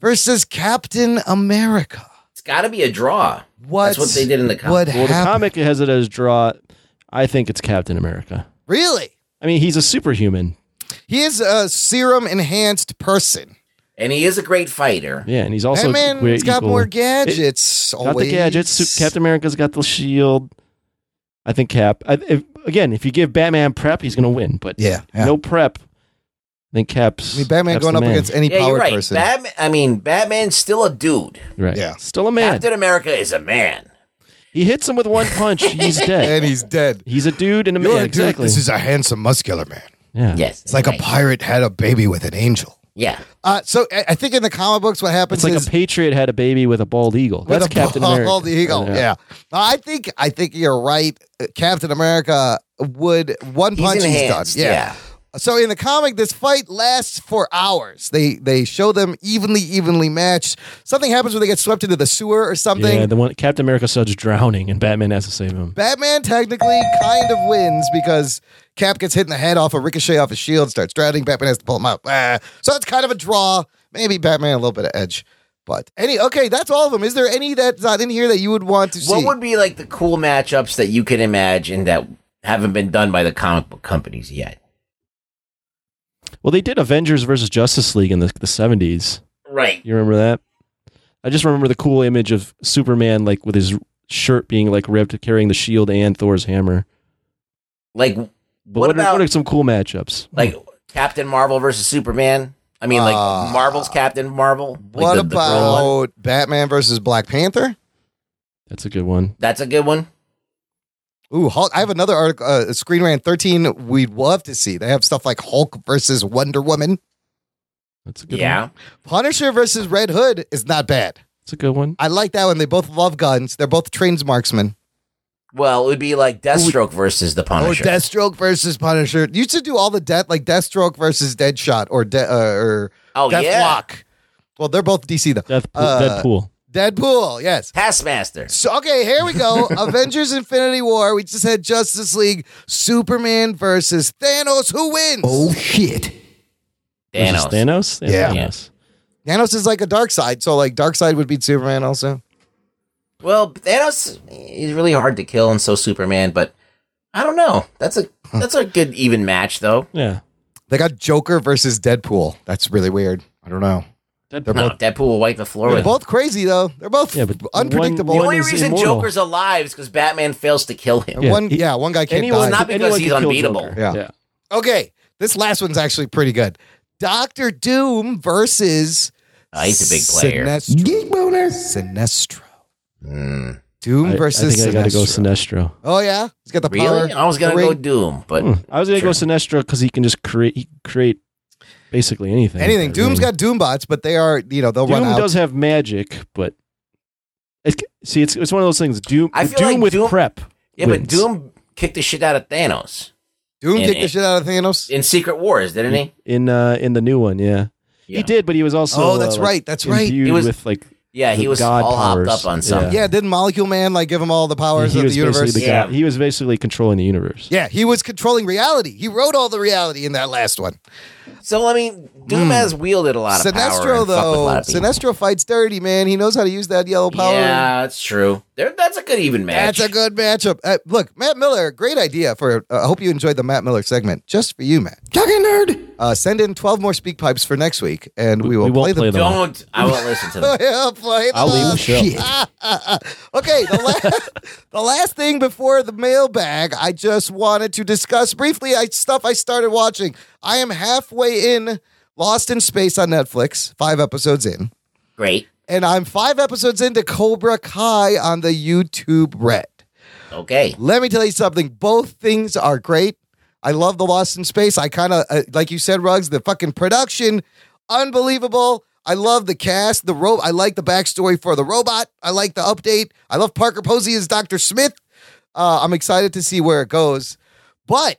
S1: versus Captain America.
S3: It's got to be a draw.
S1: What?
S3: That's what they did in the comic.
S1: What
S4: Well, the
S1: happened?
S4: comic has it as draw. I think it's Captain America.
S1: Really?
S4: I mean, he's a superhuman.
S1: He is a serum enhanced person.
S3: And he is a great fighter.
S4: Yeah, and he's also a
S1: Batman's
S4: great
S1: got
S4: equal.
S1: more
S4: It-
S1: gadgets.
S4: got the
S1: always.
S4: gadgets. Sup- Captain America's got the shield. I think Cap. I, if, again, if you give Batman prep, he's going to win. But
S1: Yeah, yeah.
S4: no prep, then Cap's.
S1: I mean, Batman
S4: Cap's
S1: going
S4: the
S1: up
S4: man.
S1: against any
S3: Yeah,
S1: powered
S3: you're right.
S1: person.
S3: Batman. I mean, Batman's still a dude.
S4: right.
S1: Yeah.
S4: Still a man.
S3: Captain America is a man.
S4: He hits him with one punch. He's dead.
S1: and he's dead.
S4: he's a dude and a
S1: You're
S4: man.
S1: like, dude,
S4: exactly.
S1: This is a handsome, muscular man.
S4: yeah.
S3: Yes,
S1: It's like a pirate had a baby with an angel.
S3: yeah.
S1: Uh, so I, I think in the comic books, what happens
S4: It's like
S1: is
S4: a patriot had a baby with a bald eagle. That's
S1: with a
S4: Captain
S1: bald
S4: America.
S1: eagle.
S4: Yeah.
S1: Yeah. I think I think you're right. Uh, Captain America would one
S3: He's
S1: punch he's done.
S3: enhanced,
S1: Yeah. So in the comic, this fight lasts for hours. They they show them evenly, evenly matched. Something happens when they get swept into the sewer or something.
S4: Yeah, the one Captain America starts drowning, and Batman has to save him.
S1: Batman technically kind of wins because Cap gets hit in the head off a ricochet off his shield, starts drowning. Batman has to pull him out. Ah. So it's kind of a draw. Maybe Batman a little bit of edge. But any okay, that's all of them. Is there any that's not in here that you would want to see?
S3: What would be like the cool matchups that you can imagine that haven't been done by the comic book companies yet?
S4: Well, they did Avengers versus Justice League in the the seventies.
S3: Right.
S4: You remember that? I just remember the cool image of Superman like with his shirt being like ripped, carrying the shield and Thor's hammer.
S3: Like, what,
S4: But what,
S3: about
S4: are, what are some cool matchups?
S3: like Captain Marvel versus Superman? I mean, like
S1: Uh,
S3: Marvel's Captain Marvel. Like,
S1: what
S3: the- the girl one?
S1: about Batman versus Black Panther?
S4: That's a good one.
S3: That's a good one.
S1: Ooh, Hulk. I have another article, uh, Screen Rant 13. We'd love to see. They have stuff like Hulk versus Wonder Woman,
S4: That's a good
S3: yeah.
S4: one.
S1: Punisher versus Red Hood is not bad.
S4: That's a good one.
S1: I like that one. They both love guns. They're both trained marksmen.
S3: Well, it would be like Deathstroke versus the Punisher.
S1: Or Oh, Deathstroke versus Punisher. You should do all the death like Deathstroke versus Deadshot or De- uh, or
S3: oh yeah.
S1: Deathlock. Well, they're both DC though.
S4: Death,
S1: Uh,
S4: Deadpool.
S1: Deadpool, yes.
S3: Taskmaster.
S1: So okay, here we go. Avengers: Infinity War. We just had Justice League. Superman versus Thanos. Who wins?
S5: Oh shit.
S4: Versus
S3: Thanos.
S4: Thanos.
S1: Yeah.
S4: Thanos.
S1: Thanos is like a dark side, so like dark side would beat Superman also.
S3: Well, Thanos is really hard to kill, and so Superman. But I don't know. That's a that's a good even match though.
S4: Yeah.
S1: They got Joker versus Deadpool. That's really weird. I don't know.
S4: Deadpool.
S3: No, Deadpool will wipe the floor
S1: They're
S3: with. him.
S1: both crazy though. They're both
S4: Yeah, but
S1: unpredictable.
S3: The
S4: one
S3: only
S4: is
S3: reason
S4: immortal.
S3: Joker's alive is because Batman fails to kill him.
S4: Yeah,
S1: one,
S4: he-
S1: yeah, one guy can't
S4: Anyone,
S1: die.
S3: Not because
S4: anyone
S3: he's
S4: can kill
S3: unbeatable.
S4: Joker.
S1: Yeah.
S4: yeah.
S1: Okay, this last one's actually pretty good. Doctor Doom versus
S3: Uh, he's a big player.
S1: Sinestro.
S5: Geek boner.
S1: Sinestro.
S3: Mm.
S1: Doom
S4: I, I
S1: versus
S4: think I gotta
S1: Sinestro.
S4: go Sinestro.
S1: oh yeah, he's got the power.
S3: Really? Oh, I was gonna
S1: the
S3: go
S1: ring.
S3: Doom, but
S4: Hmm. I was gonna go Sinestro because he can just create he can create basically anything.
S1: Anything.
S4: I
S1: Doom's
S4: really-
S1: got Doom bots, but they are you know they'll run
S4: Doom
S1: out.
S4: does have magic, but it, see, it's it's one of those things. Doom,
S3: I feel
S4: Doom
S3: like
S4: with
S3: Doom-
S4: prep.
S3: Yeah, but
S4: wins.
S3: Doom kicked the shit out of Thanos
S1: Doom
S3: in
S1: kicked the
S3: it.
S1: shit out of Thanos.
S3: in Secret Wars, didn't he?
S4: in uh in the new one, yeah.
S3: Yeah.
S4: He did, but he was also
S1: Oh, that's
S4: uh, like,
S1: right, that's right.
S4: imbued
S3: He was-
S4: with like
S3: Yeah, he
S4: The
S3: was
S4: God
S3: all
S4: powers.
S3: hopped up on
S4: Yeah.
S3: something.
S1: Yeah, didn't Molecule Man like give him all the powers
S4: he
S1: of
S4: was
S1: the universe?
S4: basically the
S3: Yeah.
S4: guy, he was basically controlling the universe.
S1: yeah, he was controlling reality. He wrote all the reality in that last one.
S3: So I mean,
S4: Hmm.
S3: Doom has wielded a lot of power.
S1: Sinestro
S3: and fucked with a
S1: though,
S3: lot of people.
S1: Sinestro fights dirty, man. He knows how to use that yellow power.
S3: Yeah, that's true. There, that's a good even match.
S1: That's a good matchup. Uh, look, Matt Miller, great idea for. uh, I hope you enjoyed the Matt Miller segment, just for you, Matt.
S5: Talking nerd.
S1: Uh, send in twelve more speak pipes for next week, and we will
S4: we
S1: play
S4: won't play
S1: them.
S4: them.
S3: Don't. I won't listen to them.
S1: We'll play
S4: I'll leave
S1: them.
S4: the show.
S5: Shit.
S1: okay, the last, the last thing before the mailbag, I just wanted to discuss briefly I, stuff I started watching. I am halfway in Lost in Space on Netflix, five episodes in,
S3: Great.
S1: and I'm five episodes into Cobra Kai on the YouTube Red.
S3: Okay.
S1: Let me tell you something. Both things are great. I love the Lost in Space. I kind of uh, like you said, Rugs. The fucking production, unbelievable. I love the cast. The rope. I like the backstory for the robot. I like the update. I love Parker Posey as Doctor Smith. Uh, I'm excited to see where it goes. But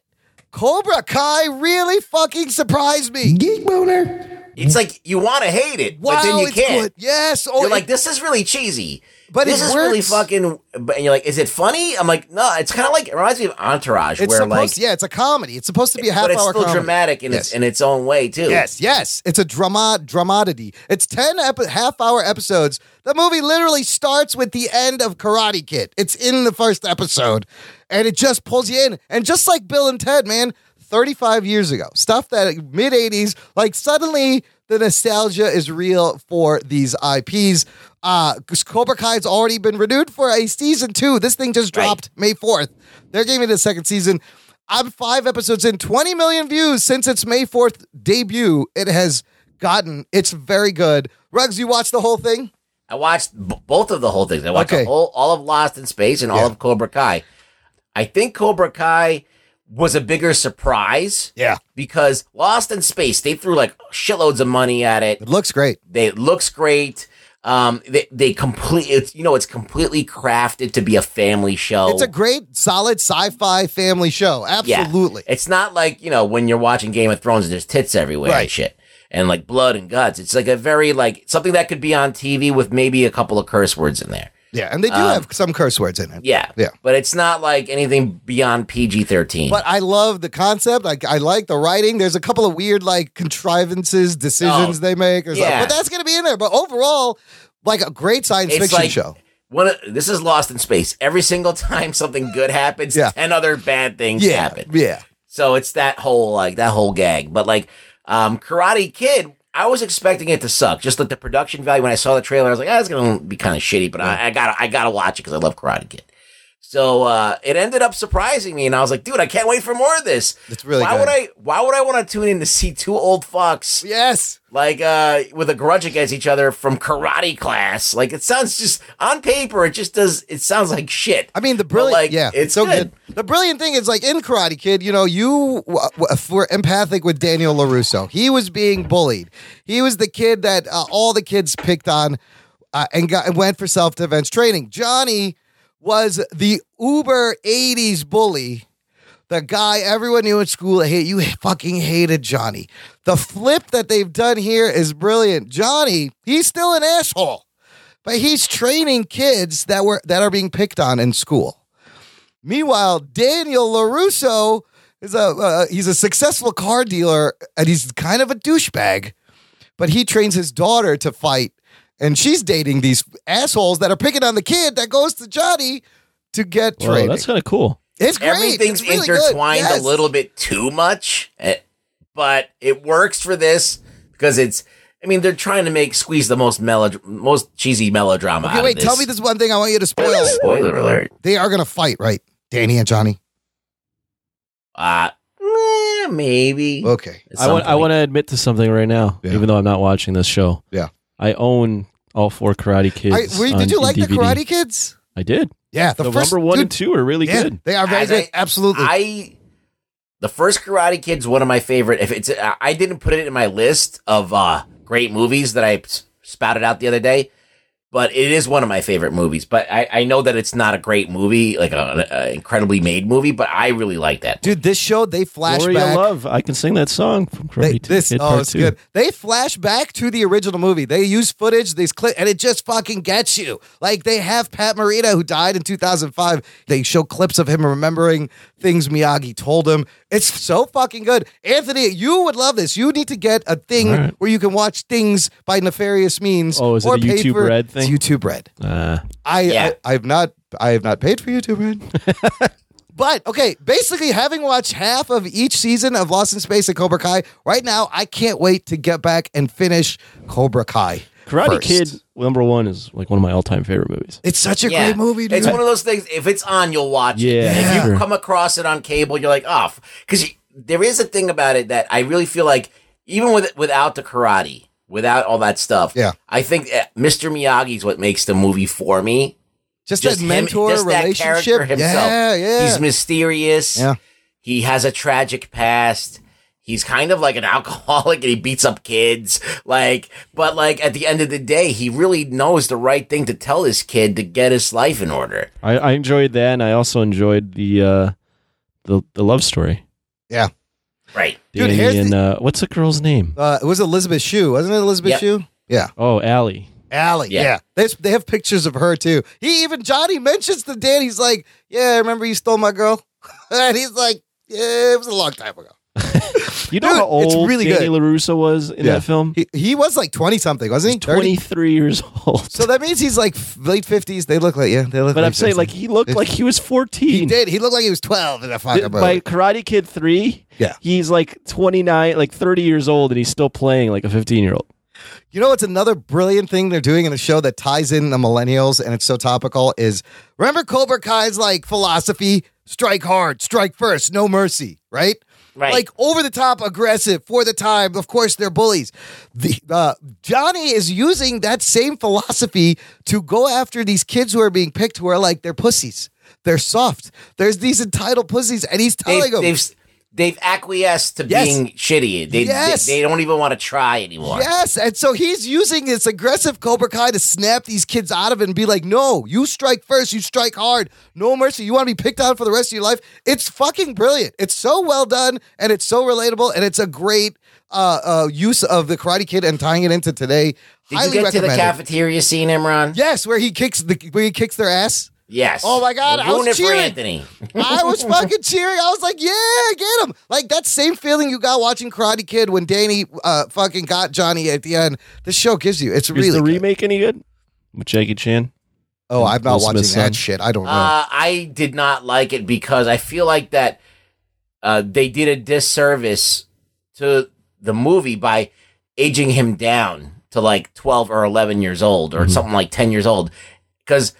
S1: Cobra Kai really fucking surprised me.
S5: Geek boner.
S3: It's like you want to hate it,
S1: Wow,
S3: but then you
S1: it's
S3: can't.
S1: good. Yes. Oh,
S3: You're
S1: it-
S3: like, this is really cheesy.
S1: But
S3: this
S1: it
S3: is really
S1: works.
S3: fucking. But and you're like, is it funny? I'm like, no. It's kind of like it reminds me of Entourage,
S1: it's
S3: where
S1: supposed.
S3: like,
S1: yeah, it's a comedy. It's supposed to be a half
S3: but it's
S1: hour
S3: still
S1: comedy.
S3: dramatic in
S1: Yes.
S3: its in its own way too.
S1: Yes, yes. It's a drama dramatity. It's 10 epi- half hour episodes. The movie literally starts with the end of Karate Kid. It's in the first episode and it just pulls you in. And just like Bill and Ted, man, 35 years ago, stuff that mid 80s, like suddenly the nostalgia is real for these IPs. Uh, 'cause Cobra Kai's already been renewed for a season two. This thing just
S3: Right.
S1: dropped May 4th. They're giving it a second season. I'm five episodes in, 20 million views since its May 4th debut. It has gotten, it's very good. Rugs, you watched the whole thing?
S3: I watched b- both of the whole things. I watched
S1: Okay.
S3: the whole, all of Lost in Space and all
S1: Yeah.
S3: of Cobra Kai. I think Cobra Kai was a bigger surprise.
S1: Yeah.
S3: Because Lost in Space, they threw like shitloads of money at it.
S1: It looks great.
S3: They, it looks great. Um, they, they complete, it's, you know, it's completely crafted to be a family show.
S1: It's a great, solid sci fi family show. Absolutely.
S3: It's not like, you know, when you're watching Game of Thrones and there's tits everywhere
S1: Right.
S3: and shit. And like blood and guts. It's like a very like something that could be on TV with maybe a couple of curse words in there.
S1: Yeah. And they do have some curse words in it.
S3: Um, Yeah.
S1: Yeah.
S3: But it's not like anything beyond PG 13.
S1: But I love the concept. Like I like the writing. There's a couple of weird like contrivances, decisions
S3: Oh,
S1: they make. Or something.
S3: yeah.
S1: But that's gonna be in there. But overall, like a great science
S3: It's
S1: fiction
S3: like-
S1: show.
S3: One of, this is Lost in Space. Every single time something good happens,
S1: Yeah.
S3: 10 other bad things
S1: Yeah.
S3: happen.
S1: Yeah.
S3: So it's that whole, like, that whole gag. But, like, um, Karate Kid, I was expecting it to suck. Just like the production value, when I saw the trailer, I was like, ah, it's going to be kind of shitty, but I, I gotta, I gotta watch it because I love Karate Kid. So, uh, it ended up surprising me, and I was like, dude, I can't wait for more of this.
S1: It's really
S3: why
S1: good.
S3: would I, why would I want to tune in to see two old fucks
S1: Yes.
S3: like uh with a grudge against each other from karate class. Like it sounds just on paper, it just does it sounds like shit.
S1: I mean, the
S3: But,
S1: brilliant,
S3: like,
S1: yeah,
S3: it's
S1: so
S3: good.
S1: good. The brilliant thing is, like in Karate Kid, you know, you w- w- were empathic with Daniel Larusso. He was being bullied. He was the kid that uh, all the kids picked on, uh, and got and went for self defense training. Johnny was the uber '80s bully. The guy everyone knew in school that hate you fucking hated Johnny. The flip that they've done here is brilliant. Johnny, he's still an asshole but he's training kids that were that are being picked on in school. Meanwhile, Daniel Larusso is a uh, he's a successful car dealer and he's kind of a douchebag, but he trains his daughter to fight, and she's dating these assholes that are picking on the kid that goes to Johnny to get
S4: Whoa,
S1: trained.
S4: Oh, that's kind of cool.
S1: it's great.
S3: Everything's
S1: It's really good.
S3: intertwined
S1: Yes.
S3: a little bit too much, eh, but it works for this because it's I mean, they're trying to make squeeze the most melod- most cheesy melodrama
S1: Okay,
S3: out
S1: wait.
S3: of this.
S1: Tell me this one thing I want you to spoil.
S3: Spoiler alert.
S1: they are gonna fight, right? Danny and Johnny.
S3: Uh eh, maybe.
S1: Okay.
S3: At
S4: I
S3: some
S4: want I
S3: point.
S4: want to admit to something right now,
S1: Yeah.
S4: even though I'm not watching this show.
S1: Yeah.
S4: I own all four Karate Kids.
S1: I, were you-
S4: on
S1: did you like the
S4: DVD.
S1: Karate Kids?
S4: I did.
S1: Yeah, the,
S4: The
S1: first
S4: number one
S1: dude,
S4: and two are really
S1: yeah,
S4: good.
S1: They are very
S3: As I-
S1: good. Absolutely.
S3: I The first Karate Kid's one of my favorite. If it's, I I didn't put it in my list of uh, great movies that I s- spouted out the other day, but it is one of my favorite movies. But I, I know that it's not a great movie, like an incredibly made movie, but I really like that.
S1: Dude, this show they
S4: Gloria
S1: flashback.
S4: Love. I can sing that song from
S1: They,
S4: Karate
S1: this
S4: Kid
S1: oh,
S4: Part
S1: it's
S4: Two.
S1: good. They flash back to the original movie. They use footage, these clip, and it just fucking gets you. Like they have Pat Morita, who died in 2005. They show clips of him remembering things Miyagi told him. It's so fucking good. Anthony, you would love this. You need to get a thing
S4: All right.
S1: where you can watch things by nefarious means.
S4: Oh, is it
S1: or
S4: a
S1: pay
S4: YouTube
S1: for-
S4: Red thing?
S1: It's YouTube Red.
S4: Uh,
S1: I,
S3: Yeah.
S1: I I've not I have not paid for YouTube Red. but okay, basically having watched half of each season of Lost in Space and Cobra Kai, right now I can't wait to get back and finish Cobra Kai.
S4: Karate
S1: first.
S4: Kid number one is like one of my all-time favorite movies.
S1: It's such a
S3: Yeah.
S1: great movie, dude.
S3: It's one of those things. If it's on, you'll watch
S4: Yeah,
S3: it. If you
S4: sure.
S3: come across it on cable, you're like, oh, because there is a thing about it that I really feel like, even with without the karate, without all that stuff,
S1: Yeah.
S3: I think uh, Mr. Miyagi's what makes the movie for me.
S1: just,
S3: Just
S1: that
S3: him-
S1: mentor
S3: just that
S1: relationship.
S3: character himself.
S1: Yeah, yeah.
S3: He's mysterious.
S1: Yeah.
S3: He has a tragic past. He's kind of like an alcoholic and he beats up kids. Like, but like at the end of the day, he really knows the right thing to tell this kid to get his life in order.
S4: I, I enjoyed that, and I also enjoyed the uh, the the love story.
S3: Right.
S1: Dude,
S4: Danny
S1: here's
S4: and uh, what's the girl's name?
S1: uh, it was Elizabeth Shue, wasn't it Elizabeth
S3: Yep.
S1: Shue? Yeah.
S4: Oh, Allie.
S1: Allie. Yeah.
S3: Yeah.
S1: They, they have pictures of her too. He even Johnny mentions to Dan, he's like, Yeah, I remember you stole my girl. and he's like, Yeah, it was a long time ago.
S4: You know
S1: Dude,
S4: how
S1: it's
S4: old
S1: really
S4: Danny
S1: good.
S4: LaRusso was in
S1: Yeah.
S4: that film?
S1: He, he was like 20 something, wasn't he? 30?
S4: 23 years old.
S1: So that means he's like f- late 50s. They look like, yeah, they look
S4: but
S1: like
S4: I'm saying,
S1: 50s.
S4: like, he looked like he was 14.
S1: he did. He looked like he was 12 in a fucking
S4: Th-
S1: movie.
S4: By Karate Kid 3,
S1: Yeah.
S4: he's like 29, like 30 years old, and he's still playing like a 15 year old.
S1: You know what's another brilliant thing they're doing in the show that ties in the millennials and it's so topical is remember Cobra Kai's like philosophy, strike hard, strike first, no mercy, right?
S3: Right.
S1: Like over the top aggressive for the time. Of course they're bullies. The uh, Johnny is using that same philosophy to go after these kids who are being picked who are like they're pussies. They're soft. There's these entitled pussies and he's telling
S3: they've,
S1: them
S3: they've they've acquiesced to
S1: Yes.
S3: being shitty. They,
S1: Yes.
S3: they they don't even want to try anymore.
S1: Yes, and so he's using this aggressive Cobra Kai to snap these kids out of it and be like, "No, you strike first, you strike hard, no mercy. You want to be picked on for the rest of your life." It's fucking brilliant. It's so well done, and it's so relatable, and it's a great uh, uh, use of the Karate Kid and tying it into today.
S3: Did
S1: Highly
S3: you get to the
S1: recommended.
S3: cafeteria scene, Imran?
S1: Yes, where he kicks the where he kicks their ass.
S3: Yes.
S1: Oh my God,
S3: We're
S1: I was
S3: doing it
S1: cheering.
S3: for Anthony.
S1: I was fucking cheering. I was like, yeah, get him. Like that same feeling you got watching Karate Kid when Danny uh, fucking got Johnny at the end. This show gives you. It's really
S4: is the
S1: good.
S4: remake any good? With Jackie Chan?
S1: Oh, I'm not
S4: Will
S1: watching
S4: Smith's son.
S1: that shit. I don't know.
S3: Uh, I did not like it because I feel like that uh, they did a disservice to the movie by aging him down to like 12 or 11 years old or
S1: Mm-hmm.
S3: something like 10 years old because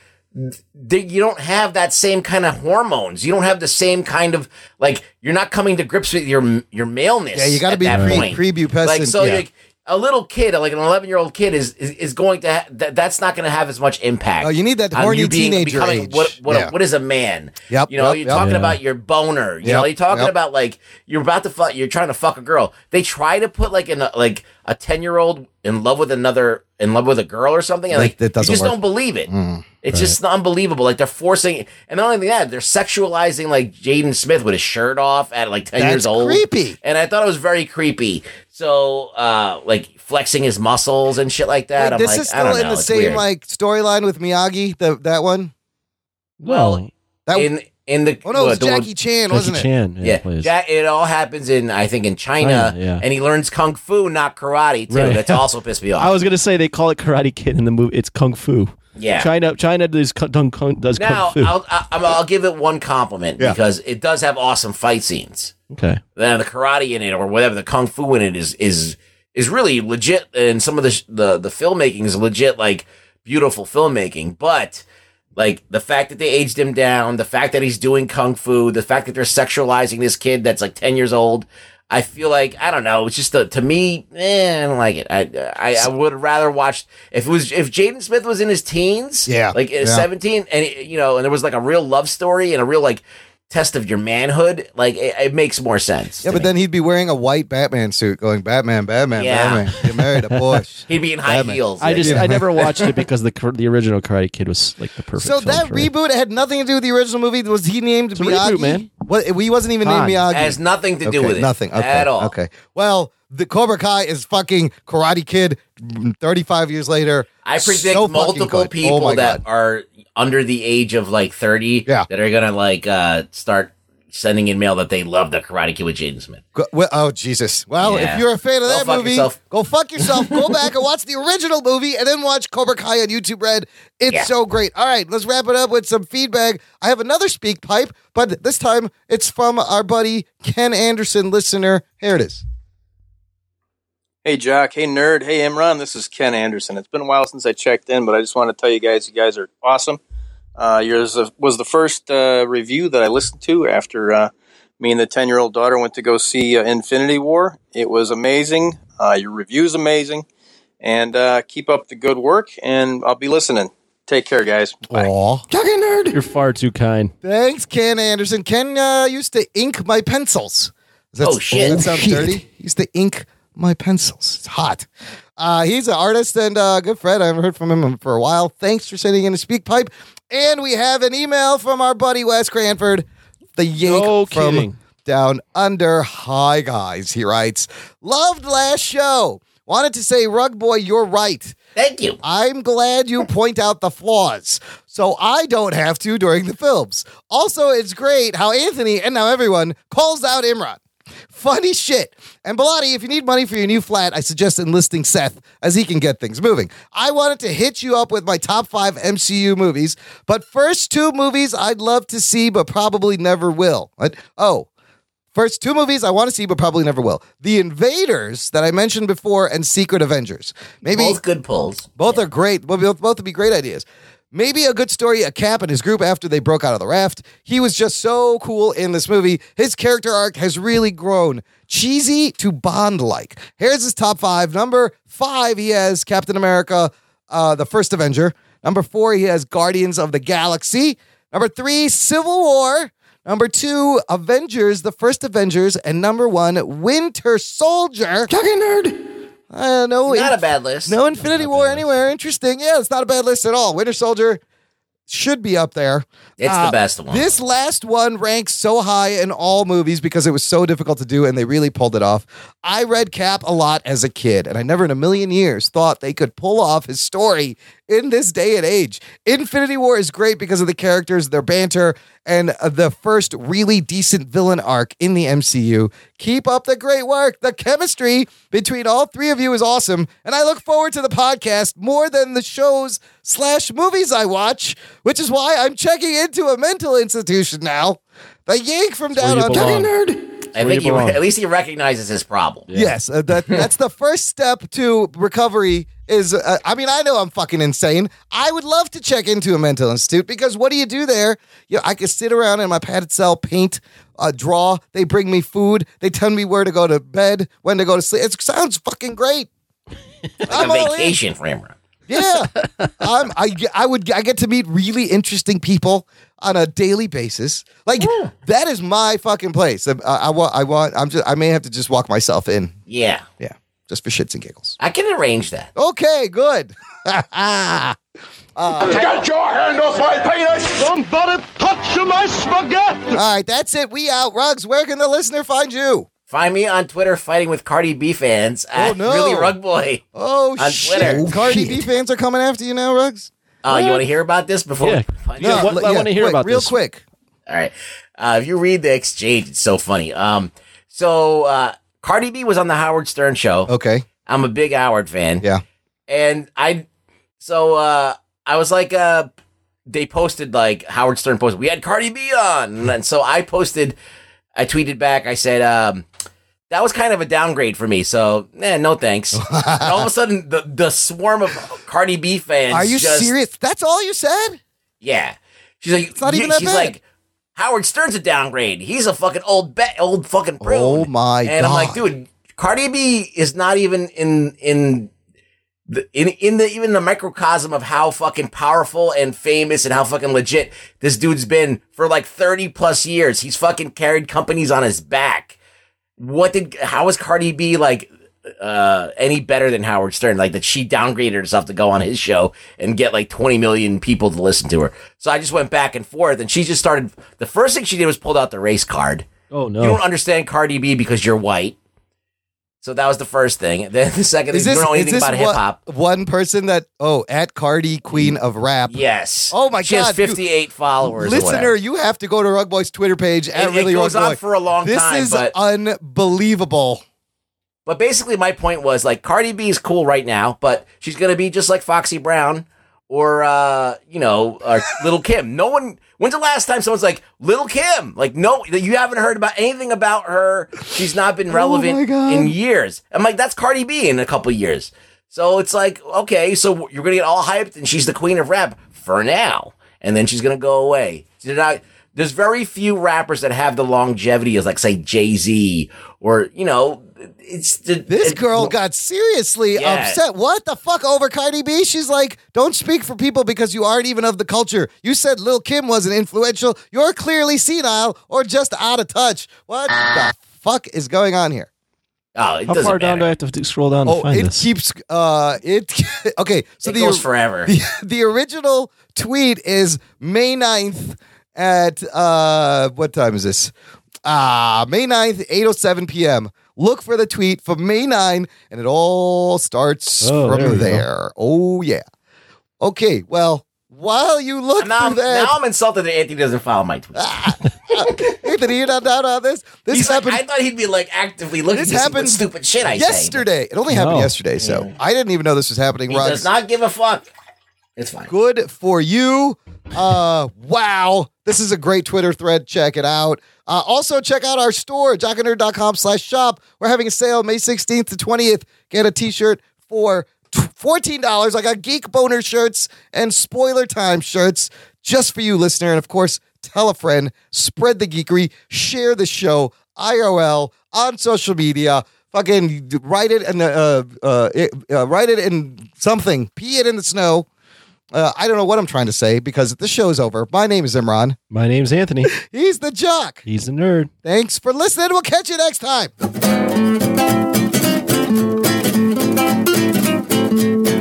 S3: you don't have that same kind of hormones. You don't have the same kind of like you're not coming to grips with your your maleness.
S1: yeah, you got to
S3: at
S1: be
S3: that
S1: pre
S3: point.
S1: prepubescent.
S3: Like so,
S1: yeah.
S3: like a little kid, like an eleven-year-old kid, is is, is going to ha- that, that's not going to have as much impact.
S1: Oh, you need that
S3: on
S1: horny
S3: you
S1: teenager
S3: becoming
S1: age.
S3: What what,
S1: Yeah.
S3: what is a man?
S1: Yep,
S3: You know,
S1: yep,
S3: you're
S1: yep.
S3: talking
S4: Yeah.
S3: about your boner. You know,
S1: Yep,
S3: you're talking
S1: yep.
S3: about like you're about to fuck. You're trying to fuck a girl. They try to put like in a, like a ten-year-old in love with another in love with a girl or something, and
S1: Like,
S3: like
S1: that doesn't
S3: you just
S1: work. Mm,
S3: don't believe it. It's just unbelievable. Like they're forcing, and not only that, they're sexualizing like Jaden Smith with his shirt off at like ten
S1: That's
S3: years old
S1: creepy.
S3: and I thought it was very creepy. So, uh, like flexing his muscles and shit like that.
S1: Wait,
S3: I'm
S1: this
S3: like,
S1: is
S3: I
S1: still
S3: don't
S1: in
S3: know.
S1: the
S3: it's
S1: same
S3: weird.
S1: like storyline with Miyagi. The, that one.
S3: Well,
S1: That
S3: in in the
S1: oh no, it was
S3: the one-
S1: Jackie Chan,
S4: Jackie
S1: wasn't it?
S4: Chan.
S3: yeah,
S4: plays.
S3: that it all happens in I think in China,
S4: China, yeah.
S3: and he learns kung fu, not karate too.
S4: Right.
S3: That's also pissed me off.
S4: I was going to say they call it Karate Kid in the movie. It's Kung Fu.
S3: yeah.
S4: China China does, kung, kung, does
S3: now
S4: Kung Fu.
S3: I'll, I, I'm- I'll give it one compliment
S1: Yeah.
S3: because it does have awesome fight scenes.
S4: okay.
S3: Now the karate in it or whatever the kung fu in it is is is really legit and some of the sh- the the filmmaking is legit like beautiful filmmaking but like the fact that they aged him down the fact that he's doing kung fu the fact that they're sexualizing this kid that's like 10 years old I feel like I don't know. It's just a, to me, eh, I don't like it. I I, I would rather watch if it was if Jaden Smith was in his teens,
S1: Yeah,
S3: like
S1: yeah.
S3: seventeen, and you know, and there was like a real love story and a real like test of your manhood, like it, it makes more sense.
S1: Yeah,
S3: to
S1: but
S3: me.
S1: then he'd be wearing a white Batman suit, going Batman, Batman,
S3: Yeah.
S1: Batman. You married a Porsche.
S3: he'd be in high
S1: Batman.
S3: heels.
S4: I
S3: like,
S4: just
S3: you know.
S4: I never watched it because the cor- the original Karate Kid was like the perfect.
S1: So
S4: film
S1: that
S4: for it.
S1: reboot had nothing to do with the original movie. Was he named
S4: a
S1: Miyagi?
S4: reboot, man.
S1: What? He wasn't even
S4: Han.
S1: named Miyagi.
S3: has nothing to do
S1: Okay,
S3: with it.
S1: Nothing. Okay,
S3: at all.
S1: Okay. Well, the Cobra Kai is fucking Karate Kid. Thirty-five years later,
S3: I predict
S1: so fucking
S3: multiple
S1: good. Oh
S3: people
S1: my
S3: that
S1: God.
S3: are under the age of like thirty
S1: Yeah.
S3: that are gonna like uh start sending in mail that they love the Karate Kid with Jaden Smith.
S1: Go- well, oh Jesus! Well,
S3: Yeah.
S1: if you're a fan of
S3: Go
S1: that
S3: fuck
S1: movie,
S3: yourself.
S1: go fuck yourself. go back and watch the original movie, and then watch Cobra Kai on YouTube Red. It's
S3: Yeah.
S1: so great. All right, let's wrap it up with some feedback. I have another speak pipe, but this time it's from our buddy Ken Anderson, listener. Here it is.
S11: Hey, Jock. Hey, nerd. Hey, Imran. This is Ken Anderson. It's been a while since I checked in, but I just want to tell you guys, you guys are awesome. Uh, yours was the first uh, review that I listened to after uh, me and the 10 year old daughter went to go see uh, Infinity War. It was amazing. Uh, your review's amazing. And uh, keep up the good work, and I'll be listening. Take care, guys.
S1: Aw.
S5: Talking nerd.
S4: You're far too kind.
S1: Thanks, Ken Anderson. Ken uh, used to ink my pencils. Does that-
S3: Oh, shit.
S1: That sound
S5: Shit.
S1: dirty. He used to ink my pencils. It's hot. Uh, he's an artist and a good friend. I haven't heard from him for a while. Thanks for sending in a speak pipe. And we have an email from our buddy Wes Cranford, the Yank
S4: No
S1: from
S4: kidding.
S1: down under. Hi, guys. He writes, Loved last show. Wanted to say, Rug Boy, you're right.
S3: Thank you.
S1: I'm glad you point out the flaws so I don't have to during the films. Also, it's great how Anthony and now everyone calls out Imran. Funny shit. And Bilotti, if you need money for your new flat, I suggest enlisting Seth as he can get things moving. I wanted to hit you up with my top five MCU movies, but first two movies I'd love to see but probably never will. What? Oh, First two movies I want to see, but probably never will. The Invaders that I mentioned before, and Secret Avengers. Maybe
S3: Both good pulls.
S1: both are great. Well, Both, both would be great ideas. Maybe a good story, a Cap and his group after they broke out of the raft. He was just so cool in this movie. His character arc has really grown cheesy to Bond like. Here's his top five. Number five, he has Captain America, uh, the first Avenger. Number four, he has Guardians of the Galaxy. Number three, Civil War. Number two, Avengers, the first Avengers. And number one, Winter Soldier. Uh,
S5: Talking nerd.
S1: I know
S3: Not a bad list.
S1: no Infinity War anywhere. Interesting. Yeah, it's not a bad list at all. Winter Soldier should be up there.
S3: It's
S1: Uh,
S3: the best one.
S1: This last one ranks so high in all movies because it was so difficult to do and they really pulled it off. I read Cap a lot as a kid, and I never in a million years thought they could pull off his story in this day and age. Infinity War is great because of the characters, their banter, and uh, the first really decent villain arc in the MCU. Keep up the great work. The chemistry between all three of you is awesome, and I look forward to the podcast more than the shows slash movies I watch, which is why I'm checking into a mental institution now. The yank from
S4: where
S1: down
S4: you
S1: under.
S4: belong.
S5: Talking nerd.
S3: I
S4: where
S3: think
S4: you
S3: he,
S4: belong.
S3: at least he recognizes his problem.
S1: Yes, uh, that, that's the first step to recovery. Is uh, I mean, I know I'm fucking insane. I would love to check into a mental institute because what do you do there? You know, I could sit around in my padded cell, paint, uh, draw. They bring me food. They tell me where to go to bed, when to go to sleep. It sounds fucking great.
S3: Like
S1: I'm
S3: a
S1: all in.
S3: vacation for Imran.
S1: Yeah, I'm, I ge- I would I get to meet really interesting people on a daily basis. Like that is my fucking place. I, I want I want I'm just I may have to just walk myself in.
S3: Yeah.
S1: Yeah, just for shits and giggles.
S3: I can arrange that.
S1: Okay, good. uh,
S2: Get your hand off my penis! Somebody touch my spaghetti!
S1: all right, that's it. We out. Rugs, where can the listener find you?
S3: Find me on Twitter fighting with Cardi B fans.
S1: Oh,
S3: at
S1: no.
S3: Really Rug Boy.
S1: Oh,
S3: On
S1: shit.
S3: Twitter.
S1: Cardi B fans are coming after you now, Rugs?
S3: Uh, you want to hear about this before?
S4: Yeah.
S3: Find
S4: Yeah,
S3: out?
S4: what- I wanna hear
S1: quick,
S4: about
S1: real
S4: this.
S1: quick.
S3: All right. Uh, if you read the exchange, it's so funny. Um, so uh, Cardi B was on the Howard Stern show.
S1: Okay.
S3: I'm a big Howard fan.
S1: Yeah.
S3: And I, so uh, I was like, uh, they posted like Howard Stern posted, we had Cardi B on. And then, so I posted, I tweeted back, I said, um, that was kind of a downgrade for me. So, eh, no thanks. and all of a sudden, the, the swarm of Cardi B fans.
S1: Are you
S3: just-
S1: serious? That's all you said?
S3: yeah. She's like,
S1: not
S3: yeah,
S1: even that
S3: she's
S1: bad.
S3: like, Howard Stern's a downgrade. He's a fucking old bet, old fucking prune.
S1: Oh my
S3: and I'm like,
S1: God.
S3: dude, Cardi B is not even in in the, in in the even the microcosm of how fucking powerful and famous and how fucking legit this dude's been for like 30 plus years. He's fucking carried companies on his back. What did how was Cardi B like uh any better than Howard Stern? Like that she downgraded herself to go on his show and get like 20 million people to listen to her. So I just went back and forth and she just started the first thing she did was pulled out the race card.
S4: Oh no.
S3: You don't understand Cardi B because you're white. So that was the first thing. Then the second thing, you don't know anything about hip
S1: one-
S3: hop.
S1: One person that oh, at Cardi, Queen of Rap.
S3: Yes.
S1: Oh my
S3: she
S1: god,
S3: has 58 followers. Mm. or whatever.
S1: Listener, you have to go to Rug Boy's Twitter page at
S3: It- it
S1: Really
S3: goes
S1: Rug
S3: on
S1: Boy.
S3: for a long
S1: this
S3: time,
S1: is
S3: but-
S1: unbelievable.
S3: But basically, my point was like Cardi B is cool right now, but she's gonna be just like Foxy Brown or uh, you know, or Little Kim. No one. When's the last time someone's like Little Kim? Like no, you haven't heard about anything about her. She's not
S1: Oh
S3: been relevant
S1: God.
S3: in years. I'm like that's Cardi B in a couple years. So it's like okay, so you're gonna get all hyped and she's the queen of rap for now, and then she's gonna go away. You're not- There's very few rappers that have the longevity as like say Jay Z or you know. It's
S1: This girl got seriously
S3: Yeah.
S1: upset. What the fuck over Cardi B? She's like, don't speak for people because you aren't even of the culture. You said Lil Kim wasn't influential. You're clearly senile or just out of touch. What the fuck is going on here?
S3: Oh, it
S4: How
S3: doesn't
S4: far down do I
S3: matter.
S4: have to f- scroll down to
S1: Oh,
S4: find
S1: it
S4: this?
S1: keeps. Uh, it okay. So
S3: it
S1: the
S3: goes forever.
S1: the, the original tweet is May 9th at uh what time is this? Ah, May 9th, 8:07 p.m. Look for the tweet from May 9 and it all starts
S4: Oh,
S1: from
S4: there
S1: there.
S4: we go.
S1: Oh yeah. Okay, well, while you look
S3: And now,
S1: for
S3: I'm, now
S1: that,
S3: I'm insulted that Anthony doesn't follow my tweets.
S1: Anthony, you're not down on this. Ah, This
S3: He's like,
S1: happened
S3: I thought he'd be like actively looking
S1: This
S3: to see what
S1: happened
S3: stupid shit I say.
S1: yesterday. It only happened
S4: No.
S1: yesterday, so I didn't even know this was happening.
S3: He
S1: Ruggs.
S3: does not give a fuck. It's fine.
S1: good for you. Uh, wow. This is a great Twitter thread. Check it out. Uh, also, check out our store, jockandnerd.com slash shop. We're having a sale May 16th to 20th. Get a t-shirt for t- $14. I got Geek Boner shirts and Spoiler Time shirts just for you, listener. And, of course, tell a friend, spread the geekery, share the show, IRL, on social media. Fucking write it and uh, uh, uh, write it in something. Pee it in the snow. Uh, I don't know what I'm trying to say because the show's over. My name is Imran.
S4: My name's Anthony.
S1: He's the jock.
S4: He's a nerd.
S1: Thanks for listening. We'll catch you next time.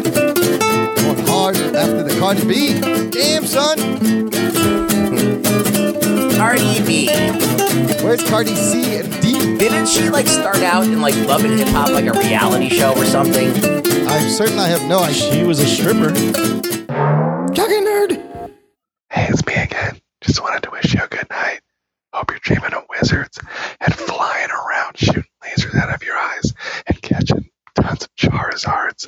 S1: Going hard after the Cardi B. Damn, son.
S3: Cardi B.
S1: Where's Cardi C and D?
S3: Didn't she like start out in like love and hip hop like a reality show or something?
S1: I'm certain I have no idea.
S4: She was a stripper.
S5: Talking nerd.
S10: Hey, it's me again. Just wanted to wish you a good night. Hope you're dreaming of wizards and flying around, shooting lasers out of your eyes and catching tons of Charizards.